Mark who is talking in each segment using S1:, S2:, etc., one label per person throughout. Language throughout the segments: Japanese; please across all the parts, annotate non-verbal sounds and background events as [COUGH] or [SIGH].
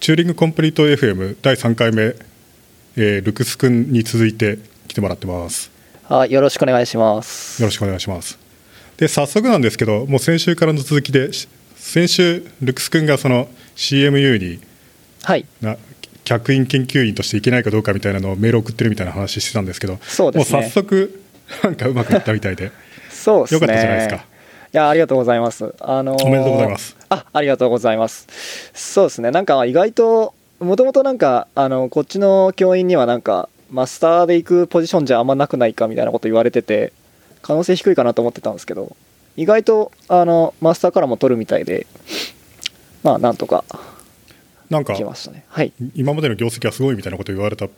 S1: チューリングコンプリート FM 第3回目、えールクス君に続いて来てもらってます
S2: はい、よろしくお願いします。
S1: よろしくお願いしますで早速なんですけどもう先週からの続きでし先週ルクス君がその CMU に
S2: はい、
S1: な客員研究員としていけないかどうかみたいなのをメール送ってるみたいな話してたんですけど
S2: そうですね
S1: もう早速なんかうまくいったみたい
S2: [LAUGHS]
S1: で
S2: そうで
S1: よ
S2: すね。
S1: かったじゃないですか
S2: いや、ありがとうございます。あのー
S1: おめでとうございます。
S2: あ、ありがとうございます。そうですね。なんか意外と、もともとなんか、あの、こっちの教員にはなんか、マスターで行くポジションじゃあんまなくないかみたいなこと言われてて、可能性低いかなと思ってたんですけど、意外と、あの、マスターからも取るみたいで、まあ、なんとか
S1: なんか
S2: 来ましたね。はい。
S1: 今までの業績はすごいみたいなこと言われた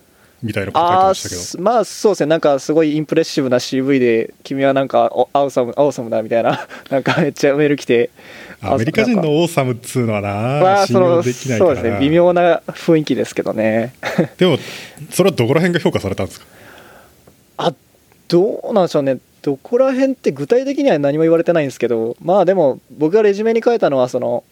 S1: みたいなこと書いて
S2: あ
S1: ま
S2: あ
S1: したけど
S2: ーまあそうですねなんかすごいインプレッシブな CV で君はなんかおアウサムアウサムだみたいな [LAUGHS] なんかめっちゃメール来て
S1: アメリカ人のオーサムっつうのは
S2: ま
S1: な
S2: あ
S1: 信
S2: そ
S1: 用
S2: の
S1: できない
S2: そ
S1: か
S2: うで
S1: ら
S2: す
S1: な
S2: ね微妙な雰囲気ですけどね
S1: でもそれはどこら辺が評価されたんですか
S2: あどうなんでしょうねどこら辺って具体的には何も言われてないんですけどまあでも僕がレジュメに書いたのはその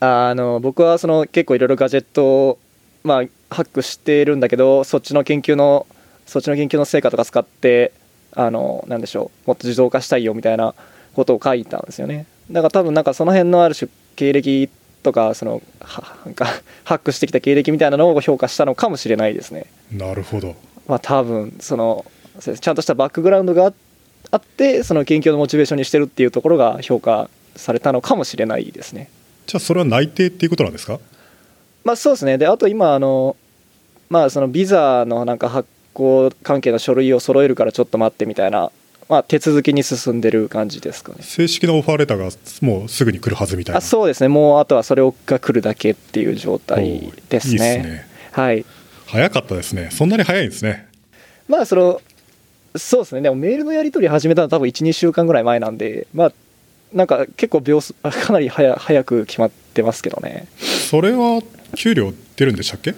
S2: あの僕はその結構いろいろガジェットを、まあ、ハックしてるんだけどそっちの研究のそっちの研究の成果とか使ってあのなんでしょうもっと自動化したいよみたいなことを書いたんですよねだから多分なんかその辺のある種経歴とかそのはなんかハックしてきた経歴みたいなのを評価したのかもしれないですね
S1: なるほど
S2: まあ多分そのそうですちゃんとしたバックグラウンドがああってその研究のモチベーションにしてるっていうところが評価されたのかもしれないですね
S1: じゃあそれは内定っていうことなんですか
S2: まあそうですねであと今あのまあそのビザのなんか発行関係の書類を揃えるからちょっと待ってみたいなまあ手続きに進んでる感じですかね
S1: 正式なオファーレターがもうすぐに来るはずみたいな
S2: あそうですねもうあとはそれが来るだけっていう状態ですね
S1: おーいいっすね
S2: はい
S1: 早かったですねそんなに早いんですね
S2: まあそのそうですねでもメールのやり取り始めたのは多分12週間ぐらい前なんでまあなんか結構秒数あかなり早早く決まってますけどね
S1: それは給料出るんでしたっけ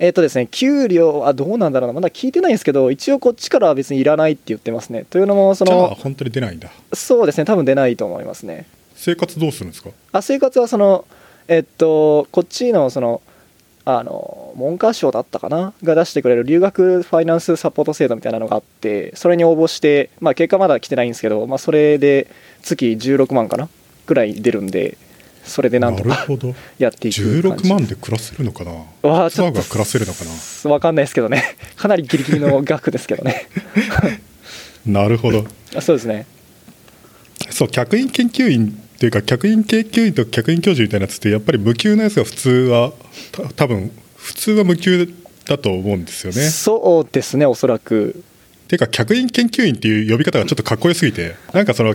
S2: えっ、とですね給料はどうなんだろうなまだ聞いてないんですけど一応こっちからは別にいらないって言ってますねというのもそ
S1: じゃあ
S2: の
S1: 本当に出ないんだ
S2: そうですね多分出ないと思いますね
S1: 生活どうするんですか
S2: あ生活はそのえっとこっちのそのあの文科省だったかなが出してくれる留学ファイナンスサポート制度みたいなのがあってそれに応募して、まあ、結果まだ来てないんですけど、まあ、それで月16万かなぐらい出るんでそれでなんと
S1: る
S2: か
S1: ほど
S2: やっていく感
S1: 16
S2: じ
S1: 万で暮らせるのかな
S2: わあ
S1: ツアーが暮らせるのかな
S2: わかんないですけどね [LAUGHS] かなりギリギリの額ですけ
S1: [LAUGHS]
S2: どね
S1: なるほど
S2: あそうですね
S1: そう客員研究員っていうか客員研究員と客員教授みたいなやつってやっぱり無給のやつが普通はた多分普通は無給だと思うんですよね。
S2: そうですねおそらく
S1: ていうか客員研究員っていう呼び方がちょっとかっこよすぎてなんかその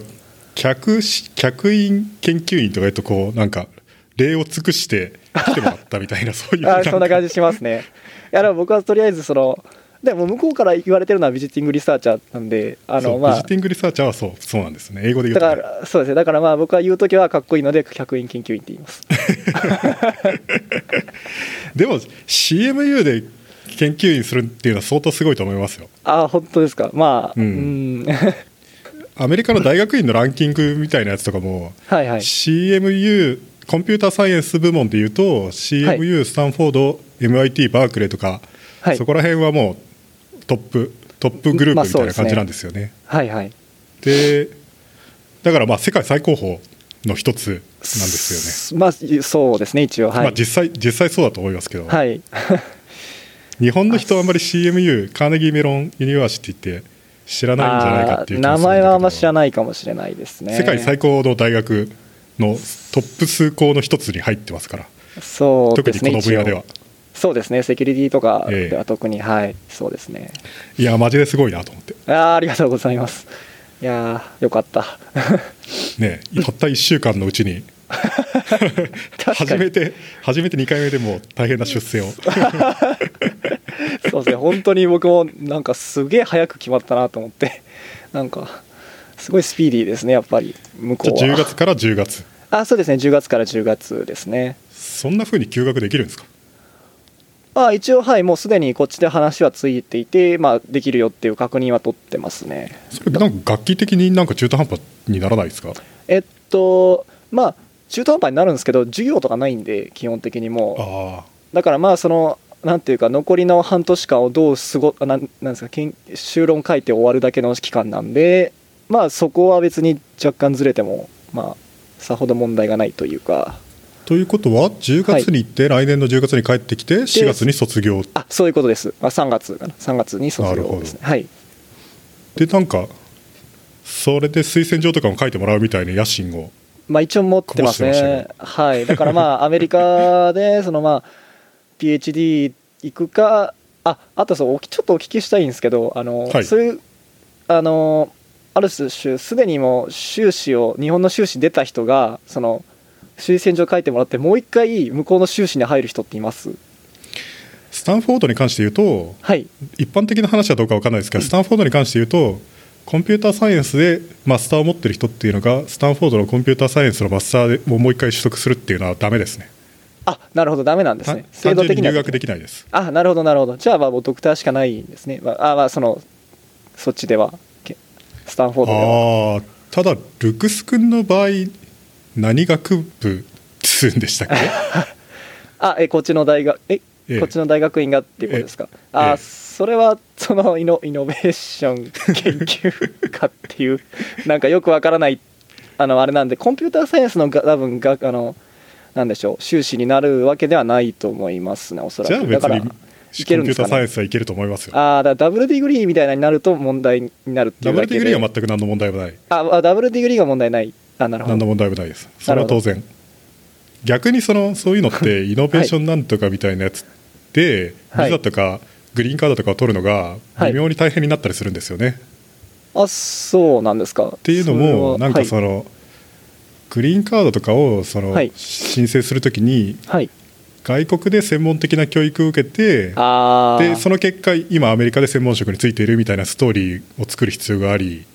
S1: 客し客員研究員とか言うとこうなんか礼を尽くして来てもらったみたいなそういう
S2: [LAUGHS] あそんな感
S1: じ
S2: じしますね。いやでも僕はとりあえずそのでも向こうから言われてるのはビジティングリサーチャーなんであ
S1: あ
S2: の
S1: の、
S2: ま
S1: ビ
S2: あ
S1: ジティングリサーチャーはそうそうなんですね英語で言う
S2: だ
S1: とね、
S2: からそうですねだからまあ僕は言う時はかっこいいので客員研究員って言い
S1: [LAUGHS]
S2: ます。
S1: でも CMU で研究員するっていうのは相当すごいと思いますよ
S2: ああ本当ですかまあ
S1: う
S2: うんん [LAUGHS]
S1: アメリカの大学院のランキングみたいなやつとかも
S2: はいはい
S1: CMU コンピューターサイエンス部門でいうと CMU、スタンフォード MIT バークレーとか、
S2: はい
S1: そこら辺はもうトップトップグループみたいな感じなんですよね。
S2: はいはい。
S1: でだからまあ世界最高峰の一つなんです
S2: よね。まあそうですね一
S1: よ
S2: 応
S1: ね。
S2: は
S1: まあ、
S2: い
S1: 実際実際そうだと思いますけど、
S2: はい
S1: 日本の人はあんまり CMU カーネギーメロンユニバーシティって知らないんじゃないか
S2: あ
S1: ってい
S2: ー
S1: う気が
S2: 名
S1: するんだけ
S2: 前
S1: ど
S2: はあんま知らないかもしれないですね。
S1: 世界最高の大学のトップ数校の一つに入ってますから、
S2: そう
S1: 特
S2: で
S1: に
S2: す
S1: こ
S2: ね
S1: の分野では
S2: 一応そうですねセキュリティとか
S1: ええ
S2: では特に、はいそうですね。
S1: いやマジですごいなと思って
S2: あーありがとうございます。いやーよかった。 [LAUGHS]
S1: ねえたった1週間のうちに
S2: 確
S1: 初
S2: か
S1: め
S2: に
S1: て初めて2回目でもう大変な出世を
S2: そうですね本当に僕もなんかすげえ早く決まったなと思ってなんかすごいスピーディーですねやっぱり向こう
S1: じゃあ
S2: は
S1: 10月から10月
S2: あそうですね10月から10月ですね
S1: そんな風に休学できるんですか
S2: まあ一応はいもうすでにこっちで話はついていてまあできるよっていう確認は取ってますね
S1: それなんか楽器的になんか中途半端にならないですか
S2: えっとまあ中途半端になるんですけど授業とかないんで基本的にも
S1: あ
S2: うだからまあそのなんていうか残りの半年間をどう過ごなんなんですか研修論書いて終わるだけの期間なんでまあそこは別に若干ずれてもまあさほど問題がないというか
S1: あということは10月に行って、来年の10月に帰ってきて4月に卒業
S2: あそういうことです、まあ、3月かな3月に卒業ですねはい
S1: でなんかそれで推薦状とかも書いてもらうみたいな野心を
S2: まあ、一応持ってます
S1: こぼしてま
S2: ね
S1: し、
S2: はい、だからまあアメリカでそのまあ PhD 行くかああとそうおきちょっとお聞きしたいんですけどあの、
S1: はい
S2: そういうあのある種すでにもう修士を日本の修士出た人がその推薦状書いてもらってもう一回向こうの修士に入る人っています
S1: スタンフォードに関して言うと
S2: はい
S1: 一般的な話はどうか分かんないですけど、スタンフォードに関して言うとコンピューターサイエンスでマスターを持ってる人っていうのがスタンフォードのコンピューターサイエンスのマスターをもう一回取得するっていうのはダメですね
S2: あなるほどダメなんですね
S1: 単単純に
S2: は
S1: 入学できないです
S2: あなるほどなるほどじゃあまあもうドクターしかないんですね、まああまあそのそっちではけスタンフォードでは
S1: ああただルクス君の場合何学部するんでしたっ
S2: [LAUGHS]
S1: け
S2: あえこっちの大学え、
S1: ええ
S2: こっちの大学院がっていうことですか、
S1: え
S2: あ、
S1: え
S2: それはそのイノイノベーション [LAUGHS] 研究科っていうなんかよくわからないあのあれなんでコンピューターサイエンスのが多分があのなんでしょう修士になるわけではないと思いますねおそらく
S1: じゃあ
S2: だ
S1: 別
S2: から
S1: に
S2: い
S1: コンピ
S2: ける
S1: ュ
S2: ん
S1: ー
S2: です
S1: タ
S2: か
S1: ーサイエン
S2: ね
S1: スはいけると思いますよ
S2: あーだからダブルディグリーみたいなのになると問題になるってい
S1: ダ
S2: う
S1: ブル
S2: だ
S1: デ
S2: け
S1: ィグリ
S2: で
S1: ーは全く何の問題もない
S2: ああダブルディグリーが問題ないあなるほど
S1: 何の問題もないですそれは当然逆にそのそういうのってイノベーションなんとかみたいなやつで、
S2: はい
S1: ビザとかグリーンカードとかを取るのが
S2: はい
S1: 微妙に大変になったりするんですよね、っ
S2: あそうなんですかって
S1: いうのもなんかその、グリーンカードとかをその、
S2: はい
S1: 申請するときに
S2: はい、
S1: 外国で専門的な教育を受けて
S2: ああ
S1: でその結果今アメリカで専門職についているみたいなストーリーを作る必要があ
S2: [LAUGHS]
S1: り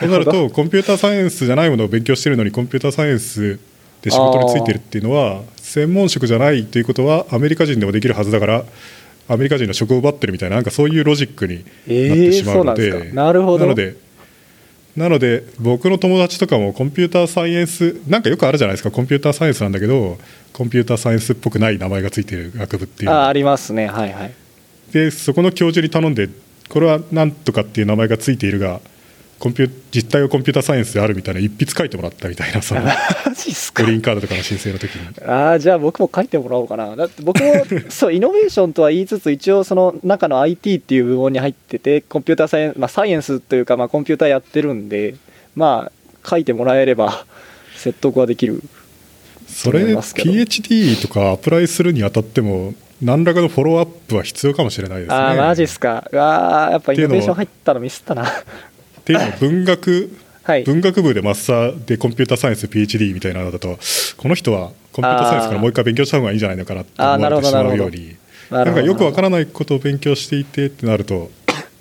S1: そうなるとコンピューターサイエンスじゃないものを勉強してるのにコンピューターサイエンスで仕事についてるっていうのは専門職じゃないということはアメリカ人でもできるはずだからアメリカ人の職を奪ってるみたいななんかそういうロジックになってしまうので,、
S2: えーそうなんですかなるほど
S1: のでなので僕の友達とかもコンピューターサイエンスなんかよくあるじゃないですかコンピューターサイエンスなんだけどコンピューターサイエンスっぽくない名前がついてる学部っていうのが
S2: あありますねはいはい
S1: でそこの教授に頼んでこれはなんとかっていう名前がついているがコンピュ実態はコンピューターサイエンスであるみたいな一筆書いてもらったみたいなそ
S2: [LAUGHS]
S1: の
S2: マジっすか
S1: グリーンカードとかの申請の時に
S2: ああじゃあ僕も書いてもらおうかなだって [LAUGHS] 僕もそうイノベーションとは言いつつ一応その中の IT っていう部門に入っててコンピューターサイエンス、まあ、サイエンスというか、まあ、コンピューターやってるんでまあ書いてもらえれば説得はできる
S1: それ
S2: 思いますけど
S1: PhD とかアプライするにあたっても何らかのフォローアップは必要かもしれないですね。
S2: ああマジっすかああやっぱイノベーション
S1: っていうの
S2: 入
S1: は
S2: ったのミスったな
S1: っていうのも文学
S2: [LAUGHS] はい
S1: 文学部でマスターでコンピューターサイエンス PhD みたいなのだとこの人はコンピューターサイエンスからもう一回勉強した方がいいんじゃないのかなって思
S2: あー
S1: わ
S2: なる
S1: れ
S2: ほ
S1: てし
S2: ど
S1: ま
S2: な
S1: う
S2: るほど
S1: ように
S2: なる
S1: な
S2: ほ
S1: ん
S2: ど
S1: かよくわからないことを勉強していてってなると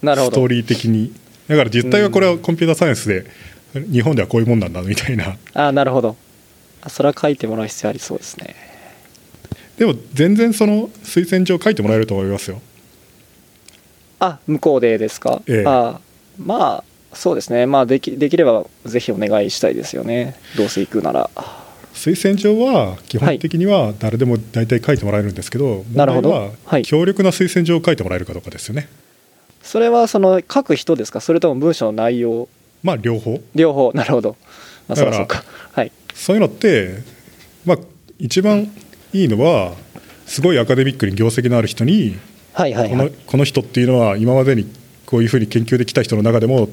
S2: なるほ
S1: ストー
S2: ど
S1: リー的にだから実態はこれはコンピューターサイエンスで日本ではこういうもんなんだみたいな
S2: ああなるほどあそれは書いてもらう必要ありそうですね
S1: でも全然その推薦状書いてもらえると思いますよ
S2: あ向こうでですか、
S1: ええ
S2: あまあそうですねまあできできればぜひお願いしたいですよねどうせ行くなら
S1: 推薦状は基本的には誰でも大体書いてもらえるんですけど、
S2: なるほど
S1: 問題
S2: は
S1: はい強力な推薦状を書いてもらえるかどうかですよね
S2: それはその書く人ですかそれとも文章の内容
S1: まあ両方
S2: 両方 [LAUGHS] なるほど、まあ、そ
S1: だ
S2: う
S1: か
S2: からそうかはい
S1: そういうのって、まあ、一番いいのはすごいアカデミックに業績のある人に
S2: はいはい
S1: こ
S2: は
S1: の
S2: い
S1: この人っていうのは今までにこういうふうに研究できた人の中でも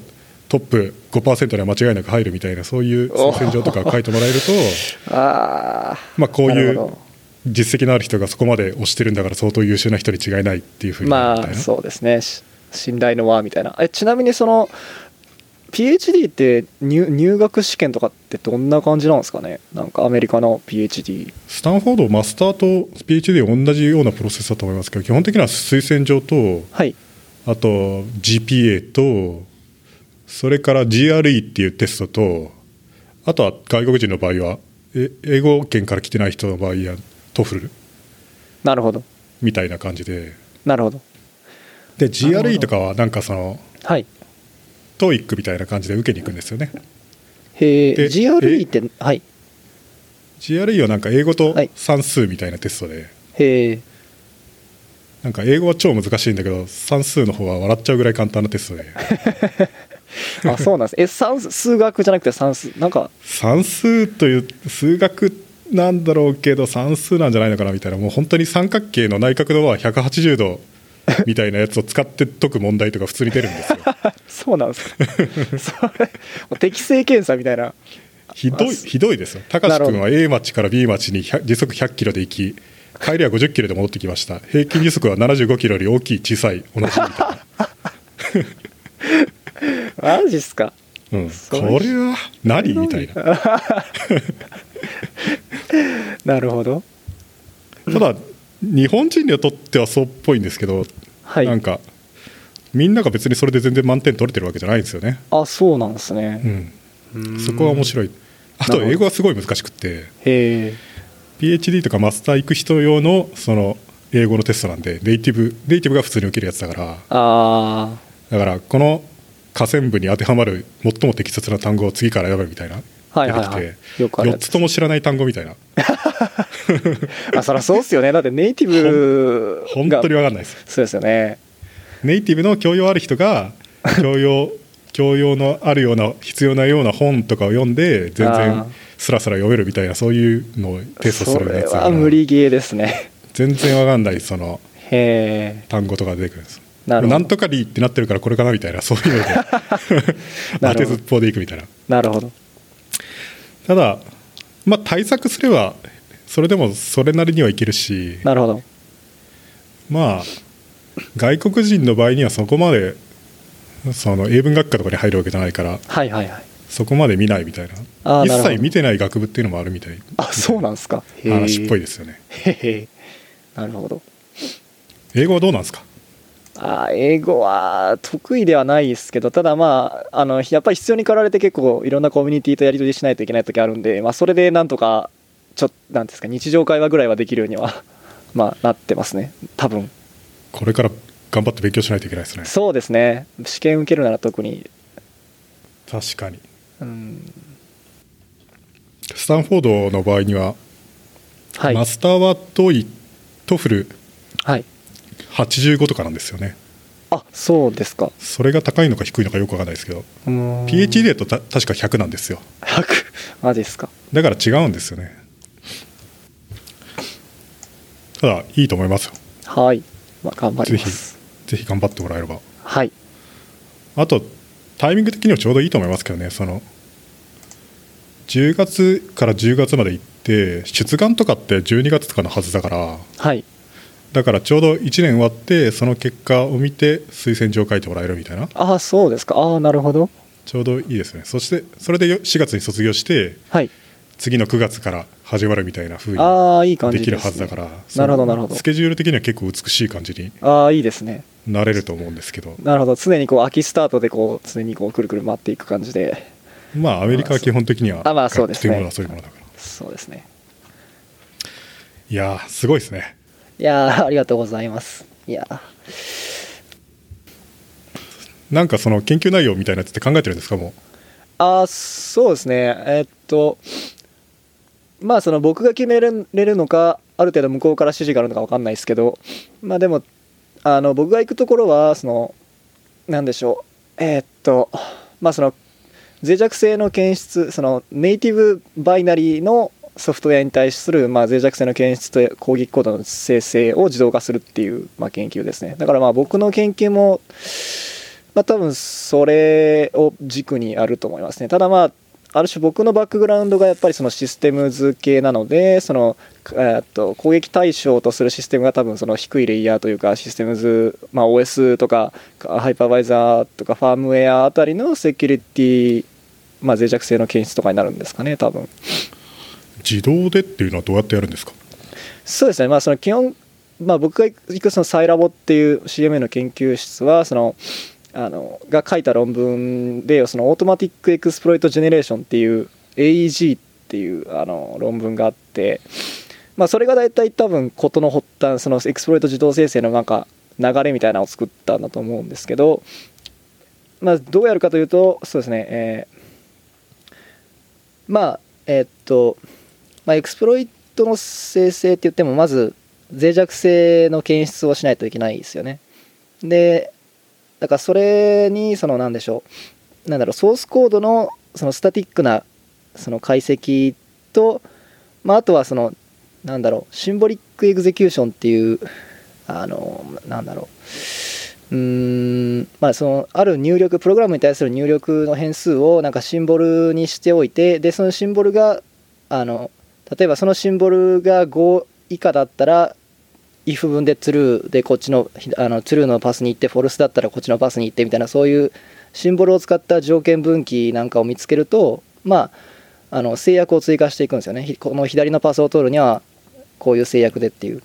S1: トップ5%には間違いなく入るみたいなそういう推薦状とか書いてもらえる
S2: [LAUGHS]
S1: と、
S2: ああ
S1: まあ、こう
S2: な
S1: いう
S2: るほど
S1: 実績のある人がそこまで推してるんだから相当優秀な人に違いないっていうふうになるみ
S2: ま
S1: たい
S2: あ
S1: な
S2: そうですねし信頼の輪みたいなえちなみにその PhD って入入学試験とかってどんな感じなんですかねなんかアメリカの PhD
S1: スタンフォードマスターと PhD は同じようなプロセスだと思いますけど基本的には推薦状と
S2: はい
S1: あと GPA とそれから GRE っていうテストとあとは外国人の場合はえ英語圏から来てない人の場合やトフル
S2: なるほど
S1: みたいな感じで
S2: なるほど
S1: で
S2: なるほど
S1: GRE とかはなんかその
S2: はい。
S1: TOEIC みたいな感じで受けに行くんですよね
S2: へえ、
S1: で
S2: GRE って、はい。
S1: GRE はなんか英語と
S2: はい
S1: 算数みたいなテストで、
S2: へえ
S1: なんか英語は超難しいんだけど算数の方は笑っちゃうぐらい簡単なテストで [LAUGHS]
S2: あそうなんですえ算数数学じゃなくて算数なんか
S1: 算数という数学なんだろうけど算数なんじゃないのかなみたいなもう本当に三角形の内角の和180度みたいなやつを使って解く問題とか普通に出るん
S2: [LAUGHS]
S1: ですよ
S2: そうな
S1: [LAUGHS]
S2: んですかそれもう適正検査みたいな
S1: ひどいひどいですよ高
S2: なる
S1: 志
S2: ほど
S1: 君は A 町から B 町に100時速100キロで行き帰りは50キロで戻ってきました平均時速は75キロより大きい小さい同じみたい
S2: [LAUGHS]
S1: な
S2: マジっすか
S1: うん、
S2: そう
S1: これは何みたいな
S2: なるほど
S1: ただ日本人にとってはそうっぽいんですけど、
S2: はい
S1: なんかみんなが別にそれで全然満点取れてるわけじゃないんですよね、
S2: あそうなんです
S1: う
S2: ね、
S1: ん、
S2: うん
S1: そこは面白いあ
S2: なる
S1: と
S2: ほど
S1: 英語はすごい難しくって
S2: へえ
S1: PhD とかマスター行く人用のその英語のテストなんでネイティブネイティブが普通に受けるやつだから
S2: あ
S1: だからこの下線部に当てはまる最も適切な単語を次から選べみたいな
S2: はいはいはい
S1: 出てきて
S2: よくあるや
S1: 4
S2: つ
S1: つとも知らない単語みたいな
S2: ーあそりゃそうっすよねだってネイティブ
S1: 本
S2: が
S1: 当に分かんないです
S2: そうですよね
S1: ネイティブの教養ある人
S2: [LAUGHS]
S1: が教養教養のあるような必要なような本とかを読んで全
S2: あー
S1: 然スラスラ読めるみたいなそういうのをテストす
S2: そ
S1: るや
S2: れ
S1: つだから
S2: は無理ゲーですね
S1: 全然わかんないその
S2: へえ
S1: 単語とか出てくるんです
S2: なるほど
S1: んとかリーってなってるからこれかなみたいな [LAUGHS] そういうので
S2: [LAUGHS] な
S1: 当
S2: る
S1: て
S2: ほ
S1: ず
S2: ど
S1: っぽうでいくみたいな
S2: なるほど
S1: ただまあ対策すればそれでもそれなりにはいけるし
S2: なるほど
S1: まあ外国人の場合にはそこまでその英文学科とかに入るわけじゃないから
S2: はいはいはい
S1: そこまで見ないみたい
S2: あ
S1: な
S2: ー
S1: 一
S2: なるほど
S1: 切見てない学部っていうのもあるみたい
S2: あそうなんですかへー
S1: 話っぽいですよね
S2: へえなるほど
S1: 英語はどうなんですか
S2: あー英語は得意ではないですけどただまああのやっぱり必要に駆られて結構いろんなコミュニティとやり取りしないといけない時あるんで、まあ、それでなんとかちょなんていうんですか日常会話ぐらいはできるようには [LAUGHS] まあなってますね多分
S1: これから頑張って勉強しないといけないですね
S2: そうですね試験受けるなら特に
S1: 確かに
S2: うん
S1: スタンフォードの場合には、
S2: はい
S1: マスターは TOEIC トフル
S2: はい
S1: 85とかなんですよね
S2: あそうですか
S1: それが高いのか低いのかよくわかんないですけど
S2: うーん [LAUGHS]
S1: PhD だとた確か100なんですよ
S2: 100マジですか
S1: だから違うんですよねただいいと思いますよ
S2: はい、まあ、頑張り
S1: ぜ
S2: ま
S1: ひ
S2: す
S1: ぜひ頑張ってもらえれば
S2: はい
S1: あとタイミング的にもちょうどいいと思いますけどねその10月から10月まで行って出願とかって12月とかのはずだから
S2: はい
S1: だからちょうど1年終わってその結果を見て推薦状を書いてもらえるみたいな
S2: ああそうですかああなるほど
S1: ちょうどいいですねそしてそれでよ4月に卒業して
S2: はい
S1: 次の9月から始まるみたいな風に
S2: ああいい感じ
S1: でき
S2: です、ね、
S1: るはずだから
S2: なるほどなるほど
S1: スケジュール的には結構美しい感じに
S2: ああいいですね
S1: なれると思うんですけど
S2: なるほど常にこう秋スタートでこう常にこうくるくる回っていく感じで
S1: まあアメリカは基本的には
S2: あまあそうですね
S1: 学部というものはそういうものだから
S2: そうですね
S1: いやーすごいですね
S2: いやーありがとうございますいやー
S1: なんかその研究内容みたいなやつって考えてるんですかも
S2: あーそうですねえーっとまあその僕が決めれるのかある程度向こうから指示があるのか分かんないですけどまあでもあの僕が行くところはそのなんでしょうえーっとまあその脆弱性の検出そのネイティブバイナリーのソフトウェアに対する、まあ、脆弱性の検出と攻撃コードの生成を自動化するっていう、まあ、研究ですねだからまあ僕の研究もまあ、多分それを軸にあると思いますね。ただまあある種僕のバックグラウンドがやっぱりそのシステム図系なのでその、えーっと攻撃対象とするシステムが多分その低いレイヤーというかシステム図、まあ、OS とかハイパーバイザーとかファームウェアあたりのセキュリティ、まあ、脆弱性の検出とかになるんですかね多分。
S1: 自動でっていうのはどうやってやるんですか
S2: そうですね、まあ、その基本、まあ、僕が行くそのサイラボっていう CMA の研究室はそのあのが書いた論文でそのオートマティック・エクスプロイト・ジェネレーションっていう AEG っていうあの論文があって、まあ、それが大体多分事の発端そのエクスプロイト自動生成のなんか流れみたいなのを作ったんだと思うんですけど、まあ、どうやるかというとそうですね、えーまあえーっとまあ、エクスプロイトの生成って言ってもまず脆弱性の検出をしないといけないですよねでだからそれにその何でしょうなんだろうソースコードのそのスタティックなその解析と、まあ、あとはそのなんだろうシンボリックエグゼキューションっていうあのなんだろううーんまあそのある入力プログラムに対する入力の変数をなんかシンボルにしておいてでそのシンボルがあの例えばそのシンボルが5以下だったら if 文で true でこっちのあの true のパスに行って false だったらこっちのパスに行ってみたいなそういうシンボルを使った条件分岐なんかを見つけるとまああの制約を追加していくんですよねひこの左のパスを通るにはこういう制約でっていう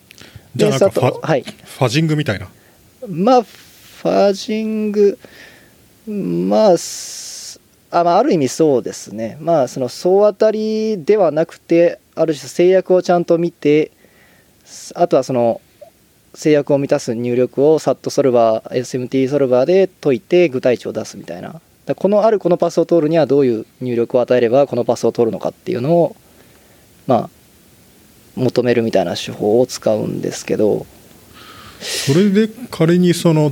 S1: じゃあなんかフ
S2: でさと
S1: ァ,、
S2: はい
S1: ファジングみたいな
S2: まあファジングまあすあ,、まあ、ある意味そうですねまあその総当たりではなくてある種制約をちゃんと見てすあとはその制約を満たす入力を SAT ソルバー SMT ソルバーで解いて具体値を出すみたいなだからこのあるこのパスを通るにはどういう入力を与えればこのパスを通るのかっていうのをまあ求めるみたいな手法を使うんですけど、
S1: それで仮にその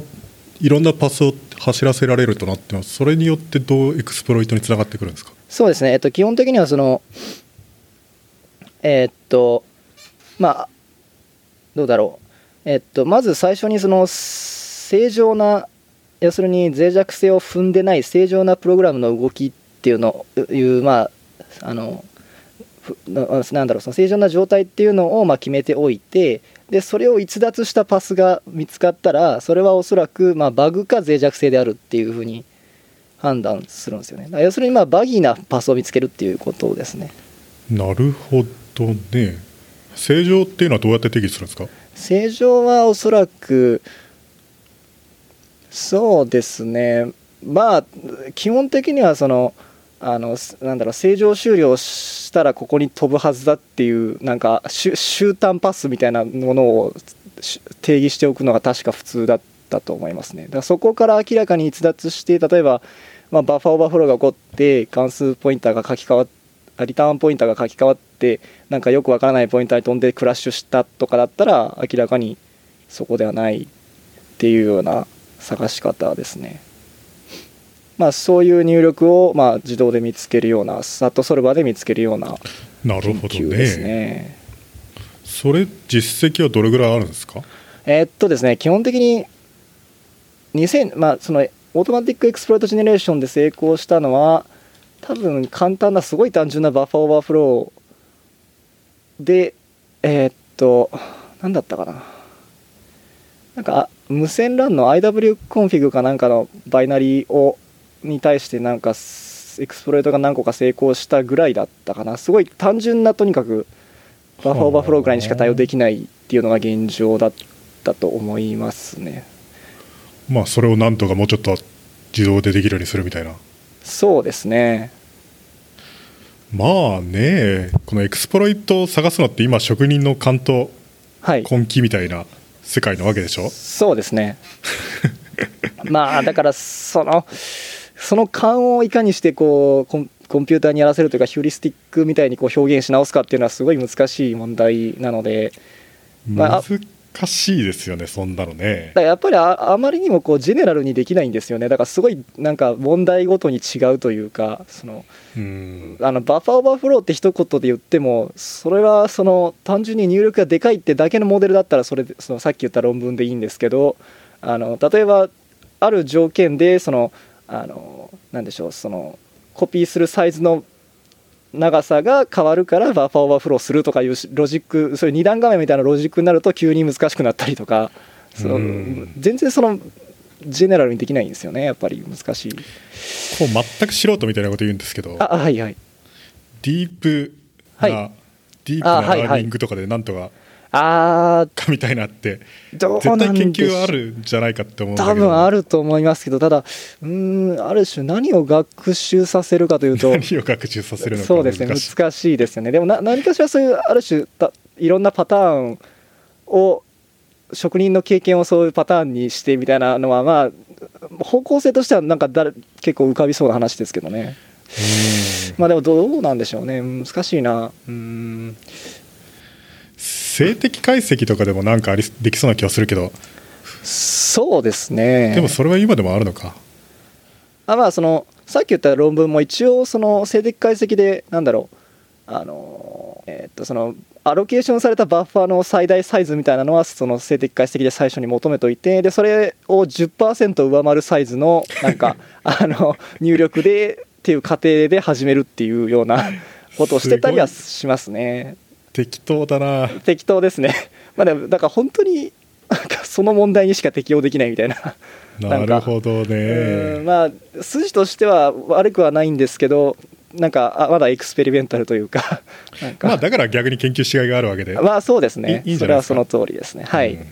S1: いろんなパスを走らせられるとなってますそれによってどうエクスプロイトにつながってくるんですか
S2: そうですね、えっと、基本的にはその、えーっと、まあ、どうだろう、えっと、まず最初にその正常な、要するに脆弱性を踏んでない正常なプログラムの動きっていうのいう、まあ、あの、ふななんだろうその正常な状態っていうのをまあ決めておいてでそれを逸脱したパスが見つかったらそれはおそらくまあバグか脆弱性であるっていうふうに判断するんですよねだから要するにまあバギーなパスを見つけるっていうことですね
S1: なるほどね正常っていうのはどうやって定義するんですか
S2: 正常はおそらくそうですねまあ基本的にはそのあのすなんだろう正常終了したらここに飛ぶはずだっていうなんかしゅ終端パスみたいなものをし定義しておくのが確か普通だったと思いますねだからそこから明らかに逸脱して例えば、まあ、バッファーオーバーフローが起こって関数ポインターが書き換わっあリターンポインターが書き換わってなんかよくわからないポインターに飛んでクラッシュしたとかだったら明らかにそこではないっていうような探し方ですね。まあ、そういう入力をまあ自動で見つけるような SAT ソルバーで見つけるような
S1: なる
S2: 研
S1: ほど
S2: 究
S1: ね
S2: ですね。
S1: それ実績はどれぐらいあるんですか
S2: えーっとですね基本的に2000まあそのオートマティックエクスプロイトジェネレーションで成功したのは多分簡単なすごい単純なバッファーオーバーフローでえーっと何だったかななんか無線 LAN の IW コンフィグかなんかのバイナリーをに対してなんかすエクスプロイトが何個か成功したぐらいだったかなすごい単純なとにかくバッファーオーバーフローぐらいにしか対応できないっていうのが現状だったと思いますね
S1: まあそれをなんとかもうちょっと自動でできるようにするみたいな
S2: そうですね
S1: まあねこのエクスプロイトを探すのって今職人の勘と
S2: はい
S1: 根気みたいな世界なわけでしょ
S2: そうですねまあだからそのその勘をいかにしてこうコンコンピューターにやらせるというかヒューリスティックみたいにこう表現し直すかっていうのはすごい難しい問題なのでまあ
S1: 難しいですよねそんなのね
S2: だからやっぱりああまりにもこうジェネラルにできないんですよねだからすごいなんか問題ごとに違うというかその
S1: うん
S2: あのバッファーオーバーフローって一言で言ってもそれはその単純に入力がでかいってだけのモデルだったらそれでそのさっき言った論文でいいんですけどあの例えばある条件でそのあのなんでしょうそのコピーするサイズの長さが変わるからバッファーオーバーフローするとかいうしロジックそういう二段画面みたいなロジックになると急に難しくなったりとかその
S1: うん
S2: 全然そのジェネラルにできないんですよねやっぱり難しい。
S1: こう全く素人みたいなこと言うんですけど
S2: ああはいはい
S1: ディープな、
S2: は
S1: ディープな
S2: あはいはい
S1: ラーニングとかでなんとか
S2: あー
S1: かみたいなって
S2: どう
S1: 絶
S2: な
S1: 対
S2: んでし
S1: 研
S2: ょう
S1: 究はあるんじゃないかって思うんだ
S2: 多
S1: けど
S2: 分あると思いますけどただうーんある種何を学習させるかというと
S1: [LAUGHS] 何を学習させるのか
S2: そうですね
S1: 難しい
S2: 難しいですよねでもな何かしらそういうある種たいろんなパターンを職人の経験をそういうパターンにしてみたいなのはまあ方向性としてはなんか誰結構浮かびそうな話ですけどねまあでもどうなんでしょうね難しいなうん
S1: 性的解析とかでもなんかありできそうな気はするけど
S2: そうですね
S1: でもそれは今でもあるのか
S2: あまあそのさっき言った論文も一応その性的解析でなんだろうあのえーっとそのアロケーションされたバッファーの最大サイズみたいなのはその性的解析で最初に求めといてでそれを10%上回るサイズのな
S1: [LAUGHS]
S2: んかあの入力でっていう過程で始めるっていうよ
S1: [LAUGHS]
S2: うなことをしてたりはしますね。
S1: 適当だな
S2: 適当ですね。 [LAUGHS] まあでもだから本当になんかその問題にしか適用できないみたいな。
S1: なるほど
S2: うん
S1: ね
S2: まあ筋としては悪くはないんですけどなんかあまだエクスペリメンタルというか [LAUGHS] なんか
S1: まあだから逆に研究しがいがあるわけで、
S2: まあそうですね
S1: いいいんじ
S2: そ
S1: ゃない
S2: れは
S1: ですか
S2: その通りですねはい、
S1: うん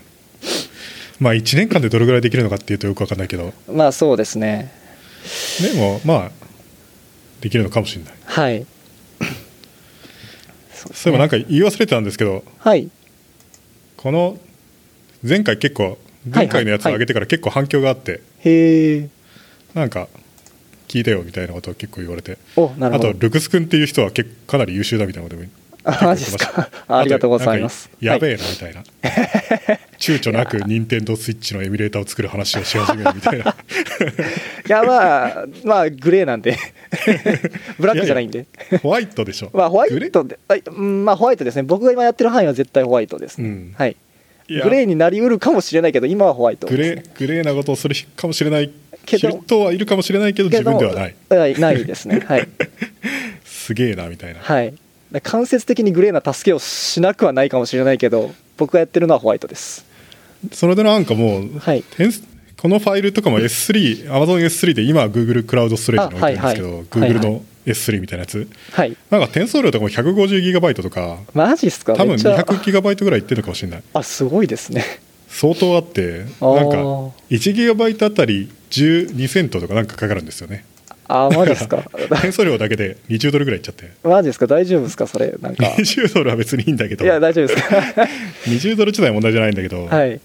S1: まあ1年間でどれぐらいできるのかっていうとよくわかんないけど
S2: まあそうですね
S1: でもまあできるのかもしれない
S2: はい
S1: そういえばなんか言い忘れてたんですけど
S2: はい
S1: この前回結構前回のやつを上げてから結構反響があって
S2: へえ
S1: なんか聞いたよみたいなことを結構言われて
S2: おなる
S1: あ
S2: ほど
S1: とルクス君っていう人は結構かなり優秀だみたいなことも
S2: あマジですか [LAUGHS] ありがとうございます
S1: あとなんかやべえなみたいな、躊躇なく任天堂スイッチのエミュレーターを作る話をし始めるみたい
S2: [LAUGHS]
S1: な
S2: いやまあまあグレーなん
S1: [LAUGHS]
S2: でブラックじゃないんで
S1: ホワイトでしょ
S2: まあホワ
S1: グレ
S2: イトであうんまあホワイトですね僕が今やってる範囲は絶対ホワイトですね、
S1: うん
S2: はい
S1: いや
S2: グレーになりうるかもしれないけど今はホワイトです
S1: グ
S2: ね、
S1: レーグレーなことをするかもしれない
S2: け
S1: 知
S2: ど
S1: る人はいるかもしれないけど自分ではない
S2: けどはいないですねはい
S1: すげえなみたいな
S2: はいで間接的にグレーな助けをしなくはないかもしれないけど僕がやってるのはホワイトです
S1: それでなんかもう、
S2: はい
S1: 点数このファイルとかも S3、AmazonS3 で今は Google クラウドストレージに置いてるんですけど、
S2: あはいはい
S1: Google
S2: はいは
S1: の S3 みたいなやつ、
S2: はい
S1: なんか転送量とかも 150GB とか、
S2: マジっすか
S1: 多分
S2: めっちゃ
S1: 200GB ぐらいいってるのかもしれない、
S2: あすごいですね
S1: 相当あって、
S2: あー
S1: なんか 1GB あたり12セントとかなんかかかるんですよね、
S2: あマジっすか [LAUGHS]
S1: [LAUGHS] 転送量だけで20ドルぐらいいっちゃって、
S2: マジっすか大丈夫ですかそれなんかい
S1: 20ドルは別にいいんだけど、
S2: や大丈夫ですか
S1: [LAUGHS] 20ドル自体は問題じゃないんだけど、
S2: はい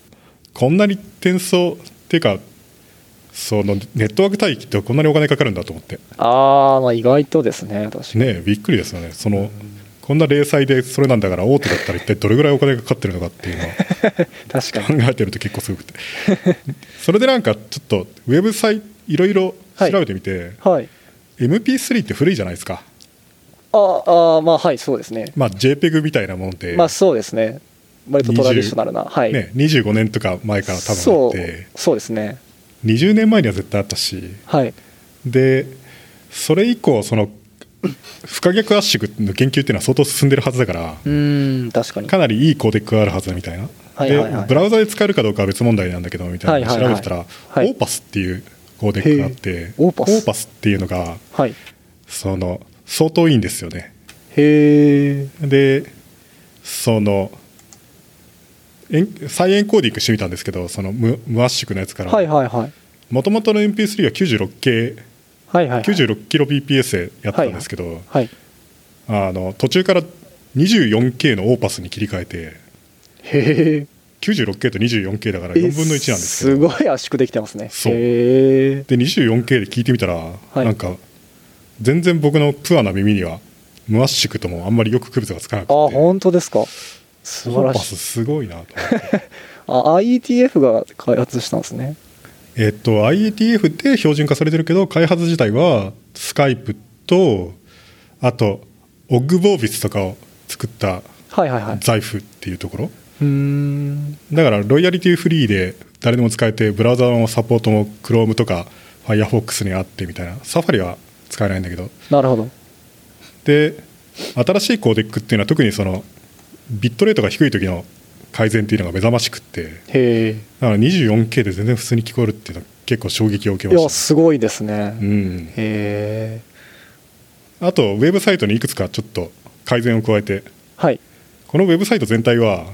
S1: こんなに転送っていうか、そのネットワーク帯域ってこんなにお金かかるんだと思って。
S2: ああまあ意外とですね確かに
S1: ねえびっくりですよねその、こんな零細でそれなんだから大手だったら一体どれぐらいお金がかかってるのかっていうのは
S2: 確か
S1: 考えてると結構すごくて [LAUGHS] それでなんかちょっとウェブサイトいろいろ調べてみて、
S2: にはい
S1: MP3 って古いじゃないですか、
S2: ああーまあはいそうですね
S1: まあ、JPEG みたいなもんで、
S2: まあそうですね割とトラディショナルなはい、
S1: ね、25年とか前から多分あっ
S2: そう
S1: て
S2: そうですね
S1: 20年前には絶対あったし
S2: はい
S1: でそれ以降その不可逆圧縮の研究っていうのは相当進んでるはずだから、
S2: うーん確かに
S1: かなりいいコーデックがあるはずだみたいな、
S2: はいはいはい
S1: でブラウザで使えるかどうかは別問題なんだけどみたいなのを
S2: はい
S1: 調べ
S2: はいはい
S1: てたら、
S2: はい
S1: オーパスっていうコーデックがあって
S2: へーオーパス
S1: っていうのが
S2: はい
S1: その相当いいんですよね
S2: へえ
S1: でそのエン再エンコーディングしてみたんですけどその無無圧縮のやつから
S2: はいはいはい
S1: もともとの MP3 は 96K
S2: はいはいはい
S1: 96kbps でやったんですけど、
S2: はい
S1: あの途中から 24K のオーパスに切り替えて
S2: へえ
S1: 96K と 24K だから4分の1なんですけど
S2: すごい圧縮できてますね
S1: そう
S2: へえ
S1: で 24K で聞いてみたら、
S2: い
S1: なんか全然僕のプアな耳には無圧縮ともあんまりよく区別がつかなくて
S2: あ本当ですか素晴
S1: オー
S2: ら
S1: パ
S2: し
S1: ス
S2: い
S1: すごいなと [LAUGHS] 思って
S2: あ IETF が開発したんですね
S1: えっと IETF で標準化されてるけど開発自体はスカイプとあとオッグボービスとかを作った
S2: はいはいはいう
S1: ザイフっていうところ
S2: ーん
S1: だからロイヤリティフリーで誰でも使えてブラウザのサポートも Chrome とか Firefox にあってみたいなサファリは使えないんだけど
S2: なるほど
S1: で新しいコーデックっていうのは特にそのビットレートが低い時の改善っていうのが目覚ましくって
S2: へえ
S1: だから 24K で全然普通に聞こえるっていうのは結構衝撃を受
S2: い
S1: けま
S2: や
S1: し
S2: すごいです
S1: た、う
S2: ね
S1: ん、
S2: へえ
S1: あとウェブサイトにいくつかちょっと改善を加えて
S2: はい
S1: このウェブサイト全体は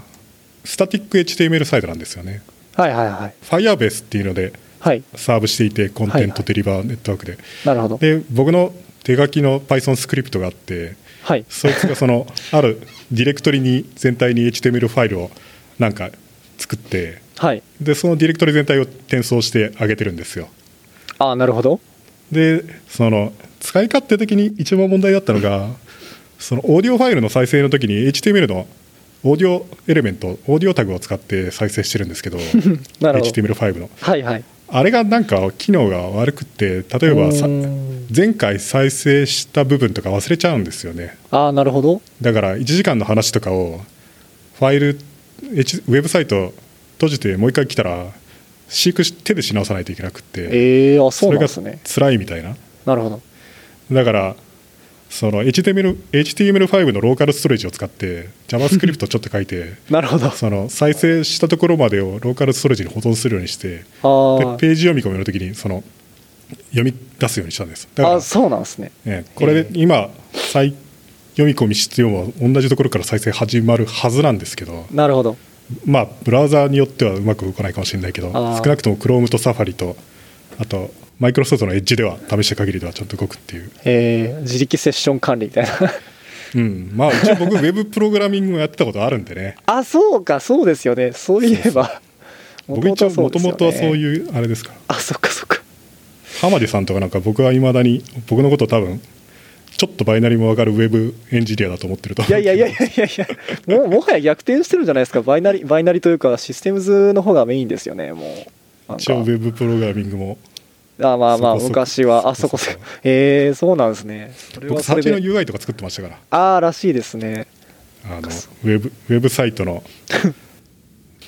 S1: スタティック HTML サイトなんですよね
S2: はいはいはい
S1: Firebase っていうので
S2: はい
S1: サーブしていてコンテン
S2: はいは
S1: ツ
S2: い
S1: デリバーネットワークで、
S2: なるほど
S1: で僕の手書きの Python スクリプトがあって
S2: はい
S1: そいつがそのあるディレクトリに全体に HTML ファイルをなんか作って
S2: はい
S1: でそのディレクトリ全体を転送してあげてるんですよ
S2: あなるほど
S1: でその使い勝手的に一番問題だったのがそのオーディオファイルの再生の時に HTML のオーディオエレメントオーディオタグを使って再生してるんですけど
S2: [LAUGHS] なるほど
S1: HTML5 の
S2: はいはい
S1: あれがなんか機能が悪くて例えばさ
S2: うーん
S1: 前回再生した部分とか忘れちゃうんですよね
S2: ああなるほど
S1: だから1時間の話とかをファイル H ウェブサイト閉じてもう一回来たら飼育し手でし直さないといけなくって
S2: ええあそ
S1: そうれ
S2: なん
S1: が
S2: ですね
S1: 辛いみたいな
S2: なるほど
S1: だからその HTML HTML5 のローカルストレージを使って JavaScript をちょっと書い
S2: [LAUGHS]
S1: て
S2: なるほど
S1: その再生したところまでをローカルストレージに保存するようにしてで
S2: あー
S1: ページ読み込みの時にその読み出すようにしたんですだから
S2: あそうなんですね
S1: ええこれで今再読み込み必要も同じところから再生始まるはずなんですけど
S2: なるほど
S1: まあブラウザーによってはうまく動かないかもしれないけど
S2: あー
S1: 少なくとも Chrome と Safari とあとマイクロソフトの Edge では試した限りではちゃんと動くっていう、
S2: えー、自力セッション管理みた [LAUGHS] いな
S1: うん、まあ一応
S2: [LAUGHS]
S1: 僕ウェブプログラミングもやってたことあるんでね
S2: あそうかそうですよねそういえば
S1: 僕一応もともとはそう
S2: う
S1: いうあれですから
S2: あそっかそっか
S1: 浜地さんとかなんか僕はいまだに僕のこと多分ちょっとバイナリも分かるウェブエンジニアだと思ってると
S2: い
S1: 思
S2: や
S1: う
S2: いやいやいやいやいやもうもはや逆転してるんじゃないですかバイナリバイナリというかシステムズの方がメインですよねもうなんか
S1: 一応ウェブプログラミングも
S2: あまあま
S1: そこ
S2: あ
S1: そこ
S2: 昔はあそ
S1: そ
S2: こ
S1: こ
S2: そ
S1: そ
S2: こ
S1: こ
S2: えー、そうなんですねそれ
S1: 僕
S2: はそ
S1: サ
S2: れ
S1: ーチの
S2: で
S1: UI とか作ってましたから
S2: ああらしいですね
S1: あのウ
S2: そ
S1: ェブウェブサイトの
S2: [LAUGHS]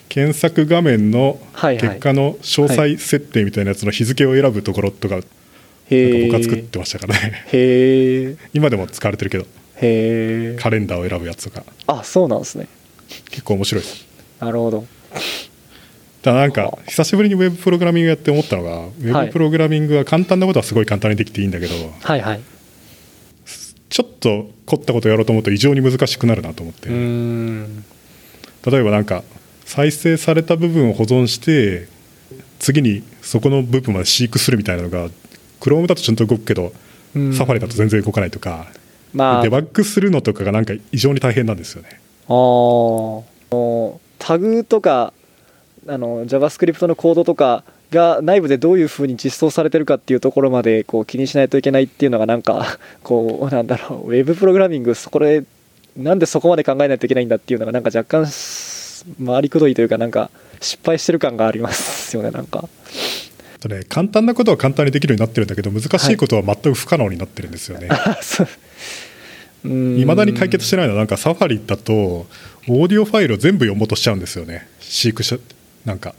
S1: 検索画面の
S2: はいはい
S1: 結果の詳細設定みたいなやつの日付を選ぶところとかなんか
S2: へ
S1: 僕は作っ
S2: え
S1: てましたからね [LAUGHS]
S2: へえ
S1: 今でも使われてるけど
S2: へえ
S1: カレンダーを選ぶやつとか
S2: あそうなんですね
S1: 結構面白いです
S2: なるほど
S1: ただなん
S2: は
S1: か
S2: あ
S1: 久しぶりにウェブプログラミングやって思ったのがウェブプログラミングは簡単なことはすごい簡単にできていいんだけど
S2: はいはい
S1: ちょっと凝ったことやろうと思うと異常に難しくなるなと思って
S2: うーん
S1: 例えばなんか再生された部分を保存して次にそこの部分まで飼育するみたいなのが Chrome だとちゃんと動くけど、
S2: うん
S1: サファリだと全然動かないとか
S2: まあ
S1: デバッグするのとかがなんか異常に大変なんですよね
S2: あーあのタグとかあの JavaScript のコードとかが内部でどういうふうに実装されてるかっていうところまでこう気にしないといけないっていうのがなんかこうなんだろうウェブプログラミングそこでなんでそこまで考えないといけないんだっていうのがなんか若干す回りくどいというかなんか失敗してる感がありますよねなんか
S1: あとね簡単なことは簡単にできるようになってるんだけど難しいことは全く不可能になってるんですよね、
S2: あそううーん
S1: いまだに解決してないのはなんかサファリだとオーディオファイルを全部読もうとしちゃうんですよね飼育者なんか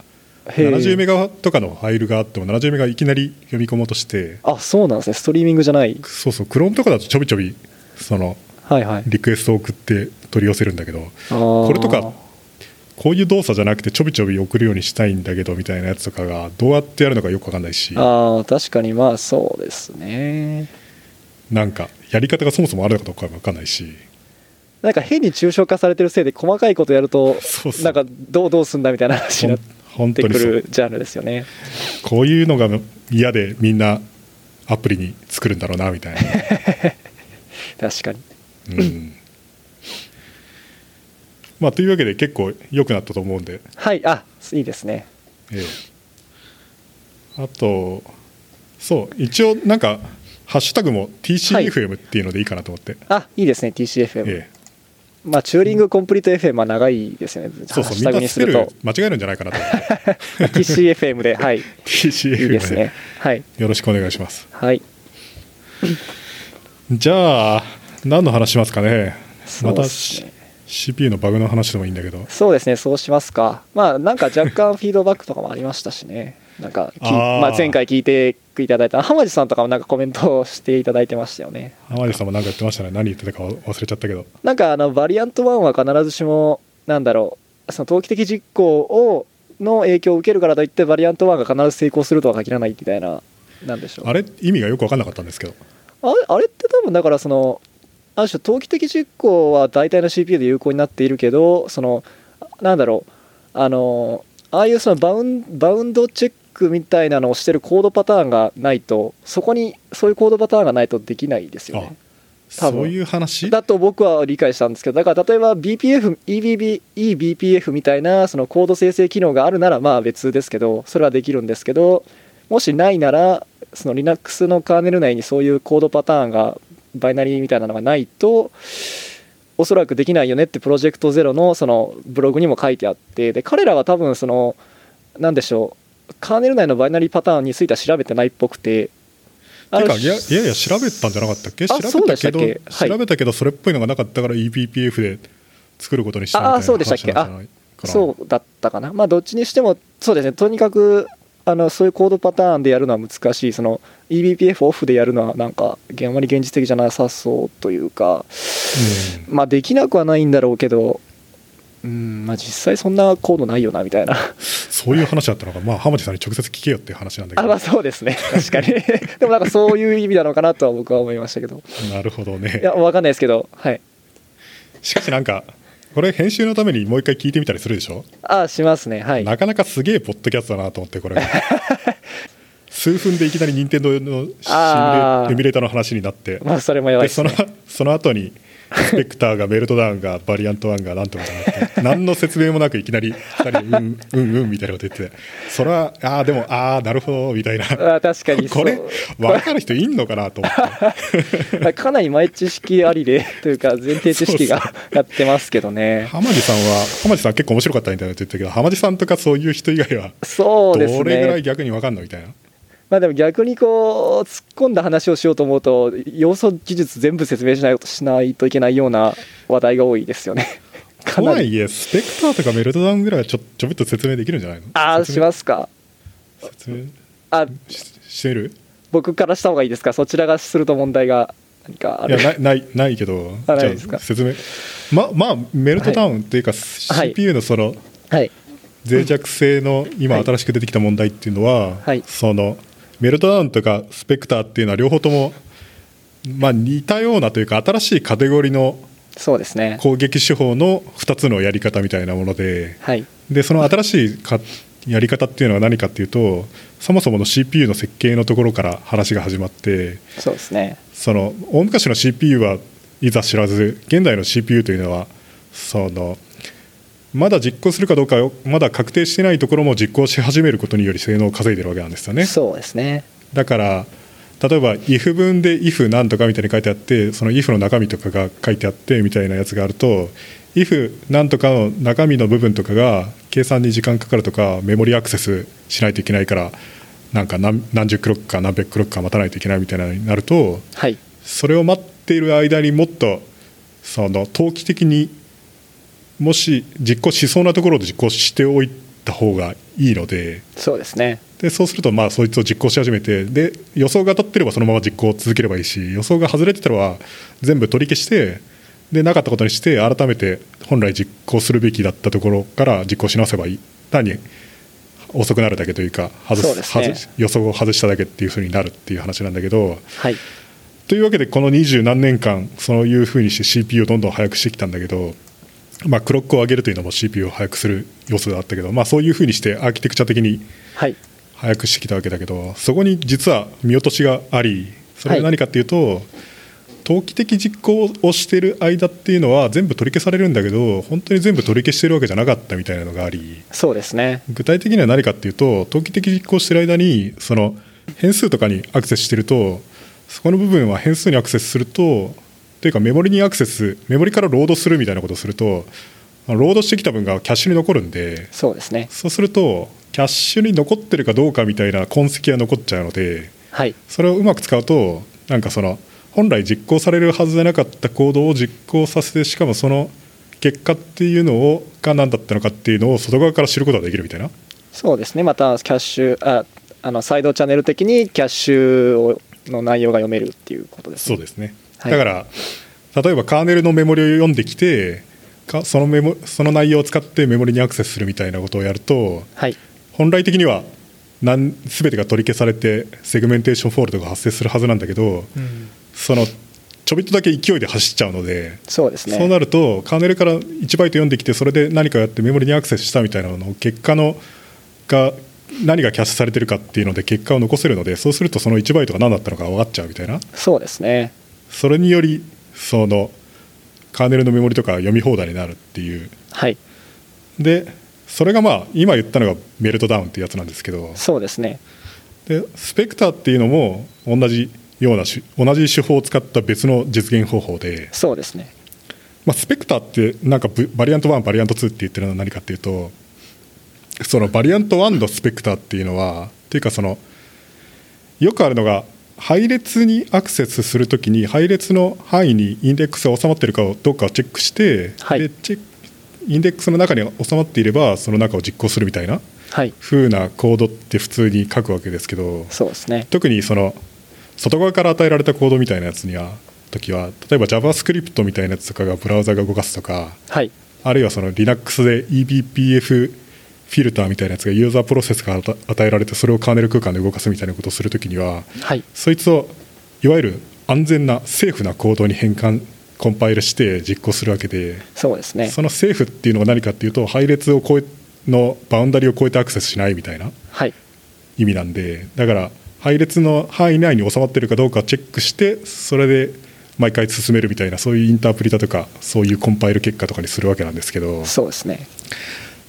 S2: へえ
S1: 70メガとかのファイルがあっても70メガいきなり読み込もうとして
S2: あそうなんですねストリーミングじゃない
S1: そうそう Chrome とかだとちょびちょびその
S2: はいはい
S1: リクエストを送って取り寄せるんだけど
S2: こ
S1: これとかこういう動作じゃなくてちょびちょび送るようにしたいんだけどみたいなやつとかがどうやってやるのかよくわかんないし
S2: ああ確かにまあそうですね
S1: なんかやり方がそもそもあるのかどうかわかんないし
S2: なんか変に抽象化されてるせいで細かいことやると
S1: そうそう
S2: なんかどうどうすんだみたいな話になっ
S1: ほん本
S2: て
S1: 当
S2: く
S1: にそう
S2: るジャンルですよね
S1: こういうのが嫌でみんなアプリに作るんだろうなみたい
S2: [LAUGHS]
S1: な。
S2: 確かに
S1: うんまあ、というわけで結構良くなったと思うんで、
S2: はいあいいですね
S1: ええあとそう一応なんかハッシュタグも TCFM っていうのでいいかなと思って、
S2: あいいですね TCFM、
S1: ええ
S2: まあチューリングコンプリート FM は長いですよね
S1: そう
S2: ハ
S1: そ
S2: ッ
S1: う
S2: シ
S1: み
S2: ュタグ
S1: ん
S2: に
S1: な
S2: す
S1: スペ
S2: る
S1: ル
S2: と
S1: 間違えるんじゃないかなと思って
S2: [LAUGHS] TCFM ではいい
S1: TCFM
S2: いですねはい
S1: よろしくお願いします
S2: はい
S1: じゃあ何の話しますかね
S2: そう
S1: ま
S2: で
S1: た
S2: すね
S1: CPU のバグの話でもいいんだけど
S2: そうですねそうしますかまあなんか若干フィードバックとかもありました
S1: [LAUGHS]
S2: しねなんかき
S1: あー
S2: まあ、前回聞いていただいた浜地さんとかもなんかコメントをしていただいてましたよね
S1: 天地さんも何か言ってましたね何言ってたか忘れちゃったけど
S2: なんかあのバリアント1は必ずしもなんだろうその投機的実行をの影響を受けるからといってバリアント1が必ず成功するとは限らないみたいななんでしょう
S1: あれ意味がよく分かんなかったんですけど
S2: あれあれって多分だからそのある種投機的実行は大体の CPU で有効になっているけどそのなんだろうあのああいうそのバウンバウンドチェックみたいなのをしてるコードパターンがないとそこにそういうコードパターンがないとできないですよ
S1: あ
S2: ね。多
S1: そ
S2: 分
S1: ういう話
S2: だと僕は理解したんですけどだから例えば BPF、EBB、EBPF みたいなそのコード生成機能があるならまあ別ですけどそれはできるんですけどもしないならその Linux のカーネル内にそういうコードパターンがバイナリーみたいなのがないとおそらくできないよねってプロジェクトゼロのそのブログにも書いてあってで彼らは多分その何でしょうカーネル内のバイナリーパターンについては調べてないっぽくてあ
S1: て
S2: の
S1: かいやいやいや調べたんじゃなかったっけ調
S2: あ
S1: べ
S2: そう
S1: た
S2: でした
S1: けど
S2: っけはい
S1: 調べたけどそれっぽいのがなかったから EPPF で作ることにしたみたいな
S2: あーそうでしたっけ
S1: 話なんじゃないかな
S2: そうだったかな、まあ、どっちにしても、そうですね、とにかくあのそういうコードパターンでやるのは難しい、その EBPF オフでやるのは、なんか、あまり現実的じゃなさそうというか、
S1: うん
S2: まあ、できなくはないんだろうけど、うん、まあ、実際そんなコードないよなみたい
S1: [LAUGHS]
S2: な、
S1: そういう話だったのかまあ浜地さんに直接聞けよっていう話なんだけ
S2: あ
S1: ど
S2: まあ、そうですね、確かに、 [LAUGHS] でもなんかそういう意味なのかなとは僕は思いましたけど、
S1: なるほど
S2: いや、
S1: ね
S2: わかんないですけど、はい、
S1: しかしなんかこれ編集のためにもう一回聞いてみたりするでしょ、
S2: ああ、しますね、はい。
S1: なかなかすげえポッドキャストだなと思ってこ
S2: [LAUGHS]
S1: れ数分でいきなり任天堂のシミュ
S2: あ
S1: レ
S2: ー
S1: エミュレーターの話になって
S2: まあ、それもやばい
S1: で
S2: です
S1: そ
S2: ね
S1: のその後にスペクターがメルトダウンがバリアント1がなんとかなって何の説明もなくいきなり2人でうんうんうんみたいなこと言っててそれはああでもああなるほどみたいな
S2: ああ確かにそう
S1: これ分かる人いんのかなと思って
S2: [LAUGHS] かなり前知識あ
S1: [LAUGHS]
S2: りでというか前提知識がやってますけどね
S1: 浜地さんは浜地さん結構面白かったみたいなこと言ってたけど浜地さんとかそういう人以外は
S2: そう
S1: ど
S2: です
S1: れぐら
S2: ね
S1: い逆に分かんのみたいな
S2: まあでも逆にこう突っ込んだ話をしようと思うと要素技術全部説明しないとしないといけないような話題が多いです
S1: [LAUGHS]
S2: よねか
S1: と
S2: な
S1: は
S2: り
S1: いえスペクターとかメルトダウンぐらいはちょちょびっと説明できるんじゃないの
S2: ああし
S1: 説明
S2: ますか
S1: 説明
S2: あ
S1: ししてる
S2: 僕からした方がいいですかそちらがすると問題が何かあ
S1: いや
S2: る
S1: ないないないけどじ
S2: あな
S1: ゃ
S2: い
S1: あ
S2: ですか
S1: 説明ままあメルトダウンっていうか、CPU のその
S2: はい
S1: 脆弱性の今新しく出てきた問題っていうのは、
S2: はい
S1: そのメルトダウンとかスペクターっていうのは両方とも、まあ、似たようなというか新しいカテゴリーの
S2: そうですね
S1: 攻撃手法の2つのやり方みたいなもので
S2: はい
S1: でその新しいかやり方っていうのは何かっていうとそもそもの CPU の設計のところから話が始まって
S2: そうですね
S1: その大昔の CPU はいざ知らず現代の CPU というのはそのまだ実行するかどうかをまだ確定してないところも実行し始めることにより性能を稼いでるわけなんですよね
S2: そうですね
S1: だから例えば if 文で if なんとかみたいに書いてあってその if の中身とかが書いてあってみたいなやつがあると if なんとかの中身の部分とかが計算に時間かかるとかメモリアクセスしないといけないからなんか何何十クロックか何百クロックか待たないといけないみたいなのになると
S2: はい
S1: それを待っている間にもっとその投機的にもし実行しそうなところで実行しておいた方がいいので
S2: そうですね
S1: でそうするとまあそいつを実行し始めてで予想が当たってればそのまま実行を続ければいいし予想が外れてたら全部取り消してでなかったことにして改めて本来実行するべきだったところから実行し直せばいい単に遅くなるだけというか外
S2: そう
S1: す
S2: ですね
S1: 外し予想を外しただけっていうふうになるっていう話なんだけど。
S2: はい
S1: というわけでこの二十何年間そういうふうにして CPU をどんどん速くしてきたんだけど、まあ、クロックを上げるというのも CPU を速くする要素だったけど、まあ、そういうふうにしてアーキテクチャ的に
S2: はい
S1: 速くしてきたわけだけどそこに実は見落としがありそれは何かっていうと、投機的実行をしている間っていうのは全部取り消されるんだけど本当に全部取り消してるわけじゃなかったみたいなのがあり。
S2: そうですね
S1: 具体的には何かっていうと投機的実行してる間にその変数とかにアクセスしてるとそこの部分は変数にアクセスするとというかメモリにアクセスメモリからロードするみたいなことをするとロードしてきた分がキャッシュに残るんで
S2: そうですね
S1: そうするとキャッシュに残ってるかどうかみたいな痕跡が残っちゃうので
S2: はい
S1: それをうまく使うとなんかその本来実行されるはずじゃなかった行動を実行させてしかもその結果っていうのをが何だったのかっていうのを外側から知ることができるみたいな。
S2: そうですね、またキャッシュ、ああのサイドチャンネル的にキャッシュをの内容が読めるっていうことです、
S1: そう
S2: ね。
S1: ですね、
S2: はい
S1: だから例えばカーネルのメモリを読んできてかそのメモその内容を使ってメモリにアクセスするみたいなことをやると
S2: はい、
S1: 本来的にはなん全てが取り消されてセグメンテーションフォールドが発生するはずなんだけど、そのちょびっとだけ勢いで走っちゃうので。
S2: そうですね。
S1: そうなるとカーネルから1バイト読んできてそれで何かやってメモリにアクセスしたみたいなのを結果のが何がキャッシュされてるかっていうので結果を残せるのでそうするとその1バイトが何だったのか分かっちゃうみたいな
S2: そうですね。
S1: それによりそのカーネルのメモリとか読み放題になるっていう
S2: はい、
S1: でそれがまあ今言ったのがメルトダウンっていうやつなんですけど
S2: そうですね。
S1: でスペクターっていうのも同じようなし同じ手法を使った別の実現方法で、
S2: そうですね
S1: まあ、スペクターってなんかブバリアント1バリアント2って言ってるのは何かっていうとそのバリアント1のスペクターっていうのはっていうかそのよくあるのが配列にアクセスするときに配列の範囲にインデックスが収まってるかどうかをチェックして、
S2: はい
S1: でチェックインデックスの中に収まっていればその中を実行するみたいな
S2: はい
S1: 風なコードって普通に書くわけですけど
S2: そうですね
S1: 特にその外側から与えられたコードみたいなやつには時は例えば JavaScript みたいなやつとかがブラウザが動かすとか
S2: はい
S1: あるいはその Linux で eBPF フィルターみたいなやつがユーザープロセスから与与えられてそれをカーネル空間で動かすみたいなことをするときには
S2: はい
S1: そいつをいわゆる安全なセーフなコードに変換コンパイルして実行するわけで
S2: そうですね
S1: そのセーフっていうのが何かっていうと配列を超えのバウンダリを超えてアクセスしないみたいな
S2: はい
S1: 意味なんでだから配列の範囲内に収まってるかどうかチェックしてそれで毎回進めるみたいなそういうインタープリタとかそういうコンパイル結果とかにするわけなんですけど
S2: そうですね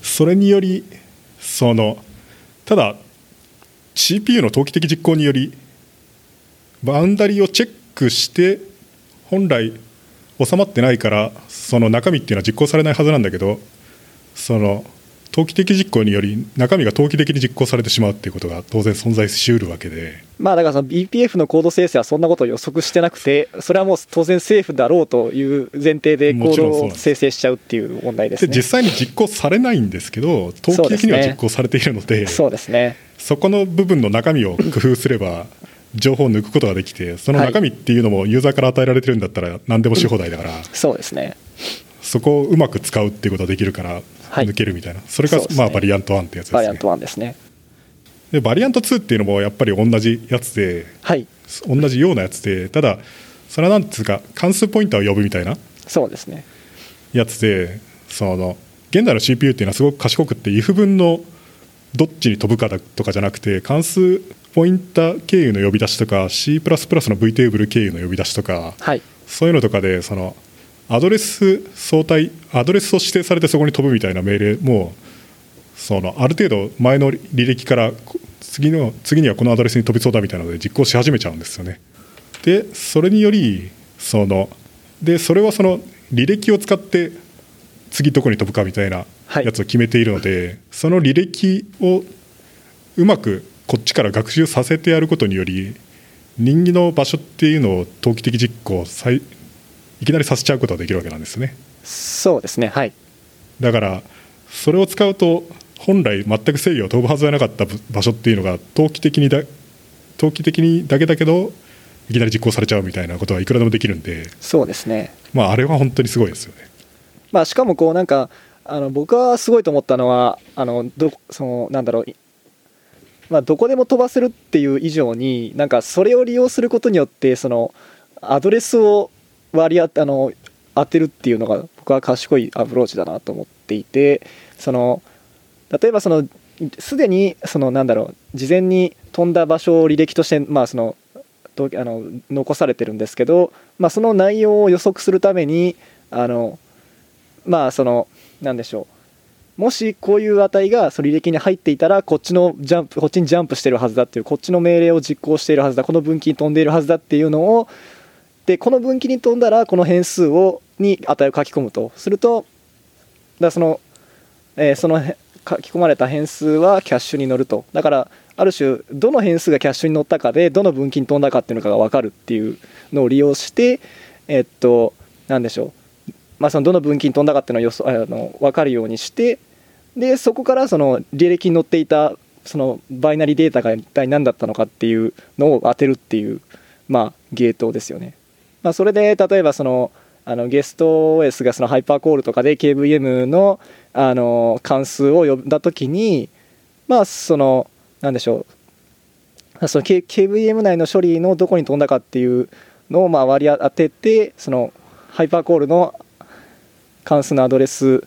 S1: それによりそのただ CPU の投機的実行によりバウンダリをチェックして本来収まってないからその中身っていうのは実行されないはずなんだけどその投機的実行により中身が投機的に実行されてしまうっていうことが当然存在しうるわけで
S2: まあだからその BPF のコード生成はそんなことを予測してなくてそれはもう当然セーフだろうという前提でコ
S1: も
S2: ー
S1: ちろん
S2: ド
S1: そうなん
S2: を
S1: です
S2: 生成しちゃうっていう問題です
S1: で
S2: ね
S1: 実際に実行されないんですけど投機的には実行されているので
S2: そうですね
S1: そこの部分の中身を工夫すれば情報を抜くことができてその中身っていうのもユーザーから与えられてるんだったら何でもし放題だから
S2: そうですね
S1: そこをうまく使うっていうことができるから
S2: はい
S1: 抜けるみたいなそれが
S2: そうですね
S1: まあバリアント1ってやつで
S2: バリ
S1: す
S2: アン
S1: ね
S2: ト1ですね
S1: でバリアント2っていうのもやっぱり同じやつで
S2: はい
S1: 同じようなやつでただそれはなんつうか関数ポインターを呼ぶみたいな
S2: そうですね
S1: やつでその現在の CPU っていうのはすごく賢くって if 分のどっちに飛ぶかだとかじゃなくて関数ポインター経由の呼び出しとか C++ の v テーブル経由の呼び出しとか
S2: はい
S1: そういうのとかでそのアドレス相対アドレスを指定されてそこに飛ぶみたいな命令もそのある程度前の履歴からこ次の次にはこのアドレスに飛びそうだみたいなので実行し始めちゃうんですよね。でそれによりそのでそれはその履歴を使って次どこに飛ぶかみたいな
S2: はい
S1: やつを決めているので、その履歴をうまくこっちから学習させてやることにより人気の場所っていうのを投機的実行さいいきなりさせちゃうことができるわけなんですね
S2: そうですねはい
S1: だからそれを使うと本来全く制御を飛ぶはずはなかったぶ場所っていうのが投機的にだ投機的にだけだけどいきなり実行されちゃうみたいなことはいくらでもできるんで、
S2: そうですね
S1: まあ、あれは本当にすごいですよね。
S2: まあ、しかもこうなんかあの僕はすごいと思ったのはあのどそのなんだろういまあ、どこでも飛ばせるっていう以上になんかそれを利用することによってそのアドレスを割り当てあの当てるっていうのが僕は賢いアプローチだなと思っていてその例えばそのすでにそのなんだろう事前に飛んだ場所を履歴としてまあそのとあの残されてるんですけど、まあ、その内容を予測するためにあのまあそのなんでしょうもしこういう値がその履歴に入っていたらこっちのジャンプこっちにジャンプしてるはずだっていうこっちの命令を実行しているはずだこの分岐に飛んでいるはずだっていうのをでこの分岐に飛んだらこの変数をに値を書き込むとするとだからその、えーそのへ書き込まれた変数はキャッシュに乗るとだからある種どの変数がキャッシュに乗ったかでどの分岐に飛んだかっていうのが分かるっていうのを利用してえっとなんでしょうまあ、そのどの分岐に飛んだかっていうのを予想あの分かるようにしてでそこからその履歴に載っていたそのバイナリーデータが一体何だったのかっていうのを当てるっていう、まあ、ゲートですよね。まあ、それで例えばそのあのゲスト OS がそのハイパーコールとかで KVM のあの関数を呼んだ時にまあそのなんでしょうその K- KVM 内の処理のどこに飛んだかっていうのをまあ割り当ててそのハイパーコールの関数のアドレス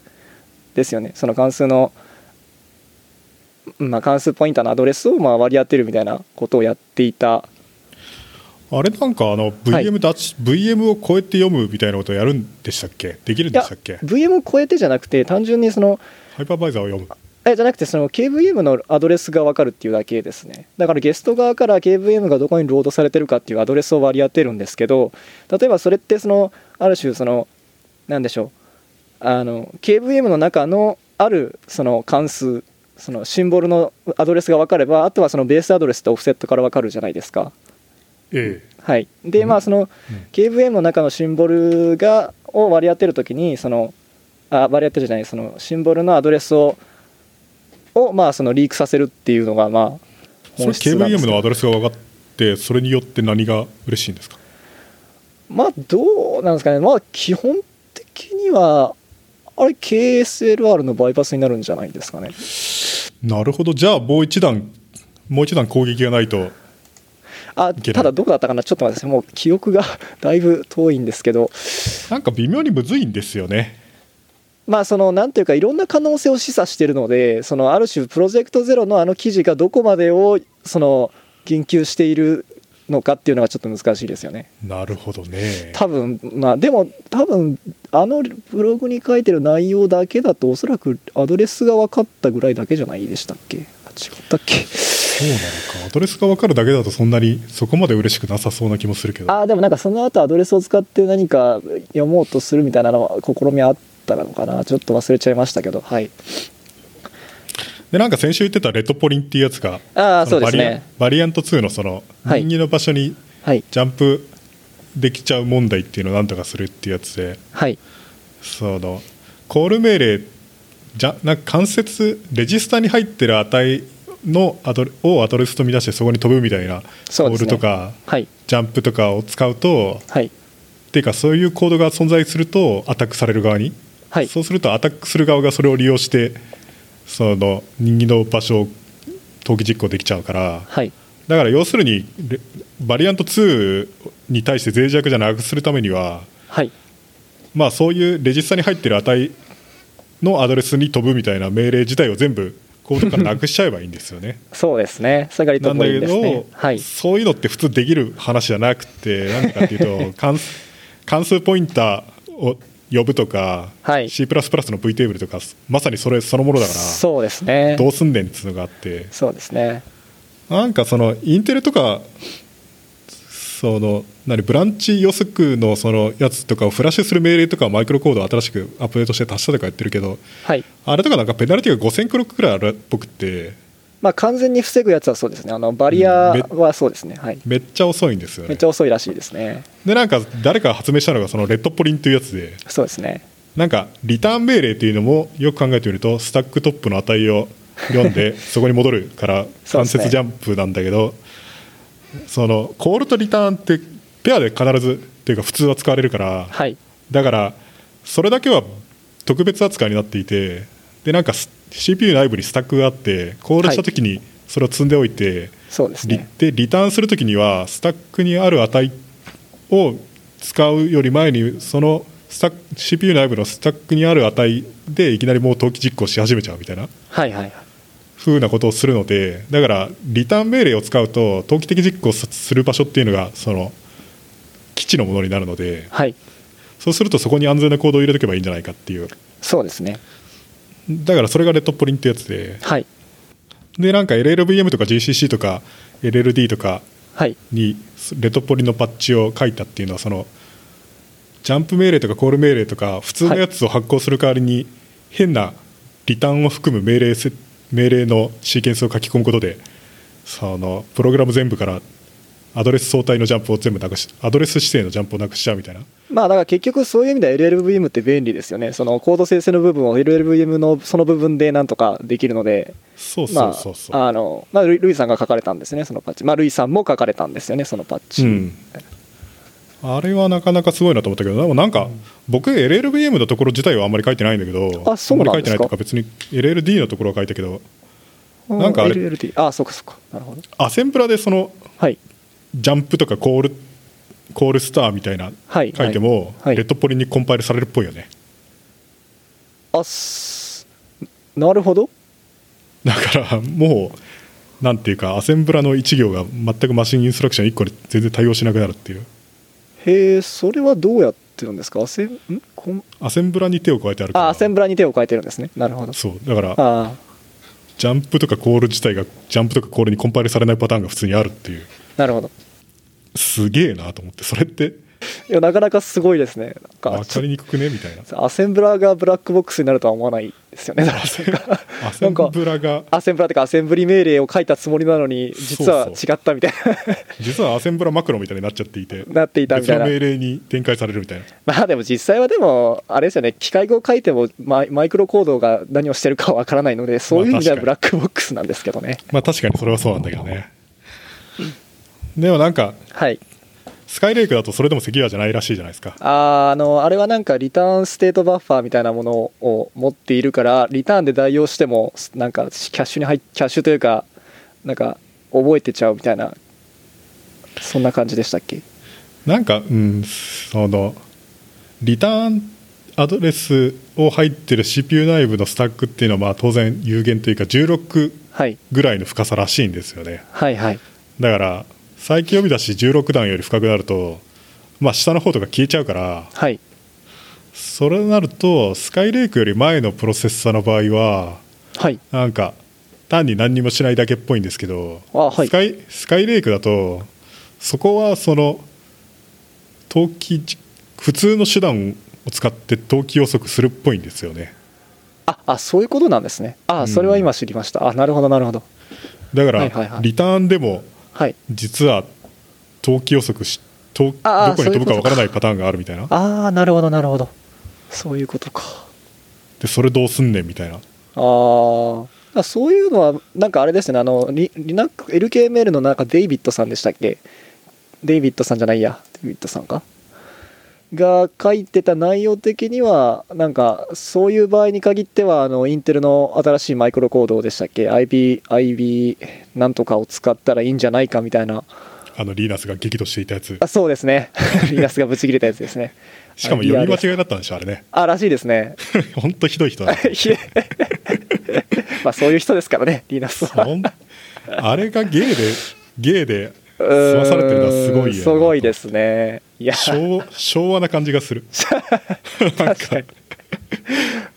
S2: ですよねその関数の、まあ、関数ポインターのアドレスをまあ割り当てるみたいなことをやっていた
S1: あれなんかあの VM, ダッチ VM を超えて読むみたいなことをやるんでしたっけできるん
S2: い
S1: で
S2: や
S1: したっけ
S2: VM を超えてじゃなくて単純にその
S1: ハイパーバイザーを読む
S2: えじゃなくてその KVM のアドレスが分かるっていうだけですねだからゲスト側から KVM がどこにロードされてるかっていうアドレスを割り当てるんですけど例えばそれってそのある種そのなんでしょうあの KVM の中のあるその関数そのシンボルのアドレスが分かればあとはそのベースアドレスとオフセットから分かるじゃないですか
S1: え
S2: はいでまあその
S1: うん
S2: KVM の中のシンボルがを割り当てるときにそのあ割り当てるじゃないそのシンボルのアドレスををまあそのリークさせるっていうのがまあ
S1: え、それ
S2: 本質なんで
S1: KVM
S2: すけど
S1: のアドレスが分かってそれによって何が嬉しいんですか
S2: まあどうなんですかねまあ基本的にはあれ KSLR のバイパスになるんじゃないですかね
S1: なるほどじゃあもう一段もう一段攻撃がないと
S2: あ
S1: いける
S2: ただどこだったかなちょっと待ってくださいもう記憶が [LAUGHS] だいぶ遠いんですけど
S1: なんか微妙にむずいんですよね
S2: まあそのなんていうかいろんな可能性を示唆しているのでそのある種プロジェクトゼロのあの記事がどこまでをその言及しているのかっていうのがちょっと難しいですよね
S1: なるほどね
S2: 多分まあでも多分あのブログに書いてる内容だけだとおそらくアドレスが分かったぐらいだけじゃないでしたっけあ違ったっけ
S1: そうなのかアドレスが分かるだけだとそんなにそこまで嬉しくなさそうな気もするけど
S2: あーでもなんかその後アドレスを使って何か読もうとするみたいなのは試みあったのかなちょっと忘れちゃいましたけどはい
S1: でなんか先週言ってたレトポリンっていうやつが
S2: あー
S1: の
S2: そうですね
S1: バリアバリアント2のその
S2: はい
S1: 人気の場所に
S2: はい
S1: ジャンプできちゃう問題っていうのをなんとかするっていうやつで
S2: はい
S1: そのコール命令じゃなんか関節レジスタに入ってる値のアドレをアドレスと見出してそこに飛ぶみたいなコ
S2: そうで
S1: ー
S2: す
S1: ル
S2: ね
S1: とか、
S2: はい
S1: ジャンプとかを使うと
S2: はい
S1: っていうかそういうコードが存在するとアタックされる側に、
S2: はい
S1: そうするとアタックする側がそれを利用してその人間の場所を投機実行できちゃうから
S2: はい
S1: だから要するにレバリアント2に対して脆弱じゃなくするためには、
S2: はい
S1: まあ、そういうレジスタに入ってる値のアドレスに飛ぶみたいな命令自体を全部コードからなくしちゃえばいいんですよね。
S2: そうですねそれがリ
S1: な
S2: ト
S1: ん
S2: ポ
S1: だ
S2: リ
S1: け
S2: ンですね
S1: ど、
S2: はい
S1: そういうのって普通できる話じゃなくてなんでかっていうと関数関数ポインターを呼ぶとか、
S2: はい
S1: C++ の V テーブルとかまさにそれそのものだから
S2: そうですね
S1: どうすんねんっつうのがあって
S2: そうですね
S1: なんかそのインテルとかその何ブランチ予測のそのやつとかをフラッシュする命令とかをマイクロコードを新しくアップデートして足したとかやってるけど
S2: はい
S1: あれとかなんかペナルティが5000クロックくらいあるっぽくて
S2: まあ完全に防ぐやつはそうですねあのバリア
S1: うん
S2: はそうですねはい
S1: めっちゃ遅いんですよ
S2: めっ
S1: ね
S2: ちゃ遅いらしいですね
S1: でなんか誰かが発明したのがそのレッドポリンというやつで
S2: そうですね
S1: なんかリターン命令っていうのもよく考えてみるとスタックトップの値を読んで [LAUGHS] そこに戻るから
S2: そ
S1: 関
S2: うですね
S1: 節ジャンプなんだけどそのコールとリターンってペアで必ずっていうか普通は使われるから
S2: はい
S1: だからそれだけは特別扱いになっていてでなんかス CPU 内部にスタックがあってコールした時にそれを積んでおいて、
S2: そうです
S1: リ
S2: ね
S1: でリターンするときにはスタックにある値を使うより前にそのスタック CPU 内部のスタックにある値でいきなりもう投機実行し始めちゃうみたいな
S2: はいはいはい
S1: 風なことをするのでだからリターン命令を使うと投機的実行する場所っていうのがその基地のものになるので
S2: はい
S1: そうするとそこに安全なコードを入れとけばいいんじゃないかっていう
S2: そうですね
S1: だからそれがレッドポリンってやつで
S2: はい
S1: でなんか LLVM とか GCC とか LLD とか
S2: はい
S1: にレトポリのパッチを書いたっていうのはそのジャンプ命令とかコール命令とか普通のやつを発行する代わりに変なリターンを含む命令せ命令のシーケンスを書き込むことでそのプログラム全部からアドレス相対のジャンプを全部なくしアドレス指定のジャンプをなくしちゃうみたいな
S2: まあだから結局そういう意味では LLVM って便利ですよねそのコード生成の部分を LLVM のその部分でなんとかできるので
S1: そう
S2: ま
S1: そうそうそう、
S2: ああのまあルイルイさんが書かれたんですねそのパッチまあルイさんも書かれたんですよねそのパッチ、
S1: うんあれはなかなかすごいなと思ったけどでもなんか僕 LLVM のところ自体はあんまり書いてないんだけど
S2: あそうなん
S1: あんまり
S2: です
S1: 書いてない
S2: か
S1: というか別に LLD のところは書いたけどなんかあれ
S2: LLD あそっかそっかなるほど
S1: アセンブラでその
S2: はい
S1: ジャンプとかコールコールスターみたいな書
S2: はい
S1: いても、
S2: はい
S1: レッドポリにコンパイルされるっぽいよね
S2: あすなるほど
S1: だからもうなんていうかアセンブラの1行が全くマシンインストラクション1個で全然対応しなくなるっていう
S2: へえそれはどうやってるんですかアセンんこん
S1: アセンブラに手を加えてあるから
S2: あアセンブラに手を変えてるんですねなるほど
S1: そうだから
S2: あ
S1: ジャンプとかコール自体がジャンプとかコールにコンパイルされないパターンが普通にあるっていう
S2: なるほど
S1: すげえなと思ってそれって
S2: いやなかなかすごいですねなん
S1: 分
S2: かち
S1: か
S2: ょ
S1: りにくくねみたいな
S2: アセンブラーがブラックボックスになるとは思わないですよねだからそれが
S1: [LAUGHS] アセンブラが
S2: アセンブラーとかアセンブリ命令を書いたつもりなのに実は
S1: そう
S2: 違ったみたいな
S1: 実はアセンブラマクロみたいになっちゃっていて
S2: なっていたみたいな
S1: 別の命令に展開されるみたいな
S2: まあでも実際はでもあれですよね機械語を書いてもマイマイクロコードが何をしてるかわからないのでそういう意味では
S1: まあ
S2: ブラックボックスなんですけどね
S1: まあ確かにそれはそうなんだけどねでもなんか
S2: はい
S1: スカイレイクだとそれでもセキュアじゃないらしいじゃないですか
S2: あーあのあれはなんかリターンステートバッファーみたいなものを持っているからリターンで代用してもなんかキャッシュに入っキャッシュというかなんか覚えてちゃうみたいなそんな感じでしたっけ
S1: なんかうんそのリターンアドレスを入ってる CPU 内部のスタックっていうのはまあ当然有限というか16
S2: はい
S1: ぐらいの深さらしいんですよね
S2: はいはい
S1: だから最近呼び出し16段より深くなるとまあ下の方とか消えちゃうから
S2: はい
S1: それになるとスカイレイクより前のプロセッサーの場合は
S2: はい
S1: なんか単に何にもしないだけっぽいんですけど
S2: あはい
S1: スカイスカイレイクだとそこはその投機じ普通の手段を使って投機予測するっぽいんですよね
S2: ああそういうことなんですねあ
S1: ん
S2: それは今知りました、あなるほどなるほど
S1: だから、
S2: はいはいはい
S1: リターンでも
S2: はい
S1: 実は投機予測し投
S2: あ
S1: ど
S2: あ
S1: こに飛ぶか
S2: そういうこと
S1: わ
S2: か
S1: からないパターンがあるみたいな
S2: ああなるほどなるほどそういうことか
S1: でそれどうすんねんみたいな
S2: ああそういうのはなんかあれですねあのリリナック LKML のなんかデイビッドさんでしたっけデイビッドさんじゃないやデイビッドさんかが書いてた内容的にはなんかそういう場合に限ってはあのインテルの新しいマイクロコードでしたっけ IB, IB なんとかを使ったらいいんじゃないかみたいな
S1: あのリーナスが激怒していたやつ
S2: あそうですね [LAUGHS] リナスがブチ切れたやつですね
S1: しかも読み間違いだったんでしょあれね [LAUGHS]
S2: あらしいですね
S1: 本当ひどい人だった
S2: いえ [LAUGHS] まあそういう人ですからねリナスは
S1: ほんあれがゲイでゲイで済
S2: うーん
S1: まされてるのはすごいよ
S2: すごいですねいや
S1: 昭昭和な感じがす
S2: [LAUGHS]
S1: るなん
S2: 確かに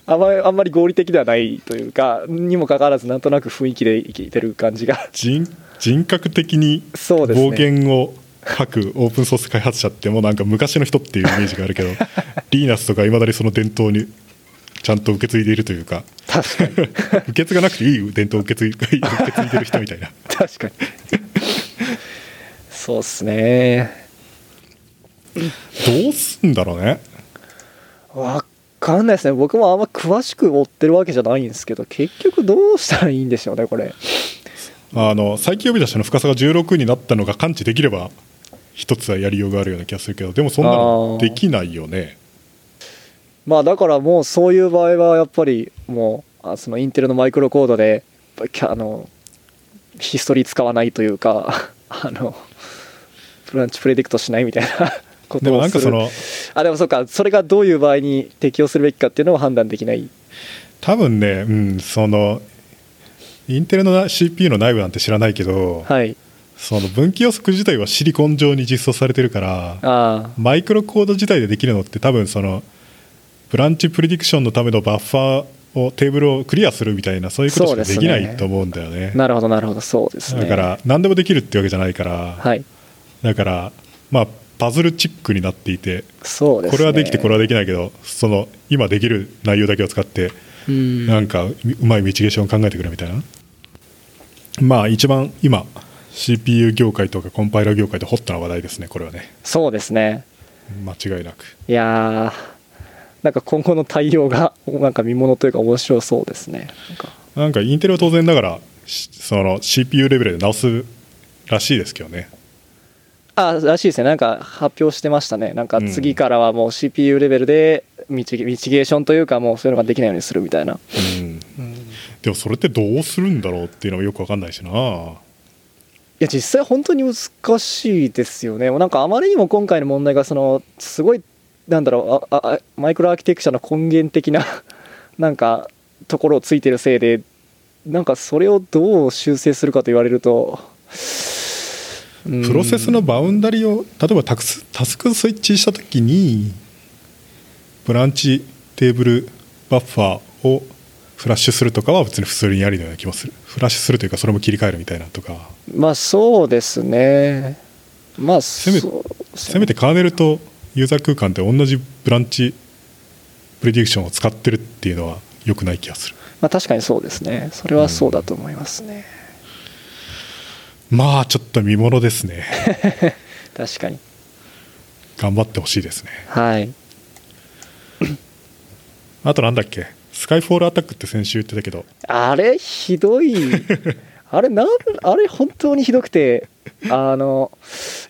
S2: あまりあんまり合理的ではないというかにもかかわらずなんとなく雰囲気で生きてる感じが
S1: 人人格的に
S2: そうですね
S1: 暴言を吐くオープンソース開発者ってもうなんか昔の人っていうイメージがあるけ
S2: [LAUGHS]
S1: どリーナスとかいまだにその伝統にちゃんと受け継いでいるという
S2: [LAUGHS]
S1: か
S2: 確かに
S1: 受け継がなくていい伝統を受け継い受け継いでる人みたいな
S2: 確かにそうっすね
S1: どうすんだろうね
S2: わかんないですね僕もあんま詳しく追ってるわけじゃないんですけど結局どうしたらいいんでしょうねこれ
S1: あの最近呼び出しの深さが16になったのが感知できれば一つはやりようがあるような気がするけどでもそんなの
S2: あー
S1: できないよね
S2: まあだからもうそういう場合はやっぱりもうあそのインテルのマイクロコードでキャあのヒストリー使わないというか [LAUGHS] あのブランチプレディクトしないみたいなことをする
S1: でもなんかその
S2: あでもそうかそれがどういう場合に適用するべきかっていうのを判断できない
S1: 多分ね、うん、そのインテルのな CPU の内部なんて知らないけど、
S2: はい
S1: その分岐予測自体はシリコン上に実装されてるから
S2: あ
S1: マイクロコード自体でできるのって多分そのブランチプレディクションのためのバッファーをテーブルをクリアするみたいなそういうことし
S2: そう
S1: か
S2: です
S1: で
S2: ね
S1: きないと思うんだよね
S2: あなるほどなるほどそうですね
S1: だから何でもできるってわけじゃないから、
S2: はい
S1: だからまあパズルチックになっていて
S2: そうですね
S1: これはできてこれはできないけどその今できる内容だけを使って
S2: うん
S1: なんかううまいミチゲーションを考えてくれみたいなまあ一番今 CPU 業界とかコンパイラー業界でホットな話題ですねこれはね
S2: そうですね
S1: 間違いなく
S2: いやーなんか今後の対応がなんか見ものというか面白そうですねなんか
S1: なんかインテルは当然だからしその CPU レベルで直すらしいですけどね
S2: あらしいですねなんか発表してましたねなんか
S1: うん
S2: 次からはもう CPU レベルでミチミチゲーションというかもうそういうのができないようにするみたいな
S1: うんでもそれってどうするんだろうっていうのもよくわかんないしない
S2: や実際本当に難しいですよねなんかあまりにも今回の問題がそのすごいなんだろうああマイクロアーキテクチャの根源的な [LAUGHS] なんかところをついてるせいでなんかそれをどう修正するかと言われると
S1: プ
S2: プ
S1: ロセスのバウンダリを例えばタクスタスクスイッチした時にブランチテーブルバッファーをフラッシュするとかは別に普通にありのような気もするフラッシュするというかそれも切り替えるみたいなとか
S2: まあそうですねまあ
S1: せめ
S2: そう
S1: せめてカーネルとユーザー空間って同じブランチプレディクションを使ってるっていうのは良くない気がする
S2: まあ確かにそうですねそれはそうだと思いますね、
S1: まあちょっと見ものです
S2: [LAUGHS]
S1: ね
S2: 確かに
S1: 頑張ってほしいですね
S2: はい
S1: あとなんだっけスカイフォールアタックって先週言ってたけど
S2: あれひど
S1: [LAUGHS]
S2: いあれなんあれ本当にひどくてあの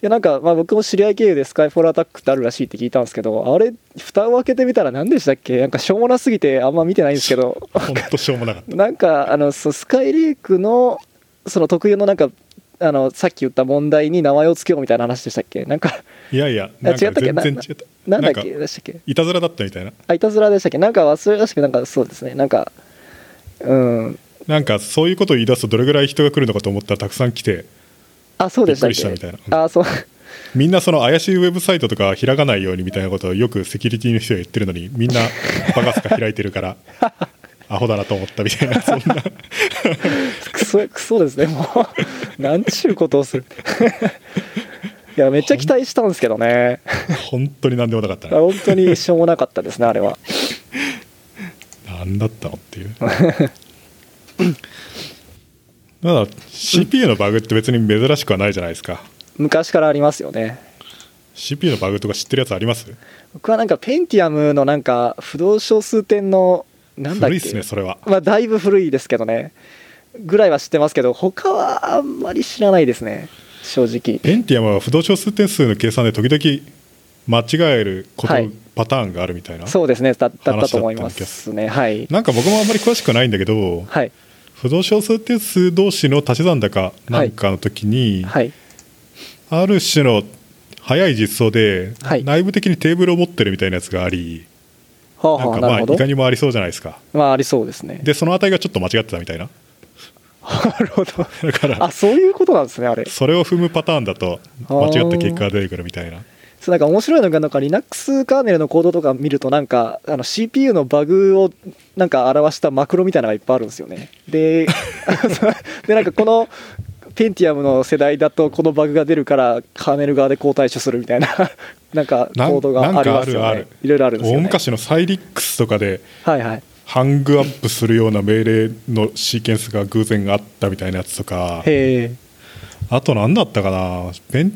S2: いやなんか、まあ、僕も知り合い経由でスカイフォールアタックってあるらしいって聞いたんですけどあれ蓋を開けてみたら何でしたっけなんかしょうもなすぎてあんま見てないんです
S1: [LAUGHS]
S2: けど
S1: ほんとしょうもなかった
S2: なんかあのそうスカイリークのその特有のなんかあのさっき言った問題に名前を付けようみたいな話でしたっけなんか
S1: いやいや
S2: あ
S1: なん
S2: 違
S1: か
S2: ったっけ
S1: 全
S2: な
S1: 然違った
S2: なんだっ
S1: か
S2: けでしたっけ
S1: いたずらだったみたいな
S2: あいたずらでしたっけなんか忘れたしくなんかそうですねなんかうん
S1: なんかそういうことを言い出すとどれぐらい人が来るのかと思ったらたくさん来て
S2: あそうでしたっ
S1: びっ
S2: け
S1: くりしたみたいな
S2: あそう [LAUGHS]
S1: みんなその怪しいウェブサイトとか開かないようにみたいなことをよくセキュリティの人が言ってるのにみんなバカスカ開いてるから
S2: [LAUGHS]
S1: アホだなと思ったみたいなそんな
S2: クソクソですねもう [LAUGHS] なんちゅうことをする [LAUGHS] いやめっちゃ期待したんですけどね
S1: 本当に何でもなかったな
S2: 本当にしょうもなかったですねあれは
S1: 何だったのって
S2: [LAUGHS]
S1: いうただ CPU のバグって別に珍しくはないじゃないですか
S2: 昔からありますよね
S1: CPU のバグとか知ってるやつあります
S2: 僕はなんかペンティアムのなんか不動小数点のなんだっ
S1: 古い
S2: け
S1: っすねそれは
S2: まあだいぶ古いですけどねぐらいは知ってますけど他はあんまり知らないですね正直
S1: ペンティアムは不動小数点数の計算で時々間違えること、
S2: はい
S1: パターンがあるみたいな
S2: そうですねだだった
S1: 話
S2: と
S1: だった
S2: 思いますねはい
S1: なんか僕もあんまり詳しくないんだけど、
S2: はい
S1: 不動小数点数同士の足し算だかなんかの時に、
S2: はい
S1: ある種の早い実装で、
S2: はい
S1: 内部的にテーブルを持ってるみたいなやつがあり
S2: はあ
S1: なん
S2: はあ
S1: か
S2: な
S1: まあ
S2: るほ
S1: い
S2: ど
S1: かにもありそうじゃないですか
S2: まあありそうですね
S1: でその値がちょっと間違ってたみたいな
S2: [LAUGHS]
S1: [LAUGHS]
S2: なるほど
S1: だから
S2: あそういうことなんですねあれ
S1: それを踏むパターンだと間違った結果が出てくるみたいな
S2: そうなんか面白いのがなんか Linux カーネルのコードとか見るとなんかあの CPU のバグをなんか表したマクロみたいなのがいっぱいあるんですよねで [LAUGHS] でなんかこの Pentium の世代だとこのバグが出るからカーネル側でこう対処するみたいななんかコ
S1: なん
S2: ードがあります
S1: なんかあ
S2: よ
S1: るあ
S2: ね
S1: る
S2: いろいろあるんです
S1: 大
S2: よね
S1: 昔のサイリックスとかで
S2: はいはい
S1: ハングアップするような命令のシーケンスが偶然あったみたいなやつとか
S2: へえ
S1: あと何だったかなペン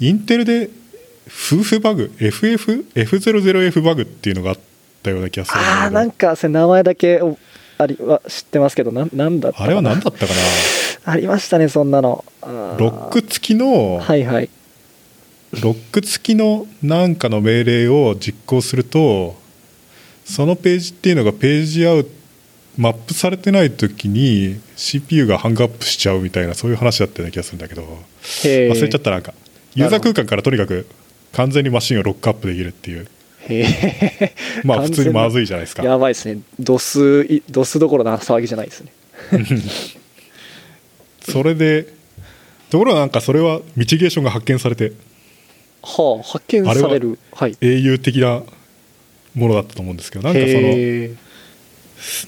S1: インテルで夫婦バグ FF?F00F バグっていうのがあったような気がするんだけど
S2: ああなんかそれ名前だけおありは知ってますけどなんなんだったか
S1: あ
S2: な
S1: れは何だったか
S2: ありましたねそんなのあ
S1: な
S2: ー
S1: ロック付きの、
S2: はいはい
S1: ロック付きのなんかの命令を実行するとそのページっていうのがページアウトマップされてない時に CPU がハングアップしちゃうみたいなそういう話だったような気がするんだけど
S2: へえ
S1: 忘れちゃったなんかユーザー空間からとにかく完全にマシンをロックアップできるっていう
S2: へえ
S1: まあ普
S2: 完全な
S1: 通にまずいじゃないですか
S2: やばいですねドスいドスどころの騒ぎじゃないですね
S1: それでところがなんかそれはミチゲーションが発見されて
S2: はあ発見
S1: あれ
S2: さ
S1: は
S2: れるはい
S1: 英雄的なものだったと思うんですけどなんかその
S2: へえ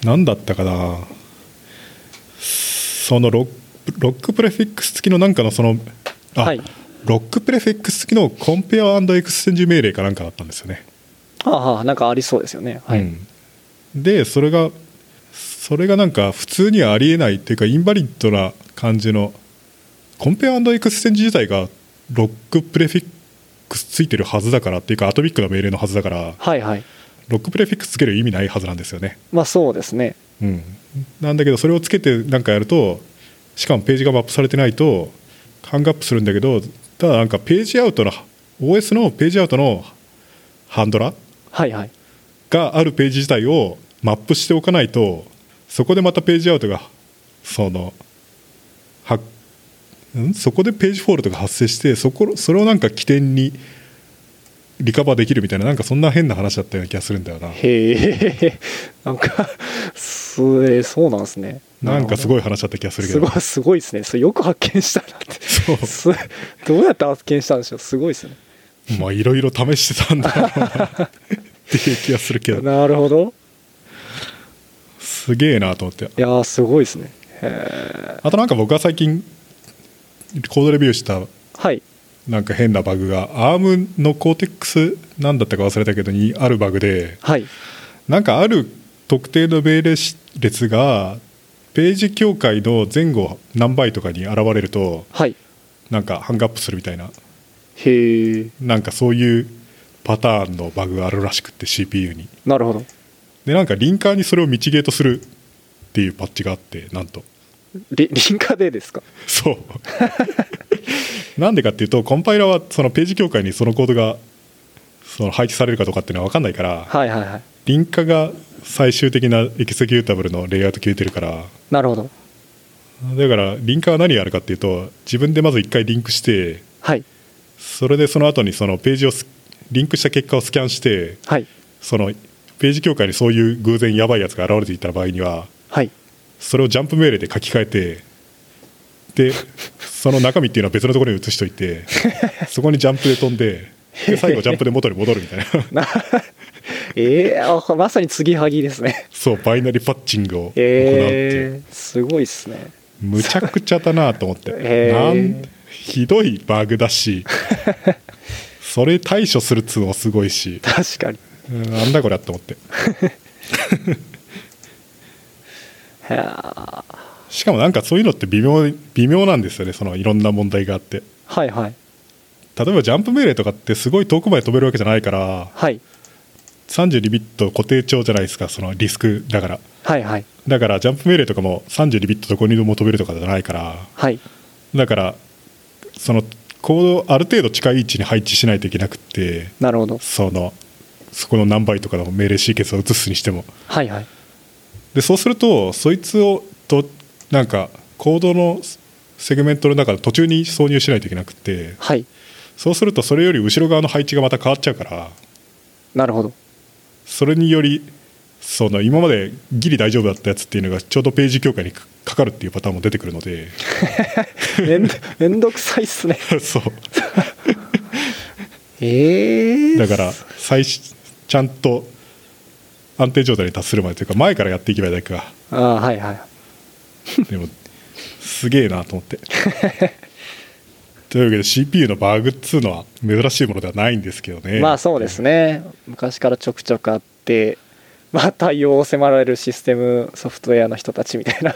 S1: 何だったかなそのロックロックプレフィックス付きのなんかのそのあ、
S2: はい
S1: ロックプレフィックス付きのコンペアエクスチェンジ命令かなんかだったんですよね、
S2: はあはあなんかありそうですよねはい、
S1: うんでそれがそれがなんか普通にはありえないっていうかインバリッドな感じのコンペアエクスチェンジ自体がロックプレフィックス付いてるはずだからっていうかアトミックな命令のはずだから
S2: はいはい
S1: ロックプレフィックス付ける意味ないはずなんですよね
S2: まあそうですね
S1: うん、なんだけどそれをつけてなんかやるとしかもページがマップされてないとハングアップするんだけどただなんかページアウトの OS のページアウトのハンドラ
S2: はいはい
S1: があるページ自体をマップしておかないとそこでまたページアウトがそのはんそこでページフォールトが発生してそこそれをなんか起点にリカバーできるみたいななんかそんな変な話だったような気がするんだよな。
S2: へえ [LAUGHS] なんかそれそうなんですね
S1: なんかす
S2: い
S1: ごい話だった気がするけ
S2: す
S1: ど
S2: ごいすごいですねそれよく発見したなって
S1: そう
S2: すどうやって発見したんでしょうすごいですね
S1: まあいろいろ試してたんだろうなっていう気がするけど
S2: なるほど
S1: すげえなと思って
S2: いやーすごいですねへ
S1: あとなんか僕が最近コードレビューした
S2: ーはい
S1: なんか変なバグがアームのコーテックスなんだったか忘れたけどにあるバグで
S2: はい
S1: なんかある特定の命令列がページ境界の前後何倍とかに現れると
S2: はい
S1: なんかハングアップするみたいな
S2: へえ
S1: なんかそういうパターンのバグがあるらしくって CPU に
S2: なるほど
S1: でなんかリンカーにそれをミチゲートするっていうパッチがあってなんと
S2: リリンカでですか
S1: そうなんでかっていうとコンパイラーはそのページ境界にそのコードがその配置されるかどうかっていうのは分かんないから
S2: はいはいはい
S1: リンカが最終的なエキセキュータブルのレイアウト決めてるから
S2: なるほど
S1: だからリンカーは何やるかっていうと自分でまず1回リンクして
S2: はい
S1: それでその後にそのページをスリンクした結果をスキャンして
S2: はい
S1: そのページ境界にそういう偶然やばいやつが現れていた場合には
S2: はい [LAUGHS]
S1: それをジャンプ命令で書き換えてでその中身っていうのは別のところに移しといてそこにジャンプで飛んでで最後ジャンプで元に戻るみたいな [LAUGHS]
S2: なえー、あまさに継ぎはぎですね
S1: そうバイナリーパッチングを行うっていう、
S2: えー、すごいっすね
S1: むちゃくちゃだなと思って、
S2: [LAUGHS] へー
S1: なんひどいバグだ
S2: [LAUGHS]
S1: しそれ対処するっつうのもすごいし
S2: 確かに
S1: うんなんだこれって思って
S2: へー
S1: しかもなんかそういうのって微妙微妙なんですよねそのいろんな問題があって
S2: はいはい
S1: 例えばジャンプ命令とかってすごい遠くまで飛べるわけじゃないから
S2: はい
S1: 32ビット固定帳じゃないですかそのリスクだから
S2: はいはい
S1: だからジャンプ命令とかも32ビットどこにでも飛べるとかじゃないから
S2: はい
S1: だからそのコードをある程度近い位置に配置しないといけなくって
S2: なるほど
S1: そのそこの何倍とかの命令シーケンスを移すにしても
S2: はいはい
S1: でそうするとそいつをとなんかコードのセグメントの中で途中に挿入しないといけなくって
S2: はい
S1: そうするとそれより後ろ側の配置がまた変わっちゃうから
S2: なるほど
S1: それによりその今までギリ大丈夫だったやつっていうのがちょうどページ境界にかかかるっていうパターンも出てくるので [LAUGHS]
S2: めんど [LAUGHS] めんどくさいっすね
S1: そう
S2: ええー、
S1: だから最しちゃんと安定状態に達するまでというか前からやっていけばいいだけか
S2: ああはいはい
S1: でもすげえなと思ってというわけで CPU のバグっつうのは珍しいものではないんですけどね
S2: まあそうですね昔からちょくちょくあってまあ対応を迫られるシステムソフトウェアの人たちみたい [LAUGHS] な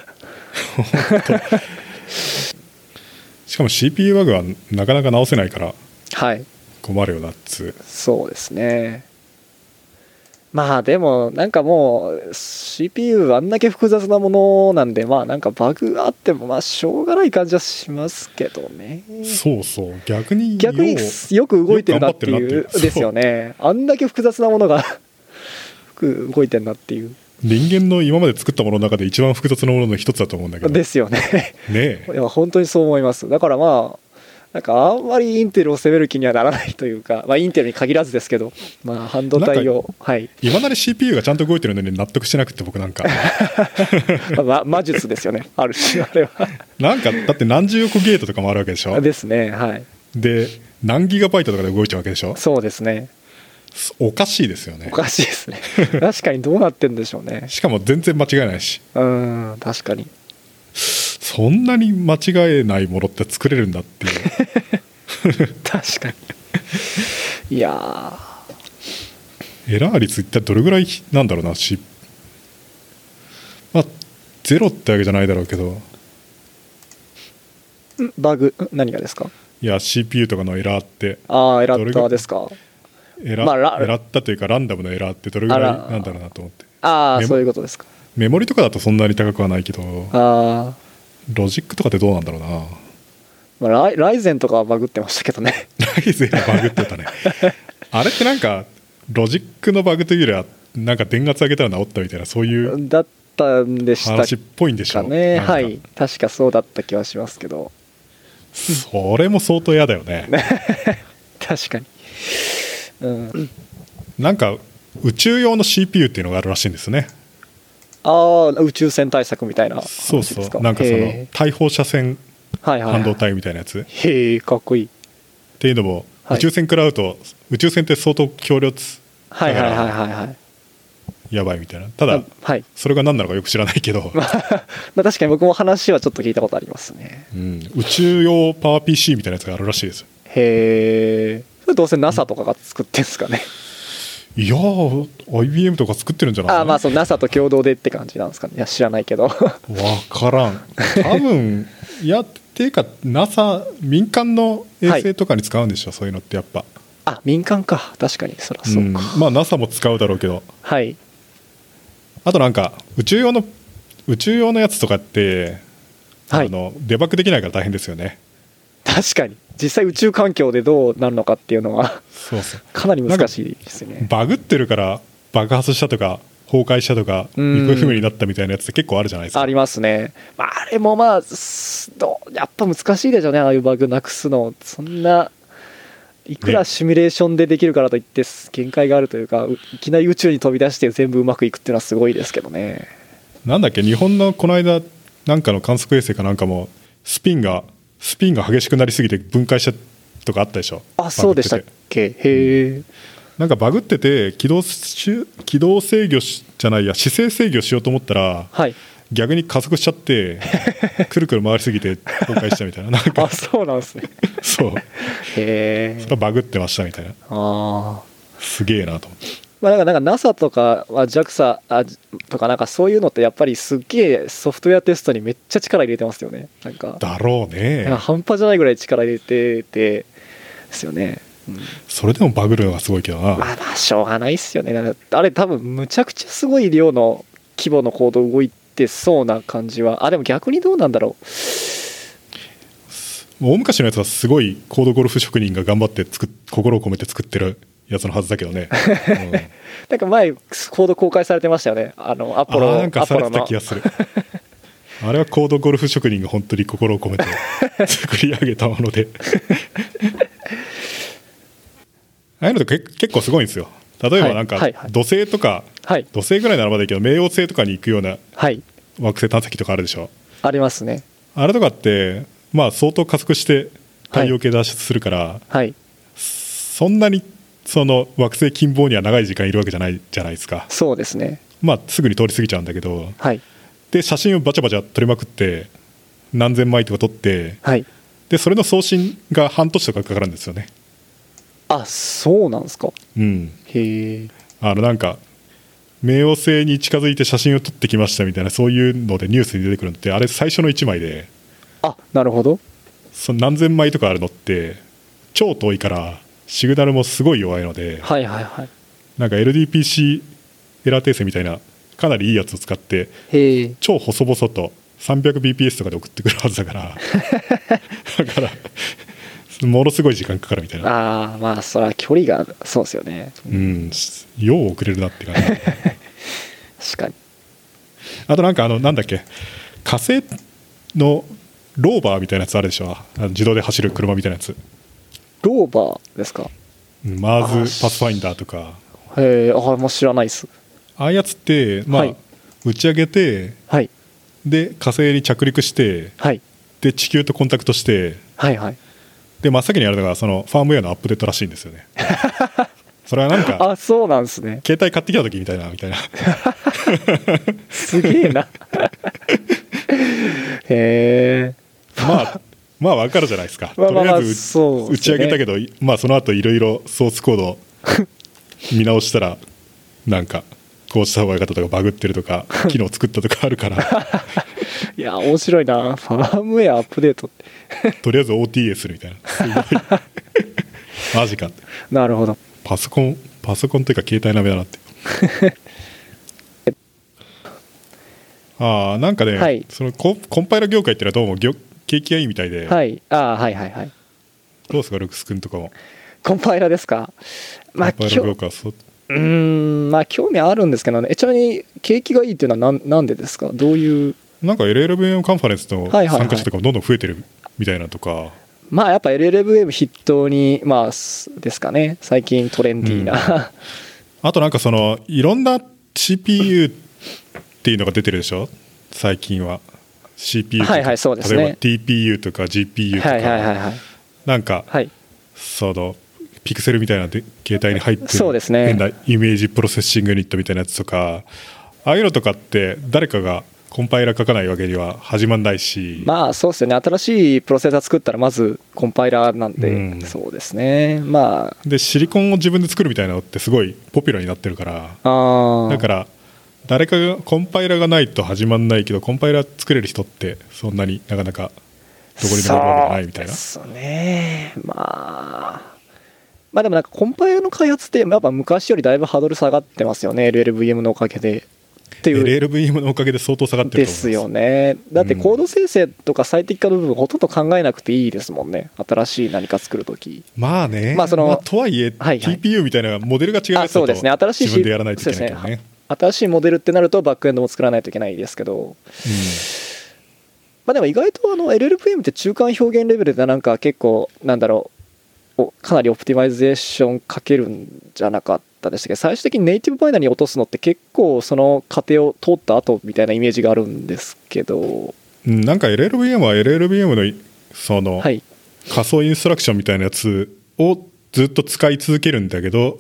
S1: しかも CPU バグはなかなか直せないから
S2: はい
S1: 困るよなっつう
S2: そうですねまあでもなんかもう CPU あんだけ複雑なものなんでまあなんかバグがあってもまあしょうがない感じはしますけどね
S1: そうそう逆に
S2: 逆に
S1: よう
S2: よく動いてるなって
S1: よく頑張っ
S2: い
S1: てるなっ
S2: う
S1: ていう
S2: [LAUGHS] ですよねあんだけ複雑なものが [LAUGHS] よく動いてんなっていう
S1: 人間の今まで作ったものの中で一番複雑なものの一つだと思うんだけど
S2: で
S1: ね
S2: すよね [LAUGHS]
S1: え
S2: いや本当にそう思いますだからまあなんかあんまりインテルを責める気にはならないというか、まあ、インテルに限らずですけど、まあ、半導体を、はい、
S1: いまだに CPU がちゃんと動いてるのに納得してなくて僕なんか
S2: まあまあ、 [LAUGHS] 魔術ですよねある種あれは
S1: なんかだって何十億ゲートとかもあるわけでしょ
S2: ですねはい
S1: で何ギガバイトとかで動いちゃうわけでしょ
S2: そうですね
S1: おかしいですよね
S2: おかしいで
S1: [LAUGHS]
S2: すね確かにどうなってんでしょうね
S1: しかも全然間違えないし
S2: うん確かに
S1: そんなに間違えないものって作れるんだ
S2: [LAUGHS]
S1: っていう
S2: 確かにいやー
S1: エラー率一体どれぐらいなんだろうなしまあゼロってわけじゃないだろうけど
S2: んバグん何がですか
S1: いや CPU とかのエラーって
S2: ああエラッターですか
S1: エラ,、
S2: まあラ
S1: エラったというかランダムのエラーってどれぐらい
S2: あら
S1: なんだろうなと思って
S2: あ
S1: メ
S2: あ
S1: モ
S2: そういうことですか
S1: メモリとかだとそんなに高くはないけど
S2: ああ
S1: ロジックとかってどうなんだろうな
S2: まあライライゼンとかはバグってましたけどね
S1: ライゼンがバグってた
S2: [LAUGHS]
S1: ねあれってなんかロジックのバグというよりはなんか電圧上げたら治ったみたいなそういう
S2: だったんでした
S1: 話っぽいんでしょ
S2: かね
S1: なんか
S2: はい確かそうだった気はしますけど
S1: それも相当嫌だよね
S2: 確かにうん
S1: なんか宇宙用の CPU っていうのがあるらしいんですね
S2: ああ宇宙船対策みたいな
S1: そう
S2: 話
S1: そ
S2: です
S1: うなんかその
S2: へ
S1: 対放射線
S2: ーはいはいはい
S1: 半導体みたいなやつ
S2: へえかっこいい
S1: っていうのも、
S2: はい
S1: 宇宙船食らうと宇宙船って相当強烈
S2: はいはいはいはいはい
S1: やばいみたいなただ
S2: あはい
S1: それが何なのかよく知らないけ
S2: [LAUGHS]
S1: ど、
S2: まあ確かに僕も話はちょっと聞いたことありますね
S1: うん、宇宙用パワー PC みたいなやつがあるらしいですよ
S2: へえそれどうせ NASA とかが作ってんすかね
S1: いやー IBM とか作ってるんじゃない
S2: ああまあそう NASA と共同でって感じなんですかねいや知らない
S1: [LAUGHS]
S2: けど
S1: わからん多分いやっていうか NASA 民間の衛星とかに使うんでしょ、そういうのってやっぱ
S2: あ民間か確かにそらそううか、
S1: んまあ NASA も使うだろうけど
S2: はい
S1: あとなんか宇宙用の宇宙用のやつとかって、
S2: はい
S1: あのデバッグできないから大変ですよね
S2: 確かに実際宇宙環境でどうなるのかっていうのは [LAUGHS]
S1: そうそう
S2: かなり難しいですよね
S1: バグってるから爆発したとか崩壊したとか
S2: うん
S1: 行方不明になったみたいなやつって結構あるじゃないですか
S2: ありますね、まあ、あれもまあすどうやっぱ難しいでしょうねああいうバグなくすのそんないくら
S1: ね
S2: シミュレーションでできるからといって限界があるというかういきなり宇宙に飛び出して全部うまくいくっていうのはすごいですけどね
S1: なんだっけ日本のこの間なんかの観測衛星かなんかもスピンがスピンが激しくなりすぎて分解したとかあったでしょ
S2: あそうでした
S1: バ
S2: っ
S1: グってて
S2: けへえ
S1: なんかバグってて軌道し軌道制御しじゃないや姿勢制御しようと思ったら
S2: はい
S1: 逆に加速しちゃって
S2: [LAUGHS]
S1: くるくる回りすぎて崩壊したみたいななん
S2: あ
S1: か
S2: そうなんですね
S1: そうそ
S2: へえ
S1: れはバグってましたみたいな
S2: ああ
S1: すげえなと思って
S2: まあ、なんかなんか NASA とかは JAXA あとかなんかそういうのってやっぱりすっげえソフトウェアテストにめっちゃ力入れてますよねなんか
S1: だろう
S2: なんか
S1: ね
S2: 半端じゃないぐらい力入れててですよね、うん
S1: それでもバグるのがすごいけどな
S2: まあまあしょうがないっすよねなんかあれ多分むちゃくちゃすごい量の規模の行動動いてそうな感じはあでも逆にどうなんだろう
S1: もう大昔のやつはすごい高度ゴルフ職人が頑張って作っ心を込めて作ってるやつのはずだけど
S2: [LAUGHS]
S1: ね、
S2: なんか前コード公開されてましたよねあのア
S1: あ
S2: ポ
S1: あ
S2: ロ
S1: なんか
S2: ア
S1: さ
S2: ポ
S1: れて
S2: ロ
S1: た
S2: の
S1: 気がする [LAUGHS] あれは高度ゴルフ職人が本当に心を込
S2: [LAUGHS]
S1: めて作り上げたもので [LAUGHS] ああいうのって結結構すごいんですよ例えばなんか
S2: はいはいはい
S1: 土星とか
S2: はい
S1: 土星ぐらいならまだいいけど冥王星とかに行くような
S2: はい
S1: 惑星探査機とかあるでしょ
S2: ありますね
S1: あれとかってまあ相当加速して太陽系脱出するから、
S2: はい
S1: そんなにその惑星近傍には長い時間いるわけじゃないじゃないですか、
S2: そうですね
S1: まあ、すぐに通り過ぎちゃうんだけど
S2: はい
S1: で写真をバチャバチャ撮りまくって何千枚とか撮って
S2: はい
S1: でそれの送信が半年とかかかるんですよね
S2: あそうなんですか
S1: うん
S2: へえ
S1: あのなんか冥王星に近づいて写真を撮ってきましたみたいなそういうのでニュースに出てくるのってあれ最初の1枚で
S2: あなるほど
S1: その何千枚とかあるのって超遠いからシグナルもすごい弱いので
S2: はいはいはい
S1: なんか LDPC エラー訂正みたいなかなりいいやつを使って
S2: へえ
S1: 超細々と 300bps とかで送ってくるはずだから
S2: [LAUGHS]
S1: だからものすごい時間かかるみたいな、
S2: ああまあそら距離がそうですよね
S1: うん、よう遅れるなって感じ
S2: 確かに
S1: あとなんかあのなんだっけ火星のローバーみたいなやつあるでしょあの自動で走る車みたいなやつ
S2: ローバーですか
S1: うんマ
S2: あ
S1: ーズ
S2: し
S1: パスファインダーとか
S2: へえああもう知らないっす
S1: ああいうやつって、まあ
S2: はい
S1: 打ち上げて
S2: はい
S1: で火星に着陸して
S2: はい
S1: で地球とコンタクトして
S2: はいはい
S1: で真っ先にやるのがそのファームウェアのアップデートらしいんですよ
S2: [LAUGHS]
S1: ねそれはなんか
S2: あそうなんですね
S1: 携帯買ってきた時みたいなみたい
S2: [LAUGHS]
S1: な
S2: すげえな [LAUGHS] へえ
S1: まあまあわかるじゃないですか、
S2: まあまあまあ
S1: とりあえず
S2: そうですね
S1: 打ち上げたけど、いまあその後いろいろソースコード
S2: [LAUGHS]
S1: を見直したらなんかこうした方が良かったとかバグってると
S2: [LAUGHS]
S1: か機能作ったとかあるから
S2: いや面白いなファームウェアアップデートって
S1: とりあえず OTA するみたいなす
S2: [LAUGHS]
S1: ごいマジかって
S2: なるほど
S1: パソコンパソコンというか携帯鍋だなって
S2: [LAUGHS]
S1: ああなんかね、
S2: はい
S1: そのココンパイラ業界ってのはどうも業景気がいいみたいで、
S2: はいああはいはいはい
S1: どうですかルクス君とかも
S2: コンパイラですかまあ
S1: コンパイラ業界はそう
S2: うーんまあ興味あるんですけどねえちなみに景気がいいっていうのはなんなんでですかどういう
S1: なんか LLVM カンファレンスの
S2: はいはいはい
S1: 参加者とかもどんどん増えてるみたいなとか、
S2: まあやっぱ LLVM 筆頭にまあすですかね最近トレンディーな、
S1: あとなんかそのいろんな CPU っていうのが出てるでしょ最近は CPU とか、
S2: はいはいそうですね
S1: 例えば TPU とか GPU とか、
S2: はいはいはいはい
S1: なんか
S2: はい
S1: そのピクセルみたいなで携帯に入ってる
S2: そうですね
S1: 変なイメージプロセッシングユニットみたいなやつとかああいうのとかって誰かがコンパイラー書かないわけには始まんないし、
S2: まあそうですよね新しいプロセッサー作ったらまずコンパイラーなんで、
S1: うん
S2: そうですねまあ
S1: でシリコンを自分で作るみたいなのってすごいポピュラーになってるから
S2: あ
S1: だからら誰かがコンパイラーがないと始まんないけどコンパイラー作れる人ってそんなになかなかどこにもいるわけじゃないみたいな
S2: そうですねまあまあでもなんかコンパイラーの開発ってやっぱ昔よりだいぶハードル下がってますよね LLVM のおかげでっていう
S1: LLVM のおかげで相当下がって
S2: で
S1: ると思
S2: す
S1: います
S2: よねだってコード生成とか最適化の部分ほとんど考えなくていいですもんね新しい何か作るとき
S1: まあね、
S2: まあその
S1: とはいえ、
S2: はいはい
S1: TPU みたいなモデルが違う
S2: あ
S1: やつだ
S2: そ
S1: と
S2: うですね新しい
S1: 自分でやらないといけないから
S2: そうです
S1: ね
S2: ね新しいモデルってなるとバックエンドも作らないといけないですけどまあでも意外とあの LLVM って中間表現レベルでなんか結構なんだろうおかなりオプティマイゼーションかけるんじゃなかったでしたっけど最終的にネイティブバイナリーに落とすのって結構その過程を通った後みたいなイメージがあるんですけど
S1: うんうんなんか LLVM は LLVM のいその、
S2: はい
S1: 仮想インストラクションみたいなやつをずっと使い続けるんだけど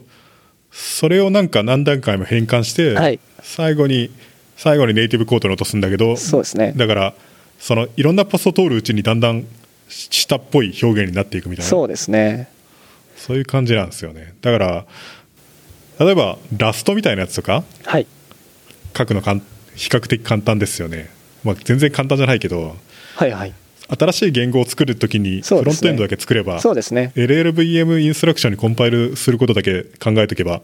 S1: それをなんか何段階も変換して、
S2: はい
S1: 最後に最後にネイティブコードに落とすんだけど
S2: そうですね
S1: だからそのいろんなパスを通るうちにだんだん下っぽい表現になっていくみたいな
S2: そうですね
S1: そういう感じなんですよねだから例えばラストみたいなやつとか
S2: はい
S1: 書くのかん比較的簡単ですよね、まあ、全然簡単じゃないけど
S2: はいはい
S1: 新しい言語を作るときにフ
S2: そう
S1: ロ
S2: で
S1: ン
S2: すね
S1: トエンドだけ作れば、
S2: そうですね
S1: LLVM インストラクションにコンパイルすることだけ考えとけば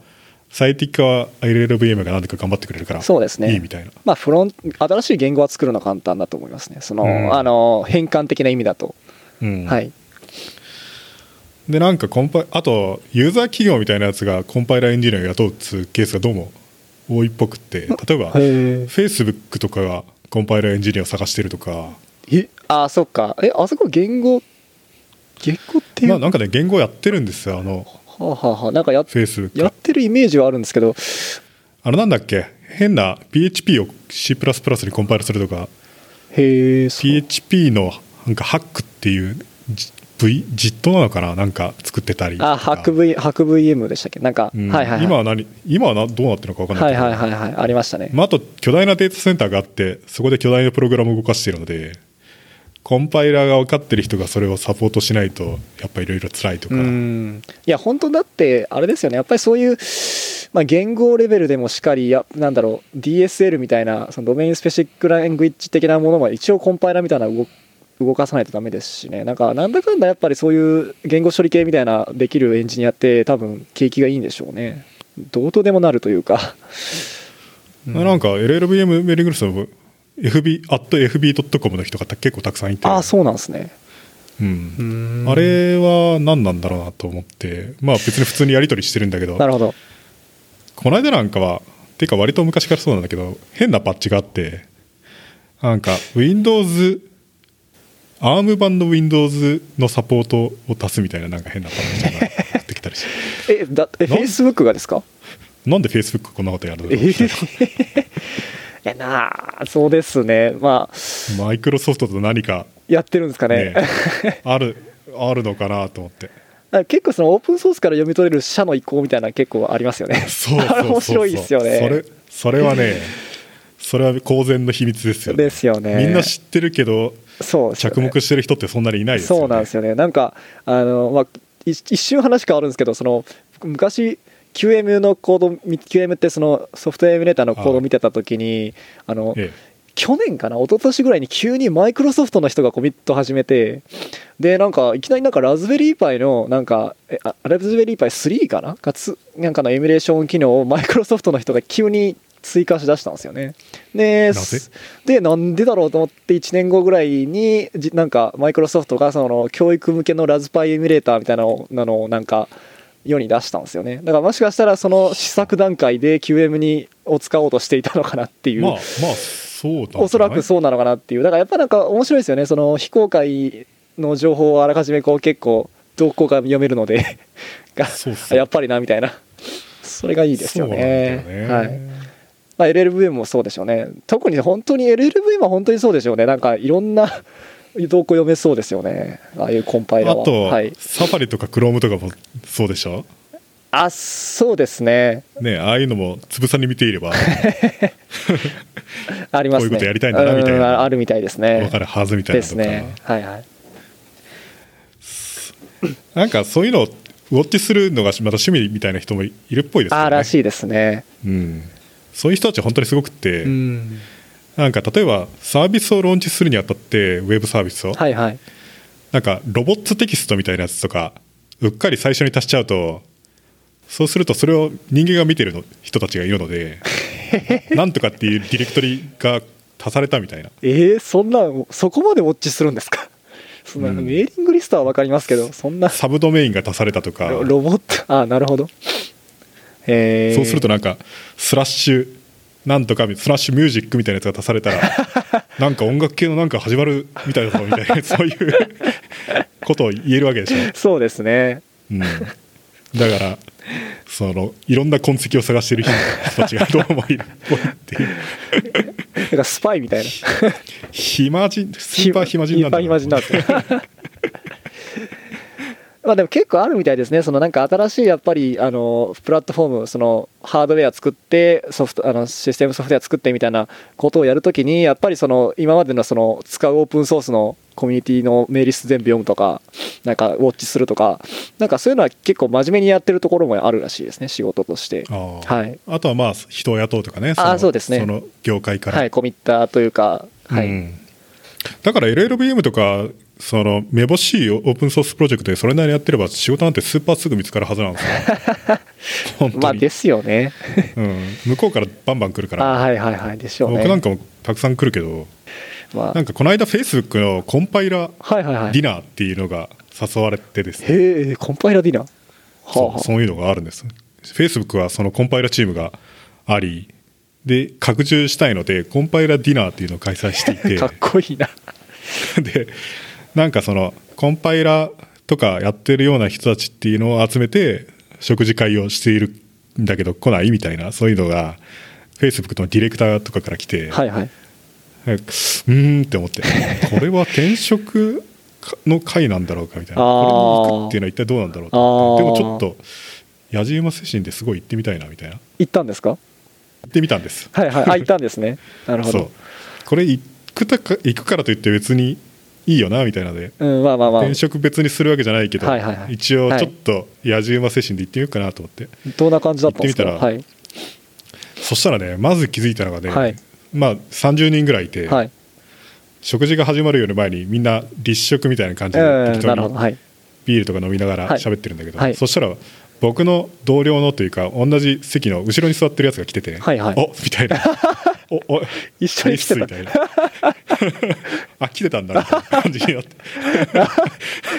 S1: 最適化は LLVM が何とか頑張ってくれるから
S2: そうですね
S1: いいみたいな
S2: まあ、フロン新しい言語は作るのは簡単だと思いますね、その,、
S1: うん
S2: あの変換的な意味だと、
S1: うん
S2: はい、
S1: でなんかコンパイあとユーザー企業みたいなやつがコンパイラーエンジニアを雇うっつうケースがどうも多いっぽくって例えば
S2: へー
S1: Facebook とかがコンパイラーエンジニアを探してるとか
S2: えあそっか、えあそこ、言語、言語っていう、
S1: まあなんかね言語やってるんですよあの
S2: はあはあはあなんかや
S1: Facebook
S2: やってるイメージはあるんですけど、
S1: あのなんだっけ変な PHP を C++ にコンパイルするとか
S2: へえ、そう
S1: PHP のなんかハックっていうじ V ジットなのかななんか作ってたりとか
S2: あハック V、ハック VM でしたっけ、なんか、
S1: うん
S2: はいはいはい、
S1: 今は何今はなどうなってるのか分かんな
S2: はいい
S1: けど
S2: はいはいはい、ありましたね、
S1: まあ、あと巨大なデータセンターがあってそこで巨大なプログラムを動かしているのでコンパイラーが分かってる人がそれをサポートしないとやっぱいろいろ辛いとか、
S2: うんいや本当だってあれですよねやっぱりそういう、まあ、言語レベルでもしっかりやなんだろう DSL みたいなそのドメインスペシフィックラングイッジ的なものも一応コンパイラーみたいなの動動かさないとダメですしねなんかなんだかんだやっぱりそういう言語処理系みたいなできるエンジニアって多分景気がいいんでしょうねどうとでもなるというか
S1: なんか LLVM メーリングルスの FB FB.com の人が結構たくさんいて
S2: ああ [LAUGHS] そうなんですね
S1: うんあれは何なんだろうなと思ってまあ別に普通にやり取りしてるんだけど
S2: なるほど
S1: この間なんかはていうか割と昔からそうなんだけど変なパッチがあってなんか Windows アーム版の Windows のサポートを足すみたいななんか変なパッチが出てきたりして [LAUGHS]
S2: えだえフ
S1: なん
S2: ェイスブックがですか
S1: なんで Facebook こんなことやるの
S2: え [LAUGHS] いやなあそうですねまあ
S1: マイクロソフトと何か
S2: やってるんですか
S1: ね
S2: ね [LAUGHS]
S1: あるあるのかなと思って
S2: なんか結構そのオープンソースから読み取れる社の意向みたいなの結構ありますよね。
S1: そうそうそう
S2: あ [LAUGHS] れ面白いですよね。
S1: それそれはねそれは公然の秘密ですよね
S2: ですよね
S1: みんな知ってるけど
S2: そうですよね
S1: 着目してる人ってそんなにいないですよね
S2: そうなんですよね。なんかあのまあい一瞬話変わるんですけど、その昔 QM のコードみ QM ってそのソフトウェアエミュレーターのコードを見てた時に、あの、
S1: え
S2: 去年かな一昨年ぐらいに急にマイクロソフトの人がコミット始めてでなんかいきなりなんかラズベリーパイのなんかえあラズベリーパイ3かなかつなんかのエミュレーション機能をマイクロソフトの人が急に追加しだしたんですよねで
S1: なぜ
S2: でなんでだろうと思って1年後ぐらいにじなんかマイクロソフトがその教育向けのラズパイエミュレーターみたいなのなのをなんか世に出したんですよねだからもしかしたらその試作段階で QM にを使おうとしていたのかなってい
S1: え
S2: う、
S1: まあまあそうなんじゃない
S2: おそらくそうなのかなっていうだからやっぱなんか面白いですよねその非公開の情報をあらかじめこう結構どこか読めるので [LAUGHS] が
S1: そうそう
S2: やっぱりなみたいなそれがいいですよね
S1: そうなんだ
S2: は
S1: よ
S2: い
S1: ね
S2: まあ、LLVM もそうでしょうね特に本当に LLVM は本当にそうでしょうねなんかいろんな動向読めそうですよねああいうコンパイラ
S1: あ
S2: は
S1: と、
S2: はい、
S1: サファリとかクロームとかもそうでしょ
S2: あそうですね
S1: ねああいうのもつぶさに見ていれ
S2: [LAUGHS]
S1: ば
S2: ありま
S1: こう
S2: すね
S1: いうことやりたいんだなみたいな
S2: うんあるみたいですね
S1: 分かるはずみたい
S2: で
S1: なの
S2: す
S1: とか、
S2: ねはいはい
S1: なんかそういうのをウォッチするのがまた趣味みたいな人もいるっぽいですよね
S2: あらしいですね
S1: うん、そういう人たち本当にすごくって、
S2: うん
S1: なんか例えばサービスをローンチするにあたってウェブサービスを、
S2: はいはい
S1: なんかロボットテキストみたいなやつとかうっかり最初に足しちゃうとそうするとそれを人間が見てるの人たちがいるの
S2: [LAUGHS]
S1: でなんとかっていうディレクトリが足されたみたいな
S2: えー、そんなそこまでウォッチするんですか [LAUGHS] そんな、
S1: うん
S2: メーリングリストは分かりますけどそんな
S1: サブドメインが足されたとか
S2: ロロボットあなるほどえー、
S1: そうするとなんかスラッシュなんとかスラッシュミュージックみたいなやつが足された
S2: [LAUGHS]
S1: らなんか音楽系のなんか始まるみたいだぞみたいなそういうことを言えるわけでしょ、
S2: そうですね
S1: うん、だからそのいろんな痕跡を探してる人たちがどうもいるっぽいっていう
S2: [LAUGHS] なんかスパイみたいな
S1: 暇人スーパー暇人なんだ
S2: スーパー暇人なんですよ [LAUGHS] まあでも結構あるみたいですねそのなんか新しいやっぱりあのプラットフォームそのハードウェア作ってソフトあのシステムソフトウェア作ってみたいなことをやるときにやっぱりその今までのその使うオープンソースのコミュニティのメールリスト全部読むとかなんかウォッチするとかなんかそういうのは結構真面目にやってるところもあるらしいですね仕事として
S1: あー
S2: はい
S1: あとはまあ人を雇うとかね
S2: あー
S1: の
S2: そうですね
S1: その業界から、
S2: はいコミッターというかはい、
S1: うんだから LLVM とかそのめぼしいオープンソースプロジェクトでそれなりにやってれば仕事なんてスーパーすぐ見つかるはずなんですよ
S2: [LAUGHS]
S1: 本当に、
S2: まあですよね
S1: うん、向こうからバンバン来るから
S2: [LAUGHS] あはいはいはいでしょうね
S1: 僕なんかもたくさん来るけど
S2: まあ
S1: なんかこの間 Facebook のコンパイラ
S2: はいはいはい。
S1: ディナーっていうのが誘われてですね、
S2: へえ、コンパイラディナー。はあ
S1: そう
S2: は
S1: そういうのがあるんです。Facebook はそのコンパイラチームがあり、で、拡充したいので、コンパイラディナーっていうのを開催していて
S2: あ、かっこいいな。
S1: [LAUGHS] で、なんかその、コンパイラとかやってるような人たちっていうのを集めて、食事会をしているんだけど来ないみたいな、そういうのが、Facebook のディレクターとかから来て、
S2: はいはい。
S1: なんかうーんって思って、これは転職の会なんだろうかみたいな、
S2: あー
S1: これに行くっていうのは一体どうなんだろうと思って、
S2: あー
S1: でもちょっと、野じ馬精神ですごい行ってみたいなみたいな、行
S2: 行ったんですか
S1: ってみたんです。
S2: はいはい。
S1: [LAUGHS]
S2: あ、行ったんですね。なるほ
S1: そう
S2: ど。
S1: これ行くたか行くからといって別にいいよなみたいなので、
S2: うん、まあまあまあ。
S1: 転職別にするわけじゃないけど、
S2: はいはいはい
S1: 一応ちょっと野じ馬精神で行ってみようかなと思って、
S2: どんな感じだったんですか
S1: 行ってみた
S2: は
S1: ら
S2: い。
S1: そしたらねまず気づいたのがね、
S2: はい
S1: まあ30人ぐらいいて、
S2: はい。
S1: 食事が始まるより前にみんな立食みたいな感じ
S2: う
S1: で
S2: ん、
S1: 適当
S2: なるほど。
S1: に [LAUGHS]
S2: はい。
S1: ビールとか飲みながら
S2: はい
S1: 喋ってるんだけど、
S2: はい
S1: そしたら僕の同僚のというか同じ席の後ろに座ってるやつが来てて、
S2: はいはい
S1: おみたい
S2: [LAUGHS]
S1: なおお
S2: 一緒に来てた
S1: みたいなあ来て [LAUGHS] たんだみたいな感じになっ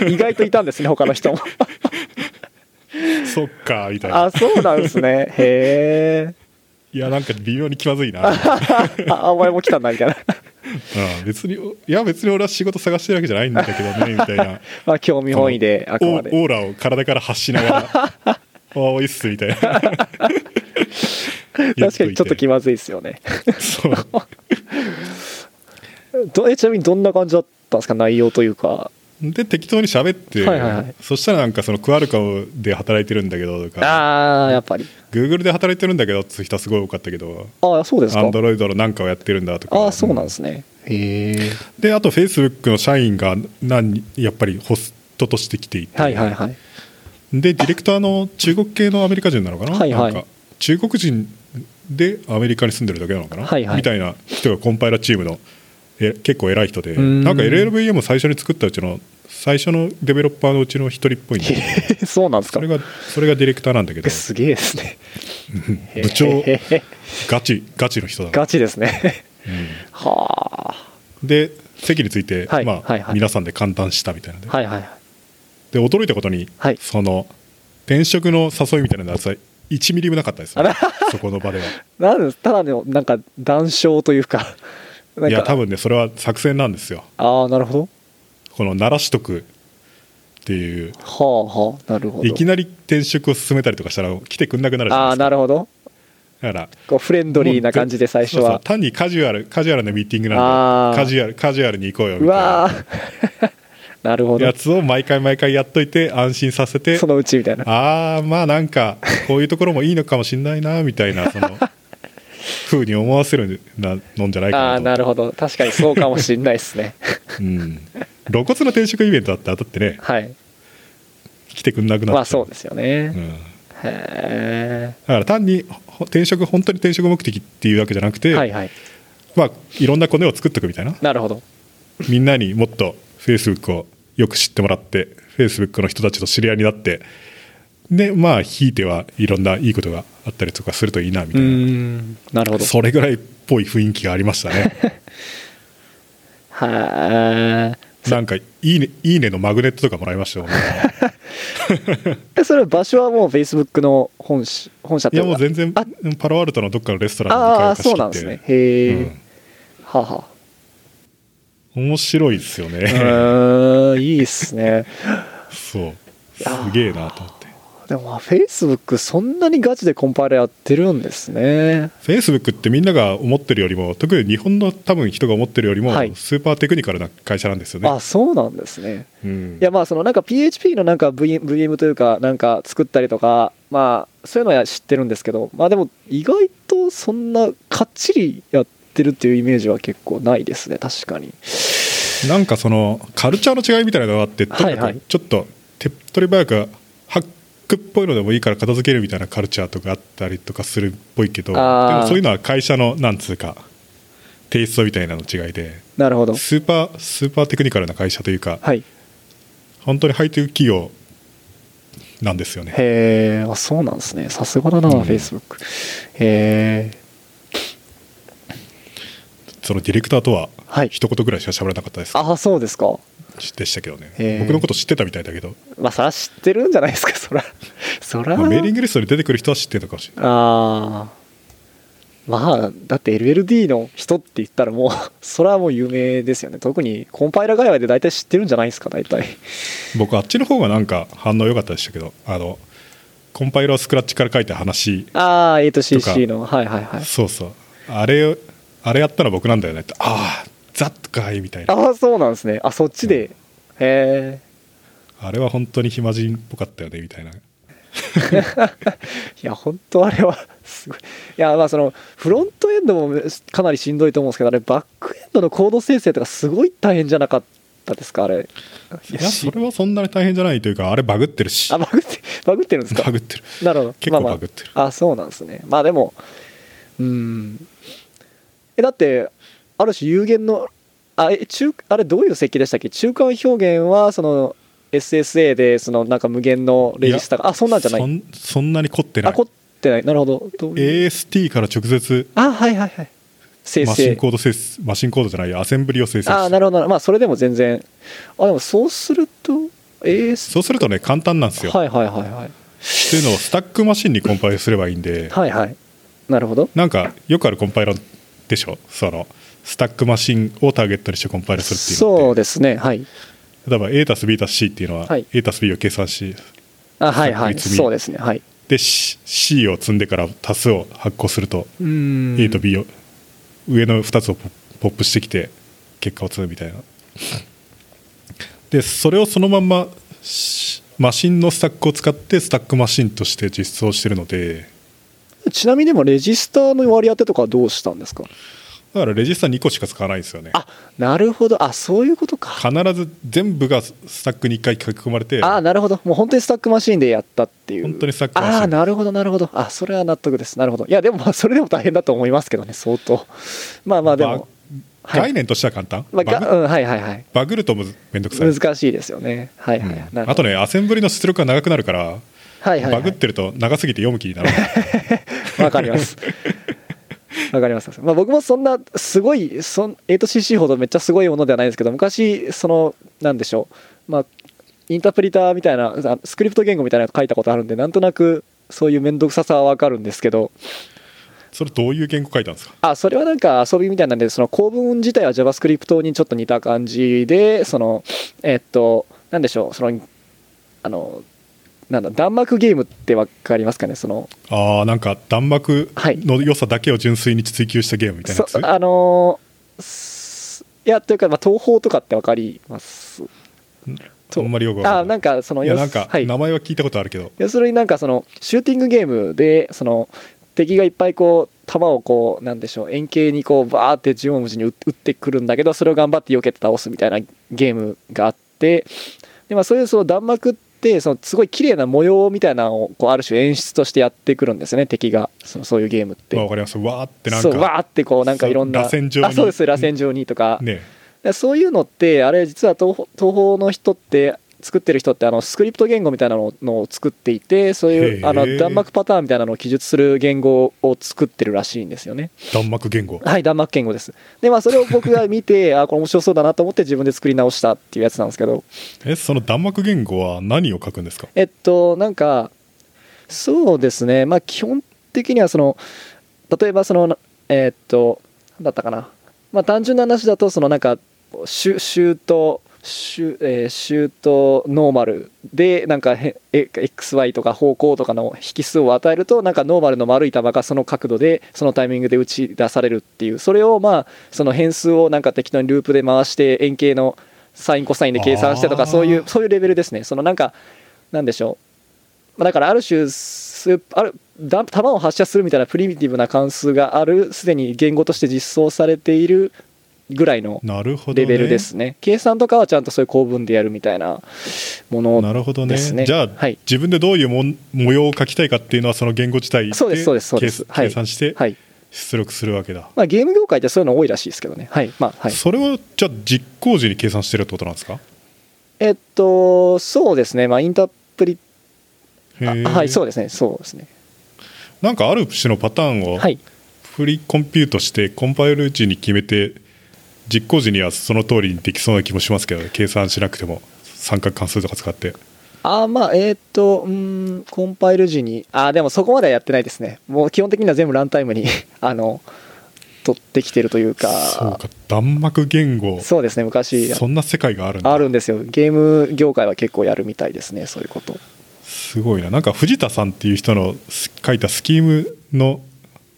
S1: て [LAUGHS]
S2: 意外といたんですね、他の人も。
S1: そっかみたいな
S2: あ、そうなんですね。へ
S1: いやなんか微妙に気まずい
S2: [LAUGHS]
S1: な、うん
S2: え。あ、あお前も来たんだ、みたいな。 [LAUGHS]
S1: 別にいや別に俺は仕事探してるわけじゃないんだけどね
S2: [LAUGHS]
S1: みたいな。
S2: まあ、興味本位で、あくま
S1: オー
S2: で。
S1: オーラを体から発しながら
S2: [LAUGHS]
S1: 「おいっす」みたいな確か
S2: 確かにちょっと気まずいですよね。
S1: そう
S2: どえちなみにどんな感じだったんですか内容というか。
S1: で適当に喋って、
S2: はいはいはい
S1: そしたらなんかそのクアルカムで働いてるんだけどとか
S2: ああ、やっぱり。
S1: Google で働いてるんだけどって人はすごい多かったけど
S2: ああ、そうですか。あ
S1: Android のなんかをやってるんだとか
S2: あー、そうなんですね。へえ。
S1: であと Facebook の社員が何人やっぱりホストとして来ていて、
S2: はいはいはい。
S1: でディレクターの中国系のアメリカ人なのかな,、
S2: はいはい
S1: なんか中国人でアメリカに住んでるだけなのかな、
S2: はいはい
S1: みたいな人がコンパイラチームのえ結構偉い人で
S2: ーん
S1: なんか LLVM を最初に作ったうちの最初のデベロッパーのうちの一人っぽいん
S2: [LAUGHS]
S1: で
S2: そうなんですか
S1: それがそれがディレクターなんだけど
S2: すげえですね
S1: 部長ガチガチの人だな
S2: ガチですねはあ
S1: で席について、
S2: はい
S1: まあ
S2: はいはい
S1: 皆さんで簡単したみたいなので,、
S2: はいはいはい
S1: で驚いたことに、
S2: はい
S1: その転職の誘いみたいなやつは1ミリもなかったですよ
S2: あら
S1: そこの場では。
S2: [LAUGHS] なんですただのなんか談笑というかなんか
S1: いや多分ねそれは作戦なんですよ
S2: ああなるほ
S1: この鳴らしとくっていう
S2: どはあはあなるほど
S1: いきなり転職を進めたりとかしたら来てくんなくなるじゃないで
S2: ああ
S1: す
S2: な
S1: か
S2: るほど
S1: だから
S2: こうフレンドリーな感じで最初
S1: そうそう
S2: は
S1: 単にカジュアルカジュアルなミーティングなん
S2: あー
S1: でカジュアルカジュアルに行こうよ
S2: う
S1: みた
S2: わー [LAUGHS] なる
S1: い
S2: ほ
S1: な
S2: ど
S1: やつを毎回毎回やっといて安心させて
S2: そのうちみたいな
S1: ああまあなんかこういうところもいいのかもしんないなみたい
S2: [LAUGHS]
S1: なそのふうに思わせるなのんじゃないかな
S2: ああ
S1: と
S2: ーなるほど確かにそうかもしんないです [LAUGHS] ね
S1: うん、露骨な転職イベントだって当たってね
S2: はい
S1: 来てくんなくなっちゃう
S2: まあそうですよね、
S1: うんだ
S2: へ
S1: から単にほ転職本当に転職目的っていうわけじゃなくて、
S2: えはいいはい
S1: まあ、いろんなコネを作っとくみたいな
S2: なるほど
S1: みんなにもっとフェイスブックをよく知ってもらってフェイスブックの人たちと知り合いになってでまあひいてはいろんないいことがあったりとかするといいなみ
S2: う
S1: たいな、
S2: ーんなるほど
S1: それぐらいっぽい雰囲気がありましたね
S2: [LAUGHS] は
S1: なんかいい、ね「いいね」のマグネットとかもらいましたよ、ね、
S2: えそれ場所はもう Facebook の本社本社っ
S1: い
S2: てい
S1: や
S2: う
S1: も
S2: の
S1: う全
S2: か
S1: 然
S2: あ
S1: パロアルトのどっかのレストランに
S2: ああ
S1: 貸し切
S2: そう
S1: って
S2: なんですねへえ、
S1: うん
S2: はあは
S1: 面白いですよね、
S2: あうーんいいっすね [LAUGHS]
S1: そう
S2: いやー
S1: すげえなと思って
S2: でもまあ Facebook そんなにガチでコンパイラやってるんですね
S1: フェイスブックってみんなが思ってるよりも特に日本の多分人が思ってるよりも
S2: はい
S1: スーパーテクニカルな会社なんですよね、
S2: あそうなんですね
S1: うん
S2: いやまあそのなんか PHP のなんか V- VM というかなんか作ったりとかまあそういうのは知ってるんですけどまあでも意外とそんなかっちりやってるっていうイメージは結構ないですね確かに
S1: なんかそのカルチャーの違いみたいなのがあってとにか
S2: はいは
S1: く
S2: い
S1: ちょっと手っ取り早くハックっぽいのでもいいから片付けるみたいなカルチャーとかあったりとかするっぽいけどで
S2: あー
S1: もそういうのは会社のなんつうかテイストみたいなの違いで
S2: なるほど
S1: スーパースーパーテクニカルな会社というか
S2: はい
S1: 本当にハイテク企業なんですよね
S2: へえあそうなんですねさすがだな
S1: うん
S2: Facebook へえ
S1: そのディレクターとは
S2: はい
S1: 一言ぐらいしか喋らなかったです、
S2: あそうですか
S1: でしたけどね、
S2: へー
S1: 僕のこと知ってたみたいだけど、
S2: まあそら知ってるんじゃないですか [LAUGHS] そらそら
S1: まあメーリングリストに出てくる人は知ってるのかもしれない
S2: ああまあだって LLD の人って言ったらもう [LAUGHS] それはもう有名ですよね特にコンパイラ界隈で大体知ってるんじゃないですか大体
S1: 僕あっちの方がなんか反応良かったでしたけどあのコンパイラースクラッチから書いた話
S2: ああ 8cc
S1: と
S2: のはいはいはい
S1: そうそうあれをあれやったの僕なんだよねってああザッとかいみたいな
S2: ああそうなんですねあそっちで、へえ
S1: あれは本当に暇人っぽかったよねみたいない
S2: [LAUGHS] や本当あれはすごいいやまあそのフロントエンドもかなりしんどいと思うんですけどあれバックエンドのコード生成とかすごい大変じゃなかったですかあれい
S1: いやそれはそんなに大変じゃないというかあれバグってるし
S2: あバグってバグってるんですか
S1: バグってる
S2: なるほど
S1: 結構
S2: まあまあ
S1: バグってる
S2: あそうなんですねまあでもうんえだってある種有限のあえ中あれどういう設計でしたっけ中間表現はその SSA でそのなんか無限のレジスタがあそんなんじゃない
S1: そんそんなに凝ってな
S2: あ
S1: い
S2: 凝ってないなるほどどういう
S1: AST から直接
S2: あはいはいはい生
S1: マシン
S2: 成
S1: コード生成マシンコードじゃないやアセンブリを生成する
S2: あなるほどなるほどまあそれでも全然あでもそうすると AS
S1: そうするとね簡単なんですよ、
S2: はいはいはいはい
S1: っていうのをスタックマシンにコンパイルすればいいんで
S2: はいはいなるほど
S1: なんかよくあるコンパイラーでしょそのスタックマシンをターゲットにしてコンパイルするっていう
S2: そ
S1: の
S2: う
S1: って
S2: ですねはい
S1: 例えば A たす B たす C っていうのは、
S2: はい
S1: A たす B を計算し
S2: あはいは
S1: 確
S2: い
S1: 率に
S2: そうですねはい
S1: で C, C を積んでから足すを発行すると、
S2: うーん
S1: A と B を上の2つをポポップしてきて結果を積むみたいなでそれをそのまんましマシンのスタックを使ってスタックマシンとして実装してるので
S2: ちなみにでもレジスターの割り当てとかはどうしたんですか
S1: だからレジスタ2個しか使わないんですよね
S2: あなるほどあそういうことか
S1: 必ず全部がスタックに1回書き込まれて
S2: あなるほどもう本当にスタックマシーンでやったっていう
S1: 本当にスタックマシーン
S2: ああなるほどなるほどあそれは納得ですなるほどいやでもまあそれでも大変だと思いますけどね相当まあまあでも、はい
S1: 概念としては簡単、
S2: まあ、
S1: バ
S2: が
S1: グ
S2: うんはいはいはい
S1: バグるとむずめんどくさい、
S2: 難しいですよねはいはい、
S1: うん
S2: なるほど
S1: あとねアセンブリの出力が長くなるから、
S2: はいはい、はい、
S1: バグってると長すぎて読む気にならない
S2: わかり
S1: [LAUGHS]
S2: ます。わかります。まあ僕もそんなすごいそん 8cc ほどめっちゃすごいものではないですけど昔そのなんでしょうまあインタープリターみたいなあスクリプト言語みたいなの書いたことあるんでなんとなくそういう面倒くささはわかるんですけど
S1: それどういう言語書いたんですか
S2: あそれはなんか遊びみたいなんでその構文自体は JavaScript にちょっと似た感じでそのえっとなんでしょうそのあのなんだ弾幕ゲームって分かりますかねその
S1: ああなんか弾幕の良さだけを純粋に追求したゲームみたいな
S2: そ
S1: やつ、
S2: あのーすいやというか、まあ、東宝とかって分かります
S1: あんまりよくわかんない
S2: あなんかその
S1: いや
S2: 要す
S1: なんか
S2: はい
S1: 名前は聞いたことあるけど、
S2: 要するになんかそのシューティングゲームでその敵がいっぱいこう弾をこうなんでしょう円形にこうバーって縦横無尽に打撃ってくるんだけどそれを頑張って避けて倒すみたいなゲームがあってで、まあ、そういうその弾幕ってそのすごい綺麗な模様みたいなのをこうある種演出としてやってくるんですよね敵がそのそういうゲームって
S1: まあ、わ。かりますわーってなん
S2: そうわ
S1: か
S2: ーってこうなんかいろんな
S1: そう螺旋状に
S2: あそうです螺旋状にとか、
S1: ね
S2: でそういうのってあれ実は東宝東宝の人って作ってる人ってあのスクリプト言語みたいなのをのを作っていてそう
S1: へ
S2: い
S1: え
S2: うあの弾幕パターンみたいなのを記述する言語を作ってるらしいんですよね
S1: 弾幕言語
S2: はい弾幕言語ですでまあそれを僕が
S1: [LAUGHS]
S2: 見てあこれ面白そうだなと思って自分で作り直したっていうやつなんですけど
S1: えその弾幕言語は何を書くんですか
S2: えっとなんかそうですねまあ基本的にはその例えばそのえっとなんだったかなまあ単純な話だとそのなんかシュシュートシュ,、えーシュートノーマルでなんかへえ XY とか方向とかの引数を与えるとなんかノーマルの丸い球がその角度でそのタイミングで打ち出されるっていうそれをまあその変数をなんか適当にループで回して円形のサインコサインで計算してと
S1: あ
S2: か
S1: ー
S2: そういうそういうレベルですねそのなんかなんでしょう、まあ、だからある種すある弾弾を発射するみたいなプリミティブな関数があるすでに言語として実装されているぐらいの
S1: なるほど、ね、
S2: レベルですね計算とかはちゃんとそういう構文でやるみたいなも
S1: な
S2: の
S1: るほどね
S2: ですね
S1: じゃあ、
S2: はい
S1: 自分でどういうもん模様を書きたいかっていうのはその言語自体で
S2: そうですそうですそうで
S1: 計
S2: すはい
S1: 計算して
S2: はい
S1: 出力するわけだ、
S2: まあゲーム業界ってそういうの多いらしいですけどねはいまあはい
S1: それをじゃあ実行時に計算してるってことなんですか
S2: えっとそうですねまあインタープリあ
S1: へー
S2: はいそうですねそうですね
S1: なんかある種のパターンを
S2: はい
S1: フリーコンピュートしてコンパイル時に決めて実行時にはその通りにできそうな気もしますけどね計算しなくても三角関数とか使って
S2: あーまあえーっとうーんコンパイル時にあーでもそこまではやってないですねもう基本的には全部ランタイムに [LAUGHS] あの取ってきてるというか
S1: そうか弾幕言語
S2: そうですね昔
S1: そんな世界があるんだ
S2: あるんですよゲーム業界は結構やるみたいですねそういうこと
S1: すごいななんか藤田さんっていう人のす書いたスキームの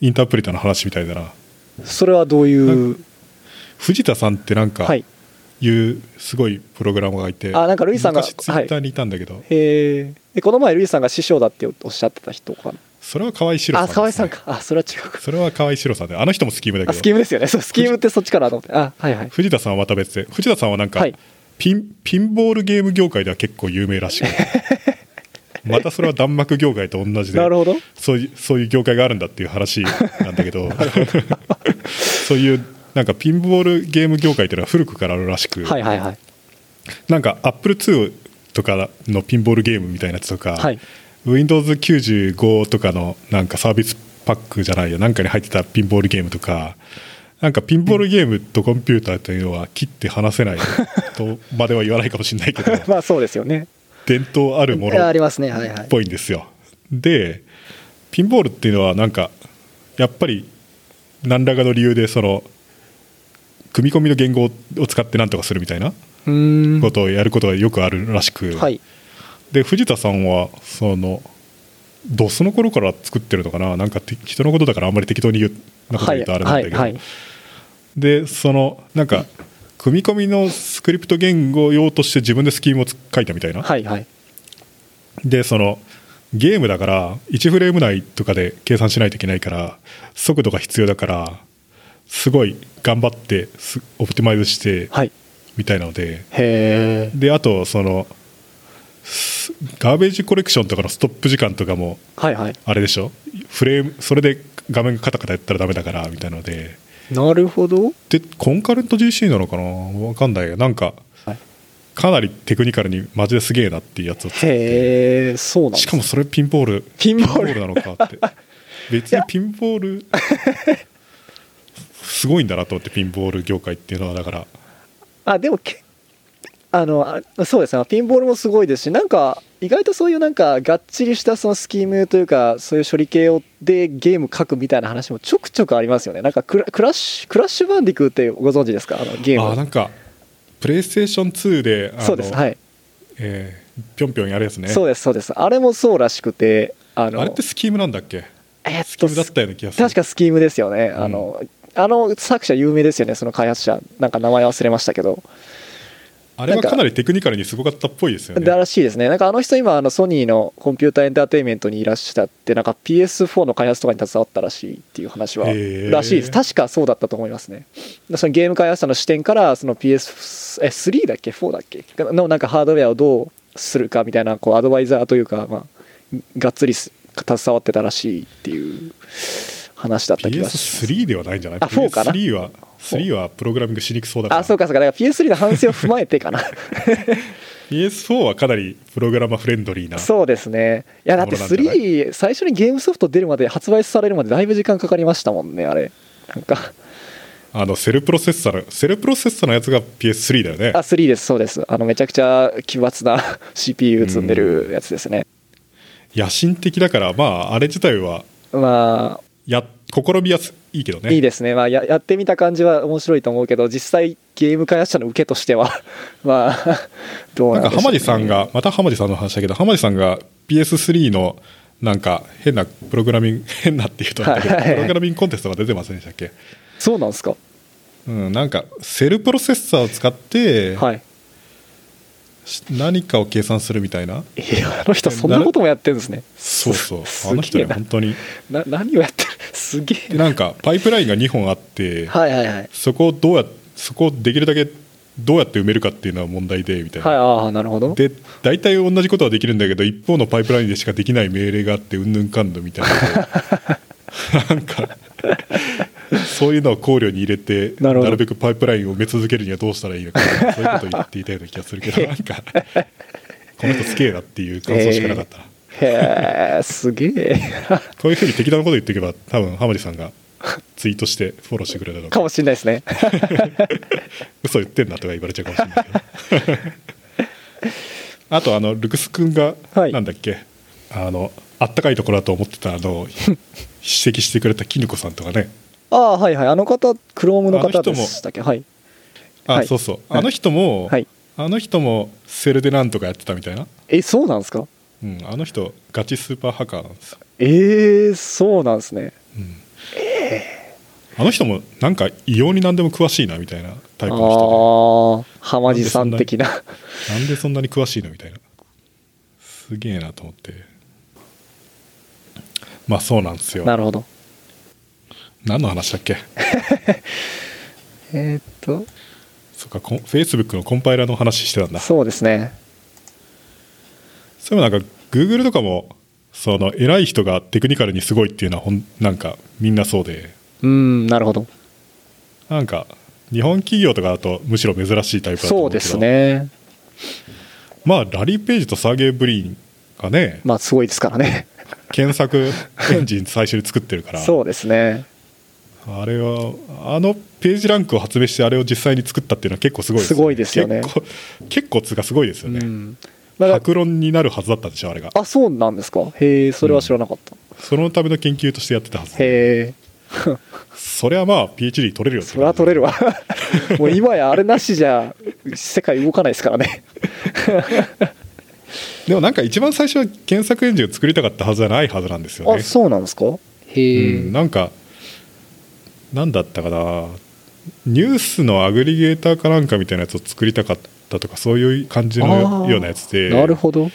S1: インタープリターの話みたいだな
S2: それはどういう
S1: 藤田さんってなんか
S2: はい
S1: いうすごいプログラマーがいて、
S2: あなんかルイさんが
S1: 昔ツイッターにいたんだけど、
S2: へーえこの前ルイさんが師匠だっておっしゃってた人かな
S1: それは河合志郎さん
S2: あ
S1: ですね、
S2: 河合さんかあそれは違うか
S1: それは河合志郎さんであの人もスキームだけ
S2: あ
S1: ど
S2: スキームですよねそうスキームってそっちからと思ってあはいはい
S1: 藤田さんはまた別で藤田さんはなんか、
S2: はい
S1: ピンピンボールゲーム業界では結構有名らし
S2: [LAUGHS]
S1: くまたそれは弾幕業界と同じで
S2: なるほど
S1: そういうそういう業界があるんだっていう話なんだけ
S2: [LAUGHS]
S1: どそういうなんかピンボールゲーム業界っていうのは古くからあるらしく、
S2: はいはいはい
S1: なんか Apple2 とかのピンボールゲームみたいなやつとか、
S2: はい
S1: Windows95 とかのなんかサービスパックじゃないやなんかに入ってたピンボールゲームとかなんかピンボールゲームとコンピューターというのは切って離せない
S2: [LAUGHS]
S1: とまでは言わないかもしれないけど
S2: まあそうですよね
S1: 伝統あるもの
S2: [LAUGHS] ああり
S1: っ
S2: ますねはいはい
S1: ぽいんですよ。でピンボールっていうのはなんかやっぱり何らかの理由でその組み込みの言語を使って何とかするみたいな
S2: うーん
S1: ことをやることがよくあるらしく、
S2: はい
S1: で藤田さんはそのドスの頃から作ってるのかななんかて人のことだからあんまり適当に言うなこと
S2: は
S1: 言
S2: いう
S1: とあれなんだ
S2: は
S1: け
S2: い
S1: ど、
S2: はい
S1: でそのなんか組み込みのスクリプト言語用として自分でスキームをつ書いたみたいな、
S2: はいはい
S1: でそのゲームだから1フレーム内とかで計算しないといけないから速度が必要だからすごい頑張ってすオプティマイズして
S2: はい
S1: みたいなので、
S2: へえ
S1: であとそのすガーベージコレクションとかのストップ時間とかも
S2: はいはい
S1: あれでしょフレームそれで画面がカタカタやったらダメだからみたいなので
S2: なるほど
S1: でコンカレント GC なのかなわかんないよなんか
S2: はい
S1: かなりテクニカルにマジですげえなっていうやつを作って
S2: へえそうなんです
S1: しかもそれピンボール
S2: ピンボール
S1: なのかって別にピンボールすごいんだなと思ってピンボール業界っていうのはだから
S2: あでもけあのあそうですねピンボールもすごいですしなんか意外とそういうなんかがっちりしたそのスキームというかそういう処理系をでゲーム書くみたいな話もちょくちょくありますよねなんかクラクラッシュクラッシュバンディクーってご存知ですかあのゲーム
S1: あなんかプレイステーション2であの
S2: そうですはい
S1: えーぴょんぴょんやるやつね
S2: そうですそうですあれもそうらしくてあの
S1: あれってスキームなんだっけ
S2: えっと
S1: スキームだったような気がする
S2: 確かスキームですよね、
S1: ん
S2: あのあの作者有名ですよねその開発者なんか名前忘れましたけど、
S1: あれは
S2: なんか
S1: かなりテクニカルにすごかったっぽいですよね
S2: だらしいですねなんかあの人今あのソニーのコンピューターエンターテインメントにいらっしゃってなんか PS4 の開発とかに携わったらしいっていう話は
S1: へー
S2: らしいです確かそうだったと思いますねそのゲーム開発者の視点からその PS3 だっけ4だっけのなんかハードウェアをどうするかみたいなこうアドバイザーというか、まあ、がっつりす携わってたらしいっていう話だった気がします
S1: PS3 ではないんじゃない
S2: あ4かな
S1: PS3 は3はプログラミングしにくそうだから
S2: あそうかそうかだから PS3 の反省を踏まえて
S1: [LAUGHS]
S2: かな
S1: PS4 はかなりプログラマーフレンドリーな
S2: そうですねいやだって
S1: そうなんじゃない
S2: 3最初にゲームソフト出るまで発売されるまでだいぶ時間かかりましたもんねあれなんか
S1: あのセルプロセッサーのセルプロセッサーのやつが PS3 だよね
S2: あ3ですそうですあのめちゃくちゃ奇抜な [LAUGHS] CPU 積んでるやつですね、
S1: 野心的だからまああれ自体は
S2: ま
S1: や試みやすいいけど
S2: あ
S1: ね
S2: いいですね、まあ、ややってみた感じは面白いと思うけど実際ゲーム開発者の受けとしては [LAUGHS] まあどう
S1: な
S2: なん
S1: か
S2: んでしょう、
S1: 浜
S2: ね、
S1: 地さんがまた浜地さんの話だけど浜地さんが PS3 のなんか変なプログラミング [LAUGHS] 変なっていうとあれだけど
S2: はいはいはい
S1: プログラミングコンテストが出てませんでしたっけ、
S2: そうなんですか
S1: うん、なんかセルプロセッサーを使って
S2: はい
S1: し何かを計算するみたいな、
S2: いやあの人そんなこともやってるんですね
S1: そうそう
S2: [LAUGHS] す
S1: あの人
S2: すげえ
S1: ね
S2: な
S1: 本当に
S2: な何をやってるすげえ
S1: でなんかパイプラインが2本あって、
S2: はいはいはい
S1: そこをどうやそこをできるだけどうやって埋めるかっていうのは問題でみたいな、
S2: はいああなるほど
S1: で大体同じことはできるんだけど一方のパイプラインでしかできない命令があってうんぬんかんぬんみたい
S2: [LAUGHS]
S1: ななんかそういうのを考慮に入れて
S2: なるほど
S1: べくパイプラインを埋め続けるにはどうしたらいいのかそういうことを言っていたような気がするけ
S2: [LAUGHS]
S1: どなんかこの人すげえなっていう感想しかなかったな、
S2: へえすげえ [LAUGHS]
S1: こういうふうに適当なこと言っていけば多分浜地さんがツイートしてフォローしてくれたの
S2: かもしれないですね
S1: 嘘言ってんなとか言われちゃうかもしれないけど [LAUGHS] あとあのルクス君が
S2: はい
S1: なんだっけ、あのあったかいところだと思ってたあの指摘してくれた絹子さんとかね
S2: ああはいはいあの方クロームの
S1: あの人
S2: 方で
S1: も
S2: したっけはい
S1: あ、
S2: はい
S1: そうそうあの人も、
S2: はい
S1: あの人もセルでなんとかやってたみたいな、
S2: えそうなんですか
S1: うん、あの人ガチスーパーハッカーなんですよ、
S2: ええそうなんですね
S1: うんあの人もなんか異様に何でも詳しいなみたいなタ
S2: あ
S1: イ
S2: あ
S1: プの人
S2: ー浜地さん的な
S1: でなんでそんなに詳しいのみたいなすげえなと思ってまあそうなんですよ
S2: [LAUGHS] なるほど
S1: 何の話だっけ
S2: えーっと
S1: そっかフェイスブックのコンパイラーの話してたんだそ
S2: そうですね
S1: ういえばなんか Google とかもその偉い人がテクニカルにすごいっていうのはほんなんかみんなそうで
S2: うんなるほど
S1: なんか日本企業とかだとむしろ珍しいタイプだと思
S2: そうう
S1: け
S2: で
S1: ど
S2: すね
S1: まあラリー・ページとサーゲイ・ブリーンがね
S2: まあすごいですからね
S1: 検索エンジン最初に作ってるから
S2: そうですね
S1: あれはあのページランクを発明してあれを実際に作ったっていうのは結構すごいです
S2: すごいですよね
S1: 結構結構つうかすごいですよ
S2: う
S1: ね、
S2: んだから
S1: 白論になるはずだったんでしょあれが
S2: あそうなんですかへえそれは知らなかった、
S1: そのための研究としてやってたはず
S2: へえ
S1: そりゃまあ PhD 取れるよって
S2: それは取れ [LAUGHS] るわもう今やあれなしじゃ世界動かないですからね
S1: でもなんか一番最初は検索エンジンを作りたかったはずじゃないはずなんですよ
S2: あ
S1: ね
S2: そうなんですかへ
S1: うん、なんかなんだったかなニュースのアグリゲーターかなんかみたいなやつを作りたかったとかそういう感じのようなやつで
S2: なるほど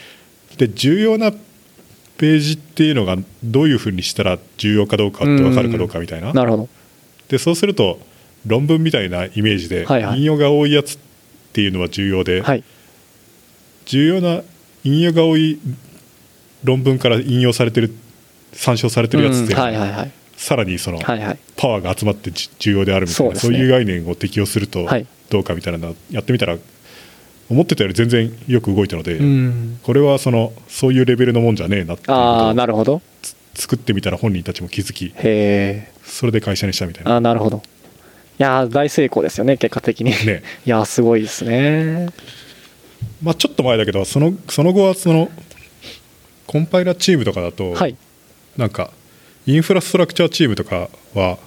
S1: で重要なページっていうのがどういうふうにしたら重要かどうかって分かるかどうかみたいな
S2: なるほど
S1: でそうすると論文みたいなイメージで、
S2: はいはい
S1: 引用が多いやつっていうのは重要で、
S2: はい
S1: 重要な引用が多い論文から引用されてる参照されてるやつって、
S2: うんはいはいはい
S1: さらにその、
S2: はいはい
S1: パワーが集まってじ重要であるみたいなそ,、
S2: そううですね
S1: いう概念を適用すると
S2: はい
S1: どうかみたいなのやってみたら思ってたより全然よく動いたので、
S2: うん
S1: これはそのそういうレベルのもんじゃねえなっていう
S2: ああ
S1: こと
S2: な
S1: を
S2: るほど
S1: つ作ってみたら本人たちも気づき
S2: へえ
S1: それで会社にしたみたいな
S2: あーなるほどいやー大成功ですよね結果的に
S1: ね
S2: [LAUGHS] いやーすごいですね
S1: まあ、ちょっと前だけどそのその後はそのコンパイラチームとかだと、
S2: はい
S1: なんかインフラストラクチャーチームとかは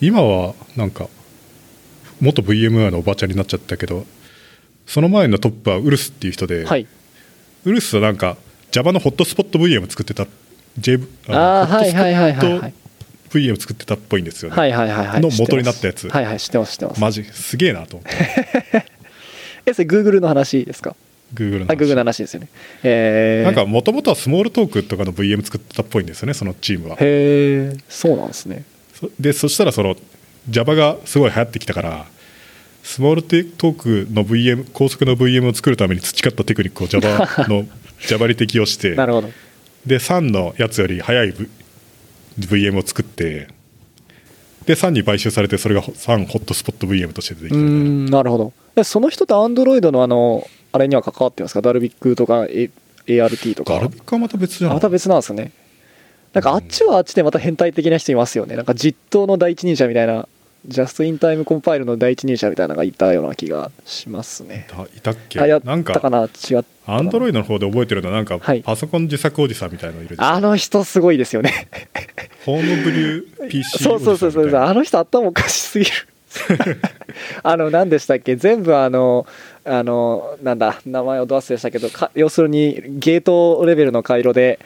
S1: 今はなんか元 VMI のおばちゃんになっちゃったけどその前のトップはウルスっていう人で、
S2: はい
S1: ウルスはなんか Java のホットスポット VM 作ってた J の
S2: あー
S1: ホットスポ
S2: はいはいはいはい
S1: ッ
S2: は
S1: ト
S2: い
S1: VM 作ってたっぽいんですよね、
S2: はいはいはいはい
S1: の
S2: 知てます
S1: 元になったやつ
S2: はいはい知ってます知ってます、
S1: マジすげえなと思って
S2: [LAUGHS] えそれ Google の話ですか
S1: Google の
S2: あ Google の
S1: 話
S2: 話ですよねえー、
S1: なんかもともとはスモールトークとかの VM 作ってたっぽいんですよねそのチームは
S2: へえそうなんですね
S1: そでそしたらその Java がすごい流行ってきたからスモールトークの VM 高速の VM を作るために培ったテクニックを Java
S2: [LAUGHS]
S1: の Java に適用して
S2: なるほど
S1: で3のやつより早い、v、VM を作ってで3に買収されてそれが3ホットスポット VM として出てき
S2: うー
S1: たみたいなん
S2: なるほどえその人ってアンドロイドのあのあれには関わってますかダルビックとか、A、ART とか
S1: ガルビックはまた別じゃん
S2: また別なんですねなんかあっちはあっちでまた変態的な人いますよねなんか実刀の第一人者みたいなジャストインタイムコンパイルの第一人者みたいなのがいたような気がしますね
S1: いたっけ
S2: あやっ
S1: なん
S2: たか
S1: か
S2: な違った
S1: アンドロ
S2: イ
S1: イドの方で覚えてるのはなんか
S2: はい
S1: パソコン自作おじさんみたいなのいるでしょ
S2: あの人すごいですよね
S1: ホームブリュー PC
S2: そうそうそうそ
S1: お
S2: う
S1: じさんみたいな
S2: あの人頭おかしすぎるあの何でしたっけ全部あのあのなんだ名前をど忘れしたけどか要するにゲートレベルの回路で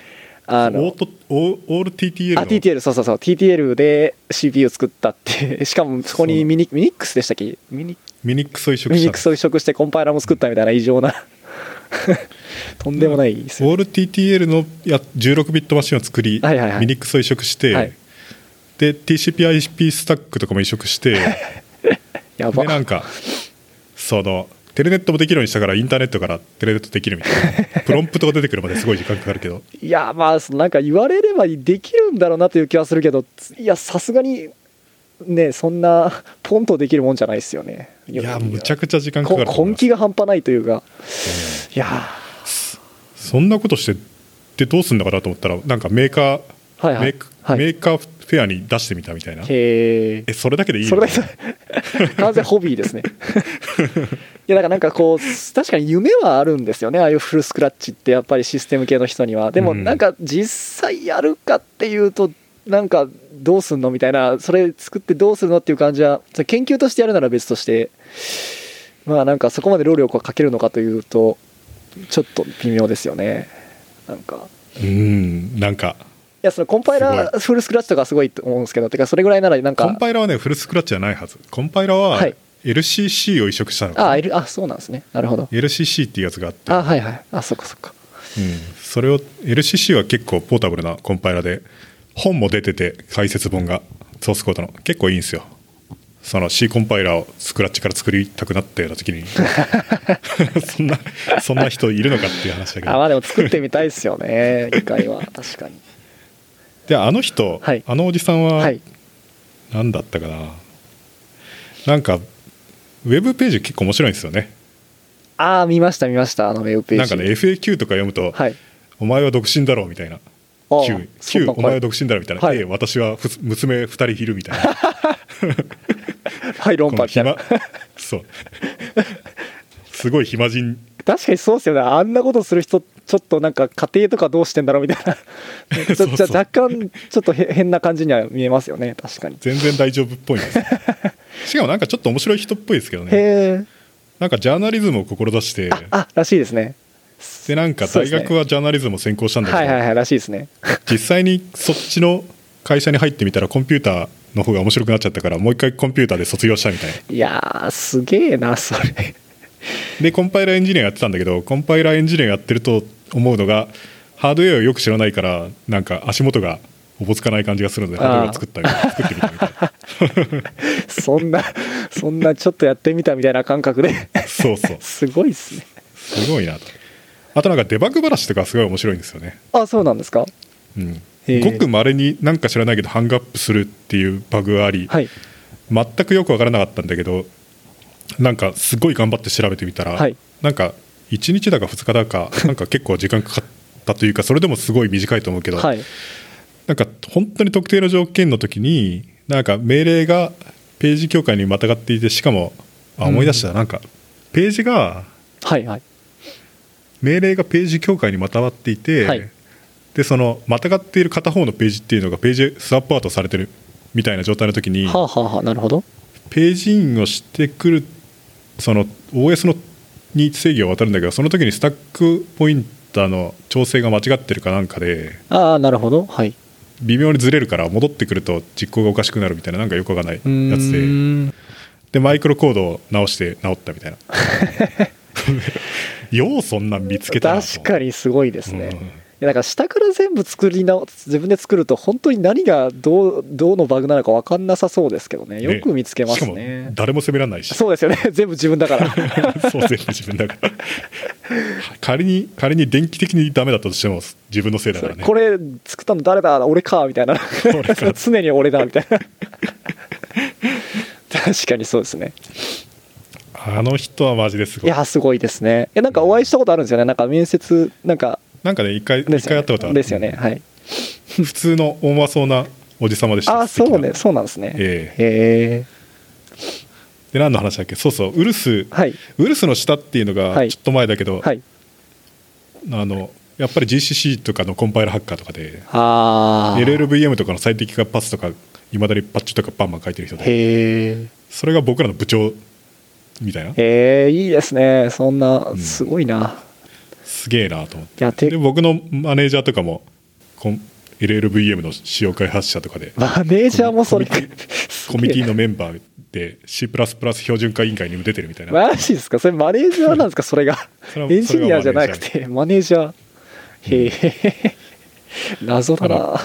S2: あ
S1: オー
S2: の
S1: トオーオール TTL
S2: あ
S1: の
S2: TTL そうそうそう TTL で CPU 作ったってしかもそこにミニミニックスでしたっけミニ
S1: ミニックスを移植
S2: ミニ
S1: し
S2: ックス
S1: た
S2: を移植してコンパイラーも作ったみたいな異常なとんでもないですよ
S1: オール TTL のや16ビットマシンを作り、
S2: はいはいはい
S1: ミニックスを移植して、
S2: はい
S1: で TCPIP スタックとかも移植して
S2: [LAUGHS] やば
S1: でなんかそのテレネットもできるようにしたからインターネットからテレネットできるみたい
S2: [LAUGHS]
S1: なプロンプトが出てくるまですごい時間かかるけど
S2: いやまあそのなんか言われればできるんだろうなという気はするけどいやさすがにねそんなポンとできるもんじゃないですよね
S1: いやむちゃ
S2: く
S1: くちゃ時間かかると思い
S2: 根
S1: ます
S2: 気が半端ないというかいや
S1: そんなことしてでどうすんのかなと思ったらなんかメーカー、
S2: はいはい
S1: メーカー
S2: はい
S1: メーカーフェアに出してみたみたいな
S2: ーへ
S1: えそれだけでい
S2: え
S1: い
S2: そ
S1: の
S2: れだけ
S1: [LAUGHS]
S2: 完全ホビーですね [LAUGHS] いやだからなんかこう確かに夢はあるんですよねああいうフルスクラッチってやっぱりシステム系の人にはでも
S1: うん
S2: なんか実際やるかっていうとなんかどうすんのみたいなそれ作ってどうするのっていう感じはそれ研究としてやるなら別としてまあなんかそこまで労力をかけるのかというとちょっと微妙ですよねなんか
S1: うんなんか
S2: いやそのコンパイラ
S1: す
S2: ーフルスクラッチとかすごいと思うんですけどてかそれぐらいならなん
S1: コン
S2: か
S1: パイラーはねフルスクラッチじゃないはずコンパイラーは
S2: はい
S1: LCC を移植したのかな
S2: あ、L、あそうなんですねなるほど
S1: LCC っていうやつがあって
S2: あはいはいあそっかそっか
S1: うん、それを LCC は結構ポータブルなコンパイラーで本も出てて解説本がソースコードの結構いいんですよその C コンパイラーをスクラッチから作りたくなったような時
S2: [LAUGHS]
S1: にそんなそんな人いるのかっていう話だけ
S2: あま
S1: ど
S2: あでも作ってみたいですよ
S1: [LAUGHS]
S2: ね一回は確かに
S1: であの人、
S2: はい
S1: あのおじさんは
S2: はい
S1: 何だったかな、なんかウェブページ結構面白いんですよね
S2: ああ見ました見ましたあのウェブページ
S1: なんかね FAQ とか読むと、
S2: はい
S1: お前は独身だろうみたいな
S2: ああ
S1: Q,
S2: そん
S1: Q
S2: な
S1: お前は独身だろうみたいな、
S2: はい
S1: A 私はふ娘2人いるみたい
S2: [LAUGHS]
S1: な
S2: はい論
S1: こ
S2: 破
S1: の
S2: みたいな
S1: 暇 [LAUGHS] そうすごい暇人
S2: 確かにそうですよねあんなことする人ちょっとなんか家庭とかどうしてんだろうみた
S1: [LAUGHS]
S2: いなち
S1: そう
S2: ょ
S1: そう
S2: じゃ若干ちょっとへ変な感じには見えますよね確かに
S1: 全然大丈夫っぽいん
S2: [LAUGHS]
S1: ですよしかもなんかちょっと面白い人っぽいですけど
S2: へ
S1: ね
S2: え
S1: なんかジャーナリズムを志
S2: [LAUGHS]
S1: して
S2: ああらしいですね
S1: でなんか
S2: そうで
S1: 大
S2: すね
S1: 学はジャーナリズムを専攻したんだけど、
S2: はいはいはいらしいですね
S1: 実際にそっちの会社に入ってみたらコンピューターの方が面白くなっちゃったからもう一回コンピューターで卒業したみたいない
S2: やーすげえなそれ
S1: でコンパイラーエンジニアやってたんだけどコンパイラーエンジニアやってると思うのがハードウェアをよく知らないからなんか足元がおぼつかない感じがするので
S2: あー
S1: ハードウェアを作った作ってみたみたい
S2: [LAUGHS]
S1: な
S2: そんなそんなちょっとやってみたみたいな感覚で
S1: そうそう
S2: すごいっすね
S1: すごいなとあとなんかデバッグ話とかすごい面白いんですよね、
S2: あそうなんですか
S1: うん
S2: へー
S1: ごくまれになんか知らないけどハングアップするっていうバグがあり、
S2: はい
S1: 全くよくわからなかったんだけどなんかすごい頑張って調べてみたら、
S2: はい
S1: なんか1日だか2日だかなんか結構時間かかったというかそれでもすごい短いと思うけど、
S2: はい
S1: なんか本当に特定の条件の時になんか命令がページ境界にまたがっていてしかもあ思い出した、なんかページが
S2: はいはい
S1: 命令がページ境界にまたがっていて、
S2: はい
S1: でそのまたがっている片方のページっていうのがページスワップアウトされてるみたいな状態の時に
S2: はあはあはあなるほど
S1: ページインをしてくるその OS のに制御を渡るんだけどその時にスタックポインターの調整が間違ってるかなんかで
S2: ああなるほどはい
S1: 微妙にずれるから戻ってくると実行がおかしくなるみたいななんかよくわかんないう
S2: ーん
S1: やつででマイクロコードを直して直ったみたいな [LAUGHS] ようそんなん見つけたなと
S2: 確かにすごいですね、
S1: うん
S2: いやなんか下から全部作りな自分で作ると本当に何がどうどうのバグなのか分かんなさそうですけどねよく見つけます
S1: しか
S2: ね
S1: も誰も責められないし
S2: そうですよね [LAUGHS] 全部自分だから
S1: [LAUGHS] そう全部自分だから [LAUGHS] 仮に仮に電気的にダメだったとしても自分のせいだからね
S2: これ作ったの誰だ俺かみたいな
S1: 俺か
S2: [LAUGHS] 常に俺だみたいな [LAUGHS] 確かにそうですね
S1: あの人はマジです
S2: い
S1: ごい
S2: やすごいですねいやなんかお会いしたことあるんですよねなんか面接なんか
S1: なんかね一回一
S2: で
S1: 回
S2: すよね
S1: 会ったことある
S2: ですよねはい
S1: 普通の大まそうなおじさまでした
S2: あ
S1: 素敵
S2: そう
S1: な
S2: ねそうなんですね
S1: え
S2: へ
S1: で何の話だっけそうそうウルス、
S2: はい
S1: ウルスの下っていうの
S2: は
S1: が
S2: い
S1: ちょっと前だけど、
S2: えはい
S1: あのやっぱり GCC とかのコンパイラーハッカーとかで
S2: ああ
S1: LLVM とかの最適化パスとかいまだにパッチとかバンバン書いてる人で
S2: へえ
S1: それが僕らの部長みたいな
S2: えー、いいですねそんなんすごいな、
S1: すげえなと思っ
S2: いや
S1: て
S2: て
S1: で僕のマネージャーとかもこん LLVM の使用開発者とかで
S2: マネージャーもそれ
S1: コミコミュニティのメンバーで C++ 標準化委員会にも出てるみたいな
S2: マジですかそれマネージャーなんですかそれが
S1: それは
S2: エンジニアじゃなくてマネージャーへえ謎だ
S1: あ
S2: な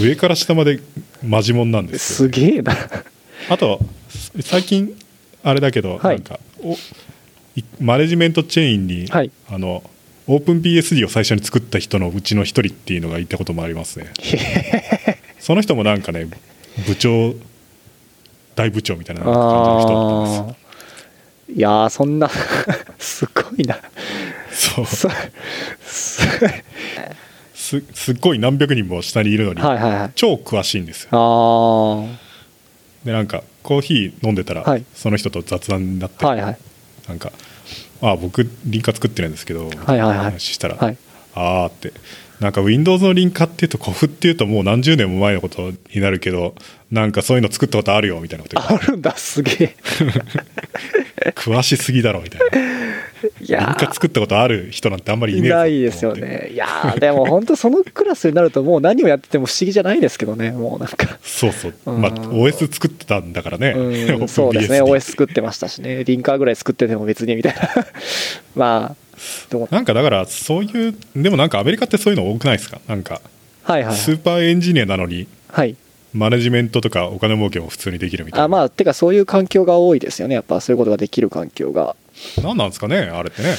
S1: 上から下までマジモンなんですよ
S2: すげえな
S1: あとす最近あれだけど、
S2: はい
S1: なんかおいマネジメントチェーンに、
S2: はい
S1: あのオープン BSD を最初に作った人のうちの一人っていうのがいたこともあります
S2: [LAUGHS]
S1: ね
S2: へ
S1: その人もなんかね部長大部長みたいな感じの人だったん
S2: あーいやーそんな [LAUGHS] すごいな
S1: ですそう
S2: そす
S1: すすっごい何百人も下にいるのに、
S2: はいはいはい
S1: 超詳しいんですよ
S2: あー
S1: でなんかコーヒー飲んでたら、
S2: はい
S1: その人と雑談になって、
S2: はいはい
S1: なんか「あ僕輪郭作ってるんですけど」
S2: はいはいはい
S1: 話したら「
S2: はい
S1: ああ」ってなんか Windows の輪郭っていうと古墳っていうともう何十年も前のことになるけどなんかそういうの作ったことあるよみたいなこと言
S2: あるんだすげ
S1: う
S2: え
S1: 詳しすぎだろみたい
S2: いや
S1: な輪
S2: ー
S1: 郭作ったことある人なんてあんまりい
S2: い
S1: ねえぞ
S2: ないですよ
S1: と思って
S2: ねいやーでも本当そのクラスになるともう何をやってても不思議じゃないですけどねもうなん
S1: [LAUGHS]
S2: か
S1: そうそう、
S2: うん
S1: まあ OS 作ってたんだからね、 [LAUGHS]
S2: うんそうですね
S1: OpenBSD
S2: OS 作ってましたしねリンカーぐらい作ってても別にみたいな [LAUGHS] まあどう
S1: なんかだからそういうでもなんかアメリカってそういうの多くないですかなんか
S2: はいはい
S1: スーパーエンジニアなのに
S2: はい
S1: マネジメントとかお金儲けも普通にできるみたいな
S2: あまあてかそういう環境が多いですよねやっぱそういうことができる環境が
S1: 何なんですかねあれってね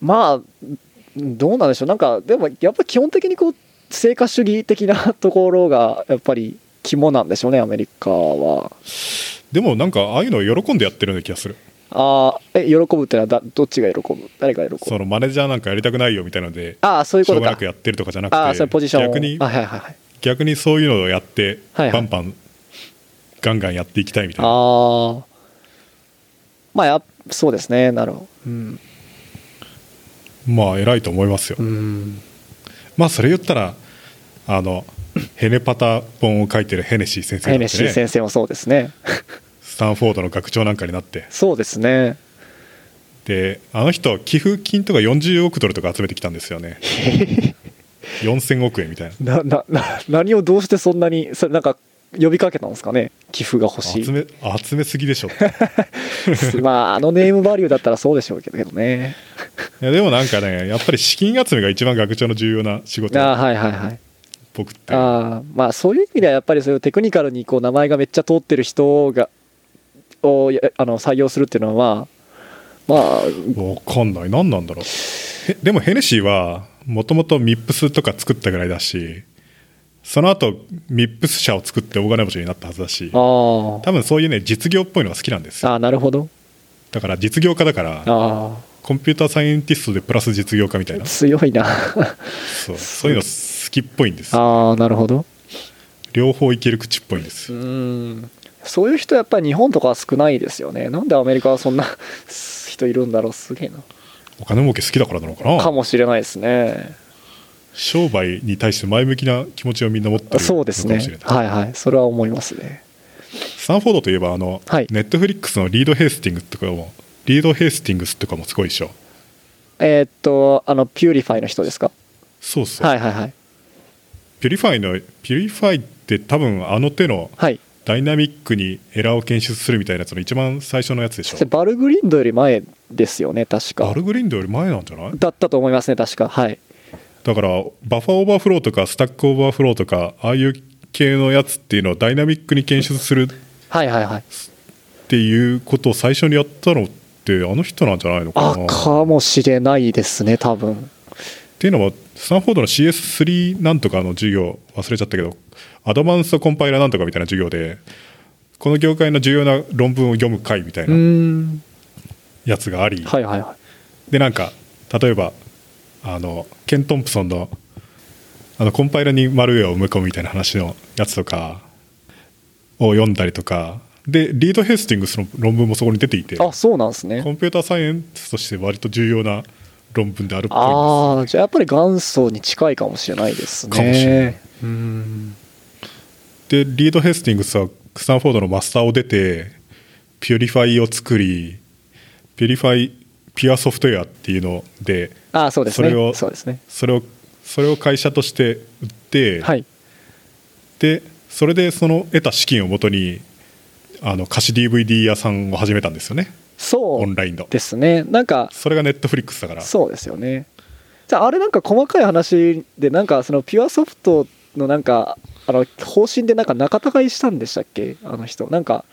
S2: まあどうなんでしょうなんかでもやっぱ基本的にこう成果主義的なところがやっぱり肝なんでしょうねアメリカは
S1: でもなんかああいうのを喜んでやってるような気がする
S2: ああえ喜ぶってのはだどっちが喜ぶ誰が喜ぶ
S1: そのマネージャーなんかやりたくないよみたいなので
S2: ああそういう
S1: し
S2: こ
S1: ょう
S2: と
S1: がな
S2: か
S1: くやってるとかじゃなくて
S2: ああそれポジションを
S1: 逆に
S2: あはいはいはい
S1: 逆にそういうのをやって
S2: はいはい
S1: バンバンガンガンやっていきたいみたいな
S2: ああまあやそうですねなるほどうん、
S1: まあ偉いと思いますよ
S2: うん、
S1: まあそれ言ったらあのヘネパタ本を書いてるヘネシー先生
S2: ヘ
S1: だ
S2: ネ
S1: っ
S2: シー
S1: てね
S2: 先生もそうですね [LAUGHS]
S1: スタンフォードの学長なんかになって
S2: そうですね
S1: であの人寄付金とか40億ドルとか集めてきたんですよね4000億円みたいな
S2: ななな何をどうしてそんなにそれなんか呼びかけたんですかね寄付が欲し
S1: 集
S2: い
S1: め集めすぎでしょって
S2: [LAUGHS] まああのネームバリューだったらそうでしょうけど
S1: [LAUGHS]
S2: ね
S1: いやでもなんかねやっぱり資金集めが一番学長の重要な仕事
S2: ああ
S1: っ
S2: はいはいはい
S1: ぽくって
S2: ああまあそういう意味ではやっぱりそういうテクニカルにこう名前がめっちゃ通ってる人がをやあの採用するっていうのはまあ
S1: わかんない何なんだろうへでもヘネシーはもともとミップスとか作ったぐらいだしその後ミップス社を作って大金持ちになったはずだし
S2: まああ
S1: 多分そういうね実業っぽいのが好きなんですよ
S2: ああなるほど
S1: だから実業家だから
S2: ああ
S1: コンピューターサイエンティストでプラス実業家みたいな
S2: 強いな [LAUGHS]
S1: そうそういうの好きっぽいんです
S2: ああなるほど
S1: 両方いける口っぽいんです
S2: うんそういう人やっぱり日本とかは少ないですよねなんでアメリカはそんな [LAUGHS] 人いるんだろうすげえな
S1: お金儲け好きだからなのか
S2: か
S1: な
S2: もしれないですね
S1: 商売に対して前向きな気持ちをみんな持ってるのか
S2: そう
S1: も
S2: です
S1: しれな
S2: ね
S1: い
S2: はいはいそれは思いますね
S1: スタンフォードといえばあの、
S2: はい
S1: ネットフリックスのリード・ヘイスティングスとかもリード・ヘイスティングスとかもすごいでしょ
S2: えーっとあのピューリファイの人ですか
S1: そうそう、
S2: はいはいはい
S1: ピュリファイのピュリファイって多分あの手の
S2: はい
S1: ダイナミックにエラーを検出するみたいなやつの一番最初のやつでしょ
S2: それバルグリンドより前ですよね確か
S1: バルグリンドより前なんじゃない
S2: だったと思いますね確かはい
S1: だからバッファーオーバーフローとかスタックオーバーフローとかああいう系のやつっていうのをダイナミックに検出するっ
S2: はいはいはい
S1: ていうことを最初にやったのってあの人なんじゃないのか
S2: あ
S1: な
S2: かもしれないですね多分
S1: っていうのはスタンフォードの CS3 なんとかの授業忘れちゃったけどアドバンストコンパイラーなんとかみたいな授業でこの業界の重要な論文を読む会みたいう
S2: ー
S1: なんやつがあり、
S2: はいはいはい
S1: でなんか例えばあのケン・トンプソンのあのコンパイラにマルウェアを埋め込むみたいな話のやつとかを読んだりとかでリード・ヘスティングスの論文もそこに出ていて
S2: あ
S1: コ
S2: そうなんですね
S1: ンピューターサイエンスとして割と重要な論文であるっぽいんです
S2: ああじゃあやっぱり元祖に近いかもしれないですね
S1: かもしれないう
S2: ーん
S1: でリード・ヘスティングスはスタンフォードのマスターを出てピュリファイを作りピュリファイピュアソフトウェアっていうので
S2: ああそうです
S1: それ
S2: ね
S1: を
S2: そうですね
S1: それをそれを会社として売って、
S2: はい
S1: でそれでその得た資金をもとにあの貸し DVD 屋さんを始めたんですよね
S2: そ
S1: オ
S2: う
S1: ンラインの
S2: ですねなんか
S1: それがネットフリックスだから
S2: そうですよねじゃああれなんか細かい話でなんかそのピュアソフトのなんかあの方針でなんか仲違いしたんでしたっけあの人なんか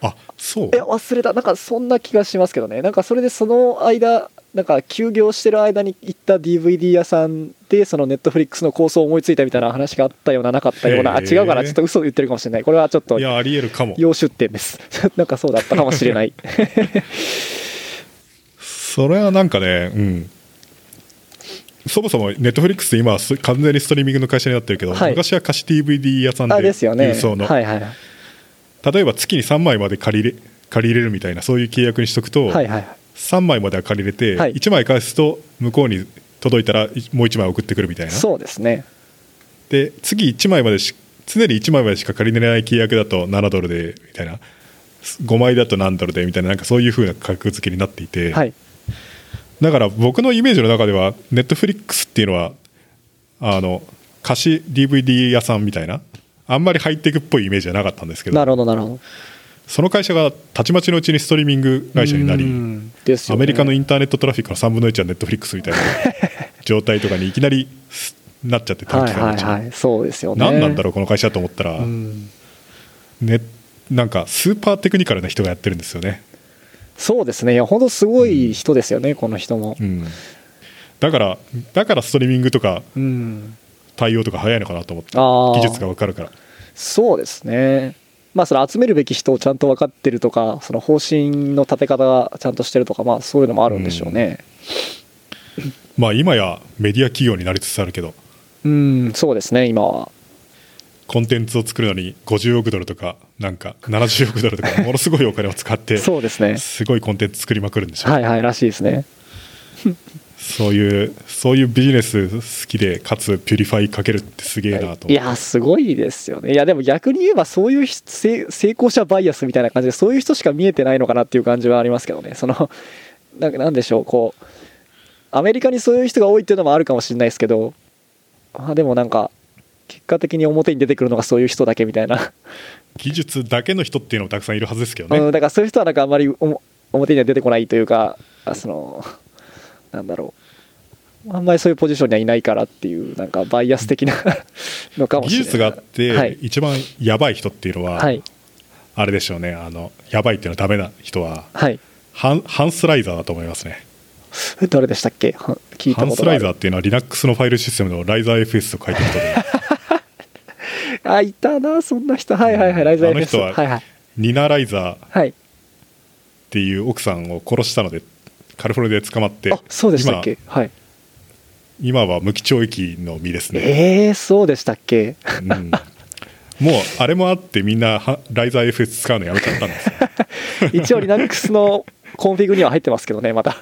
S1: あそう
S2: え忘れたなんかそんな気がしますけどねなんかそれでその間なんか休業してる間に行った DVD 屋さんでそのネットフリックスの構想を思いついたみたいな話があったようななかったようなあ
S1: へ
S2: 違
S1: ー
S2: うかなちょっと嘘を言ってるかもしれないこれはちょっと
S1: いやありえるかも
S2: 要出店ですなんかそうだったかもしれない
S1: それはなんかねうんそもそもネットフリックスって今はす完全にストリーミングの会社になってるけど、
S2: はい
S1: 昔は貸し DVD 屋さんで
S2: あですよね
S1: 郵送の、
S2: はいはいはい
S1: 例えば月に3枚まで借りれ借り入れるみたいなそういう契約にしとくと、
S2: はいはいはい
S1: 3枚までは借りれて、
S2: はい
S1: 1枚返すと向こうに届いたらいもう1枚送ってくるみたいな
S2: そうですね
S1: で次1枚までし常に1枚までしか借りれない契約だと7ドルでみたいな5枚だと何ドルでみたいななんかそういう風な価格付けになっていて、
S2: はい
S1: だから僕のイメージの中ではネットフリックスっていうのはあの貸し DVD 屋さんみたいなあんまりハイテクっぽいイメージはなかったんですけ
S2: な
S1: ど
S2: るほどなるほど
S1: その会社がたちまちのうちにストリーミング会社になり、
S2: うんです
S1: ア
S2: よね
S1: メリカのインターネットトラフィックの3分の1はネットフリックスみたいな状態とかにいきなりなっちゃって短
S2: は
S1: 期
S2: い
S1: 間の
S2: は
S1: う
S2: い
S1: ちに
S2: はいそうですよね
S1: 何なんだろ
S2: ろ
S1: うこの会社と思ったら、ね、なんかスーパーテクニカルな人がやってるんですよね、
S2: そうですねいや本当すごい人ですよねこの人も
S1: うん、だからだからストリーミングとか
S2: うん
S1: 対応とか早いのかなと思って
S2: あー
S1: 技術が分かるから
S2: そうですねまあそれ集めるべき人をちゃんと分かってるとかその方針の立て方がちゃんとしてるとかまあそういうのもあるんでしょうね
S1: まあ今やメディア企業になりつつあるけど
S2: うんそうですね今は
S1: コンテンツを作るのに50億ドルとかなんか70億ドルと
S2: [LAUGHS]
S1: かものすごいお金を使って
S2: そうですね
S1: すごいコンテンツ作りまくるんでしょ、
S2: はいはいらしいですね
S1: そういうそういうビジネス好きでかつピュリファイかけるってすげえなと
S2: いやすごいですよねいやでも逆に言えばそういう人成成功者バイアスみたいな感じでそういう人しか見えてないのかなっていう感じはありますけどねそのなんかなんでしょうこうアメリカにそういう人が多いっていうのもあるかもしれないですけどまあでもなんか結果的に表に出てくるのがそういう人だけみたいな
S1: 技術だけの人っていうのもたくさんいるはずですけど [LAUGHS] ね、
S2: うん、だからそういう人はなんかあんまりおも表には出てこないというかあそのなんだろうあんまりそういうポジションにはいないからっていうなんかバイアス的な [LAUGHS] のかも
S1: 技
S2: しれない
S1: 術があって、
S2: はい
S1: 一番やばい人っていうのは、
S2: はい
S1: あれでしょうねあのやばいっていうのはダメな人は
S2: はい
S1: ハンハンスライザーだと思いますね
S2: え誰でしたっけは聞い
S1: ハ
S2: た
S1: ン
S2: こ
S1: ス
S2: とが
S1: ラ
S2: あ
S1: イザー
S2: る
S1: っていうのは Linux のファイルシステムのライザー FS と書いてる人で
S2: [LAUGHS] あいたなそんな人はいはいはいライザー FS
S1: あの人は
S2: はいはい
S1: ニナ・ライザーっ
S2: はい
S1: ていう奥さんを殺したのでカリフォルニアで捕まって
S2: あそうでしたっけはい
S1: 今今は無期懲役の身ですね、
S2: えー、そうでした
S1: [LAUGHS]
S2: っけ
S1: うんもうあれもあってみんなはライザー FS 使うのやめちゃったんです
S2: [LAUGHS]
S1: よ
S2: 一応 Linux のコンフィグには入ってますけどねまた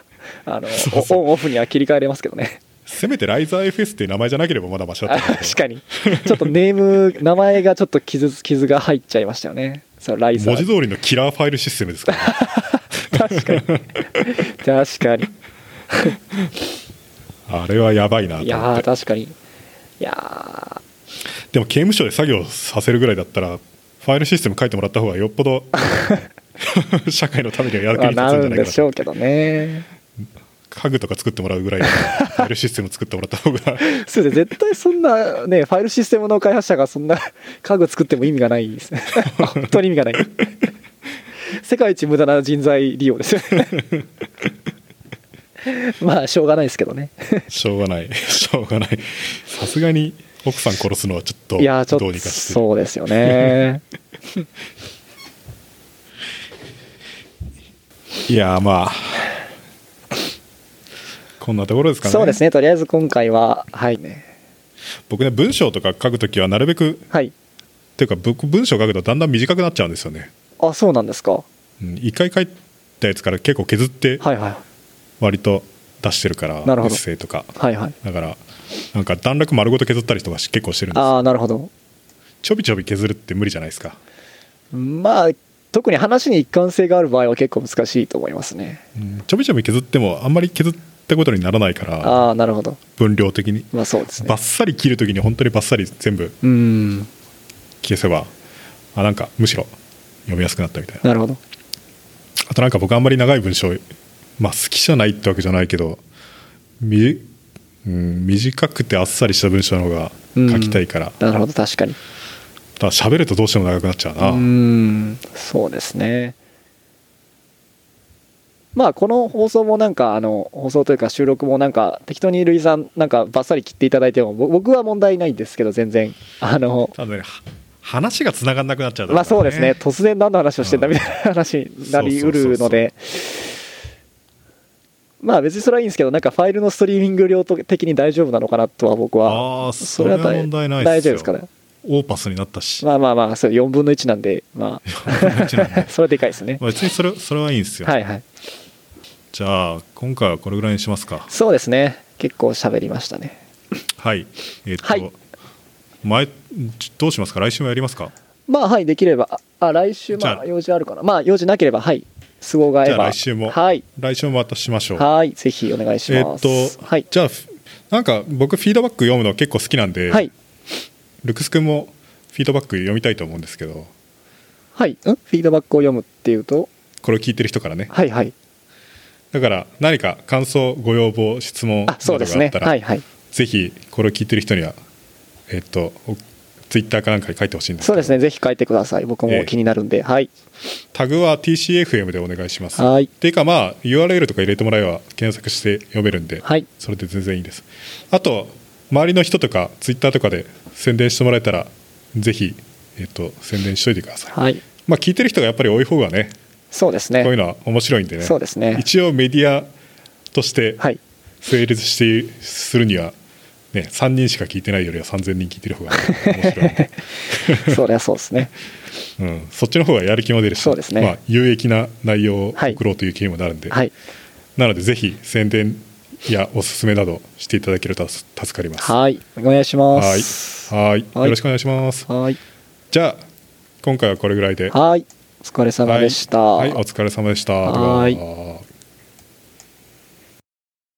S2: あ
S1: [LAUGHS]
S2: の
S1: そうそう
S2: オンオフには切り替えれますけどね
S1: せめてライザー FS っていう名前じゃなければまだマシだったんです
S2: 確かにちょっとネーム名前がちょっと傷つ傷が入っちゃいましたよねそうライ
S1: け
S2: ザ
S1: ど文字
S2: ー
S1: 通りのキラーファイルシステムですから
S2: 確かに確かに
S1: あれはやばいなと
S2: い
S1: 思
S2: や
S1: っ
S2: ー
S1: て
S2: 確かにいやー
S1: でも刑務所で作業させるぐらいだったらファイルシステム書いてもらった方がよっぽ
S2: [LAUGHS]
S1: ど社会のためには役に
S2: まあ
S1: 立つんじゃなんい
S2: なる
S1: か
S2: で
S1: な
S2: しょうけどね
S1: 家具とか作ってもらうぐらいだから
S2: [LAUGHS]
S1: ファイルシステム作ってもらった方が
S2: そうですね絶対そんなねファイルシステムの開発者がそんな [LAUGHS] 家具作っても意味がな
S1: [LAUGHS]
S2: いですね本当に意味がない世界一無駄な人材利
S1: [LAUGHS]
S2: 用ですよねまあしょうがないですけどね
S1: しょうがないしょうがないさすがに奥さん殺すのはちょっと
S2: いやーちょ
S1: どう
S2: っ
S1: に
S2: と
S1: かして
S2: そうですよね
S1: いやーまあこんなところですかね
S2: そうですねとりあえず今回ははいね
S1: 僕ね文章とか書くときはなるべく
S2: はい
S1: っていうか僕文章書くとだんだん短くなっちゃうんですよね
S2: あそうなんですかは
S1: うん一回書いたやつから結構削って
S2: いはい
S1: 割と出してるから、
S2: なるほど
S1: エッセイとか
S2: はいはい
S1: だからなんか段落丸ごと削ったりとかし結構してるんです
S2: ああなるほど
S1: ちょびちょび削るって無理じゃないですか
S2: まあ特に話に一貫性がある場合は結構難しいと思いますね
S1: うんちょびちょび削ってもあんまり削ったことにならないから
S2: ああなるほど
S1: 分量的に
S2: まあそうですね
S1: バッサリ切るときに本当にバッサリ全部
S2: うん
S1: 消せばあなんかむしろ読みやすくなったみたいな
S2: なるほど
S1: あとなんか僕あんまり長い文章まあ好きじゃないってわけじゃないけどみ、うん、短くてあっさりした文章の方が書きたいから、た
S2: なるほど確かに
S1: だ喋るとどうしても長くなっちゃうな、
S2: うんそうですねまあこの放送もなんかあの放送というか収録もなんか適当にルイさんなんかバッサリ切っていただいてもぼ僕は問題ないんですけど全然あの
S1: ただねは話がつながんなくなっちゃうだろ
S2: まあそう
S1: か
S2: で
S1: ら
S2: すね突然何の話をしてんだみたいな話になりうるのでまあ別にそれはいいんですけどなんかファイルのストリーミング量的に大丈夫なのかなとは僕は
S1: ああそれは
S2: 大
S1: 問題ない
S2: 大
S1: です
S2: 丈夫
S1: よ
S2: ですかね
S1: オーパスになったし、
S2: まあまあまあそれ4分の1なんでまあ [LAUGHS] それはでかいですね
S1: まあ別にそれそれはいいんですよ、
S2: はいはい
S1: じゃあ今回はこれぐらいにしますか
S2: そうですね結構喋りましたね
S1: はいえっと、
S2: はい
S1: 前どうしますか来週もやりますか
S2: まあはいできればあ来週
S1: じゃ
S2: ま
S1: あ
S2: あ用事あるかなまあ用事なければはい都合が合えば
S1: じゃあ来週も
S2: はい
S1: 来週もまたしましょう
S2: はいぜひお願いし
S1: えっ
S2: ます
S1: と、
S2: はい
S1: じゃあふなんか僕フィードバック読むの結構好きなんで、
S2: はい
S1: ルクス君もフィードバック読みたいと思うんですけど
S2: はいんフィードバックを読むっていうと
S1: これを聞いてる人からね
S2: はいはい
S1: だから何か感想ご要望質問な
S2: あそ
S1: ど
S2: う
S1: が
S2: です
S1: あっ
S2: ね
S1: たら、
S2: はいはい
S1: ぜひこれを聞いてる人にはえっとツイッターかなんかに書いてほしいんですけ
S2: そう
S1: ど
S2: ですねぜひ書いてください僕も気になるんで、はい
S1: タグは TCFM でお願いします
S2: はい
S1: っていうかまあ URL とか入れてもらえば検索して読めるんで、
S2: はい
S1: それで全然いいですあと周りの人とかツイッターとかで宣伝してもらえたらぜひ、えっと宣伝しといてください、
S2: はい
S1: まあ聞いてる人がやっぱり多い方がね
S2: そうです
S1: こういう
S2: ね
S1: のは面白いんでね
S2: そうですね
S1: 一応メディアとして
S2: はい
S1: 成立してするには、ね、3人しか聞いてないよりは3000人聞いてる方が面白いん
S2: [LAUGHS]
S1: で、
S2: そりゃそうです
S1: [LAUGHS]
S2: ね
S1: うん、そっちの方がやる気も出るし
S2: そうですね
S1: まあ、有益な内容を
S2: はい
S1: 送ろうという気にもなるんで、
S2: はい
S1: なのでぜひ宣伝やおすすめなどしていただけると助かります。は
S2: はいお願いしま
S1: い
S2: す
S1: はい
S2: はい
S1: よろしくお願いします。
S2: はい
S1: じゃあ今回はこれぐらいで。
S2: はいお疲れ様でした、
S1: はいはいお疲れ様でした。
S2: はい
S1: どうも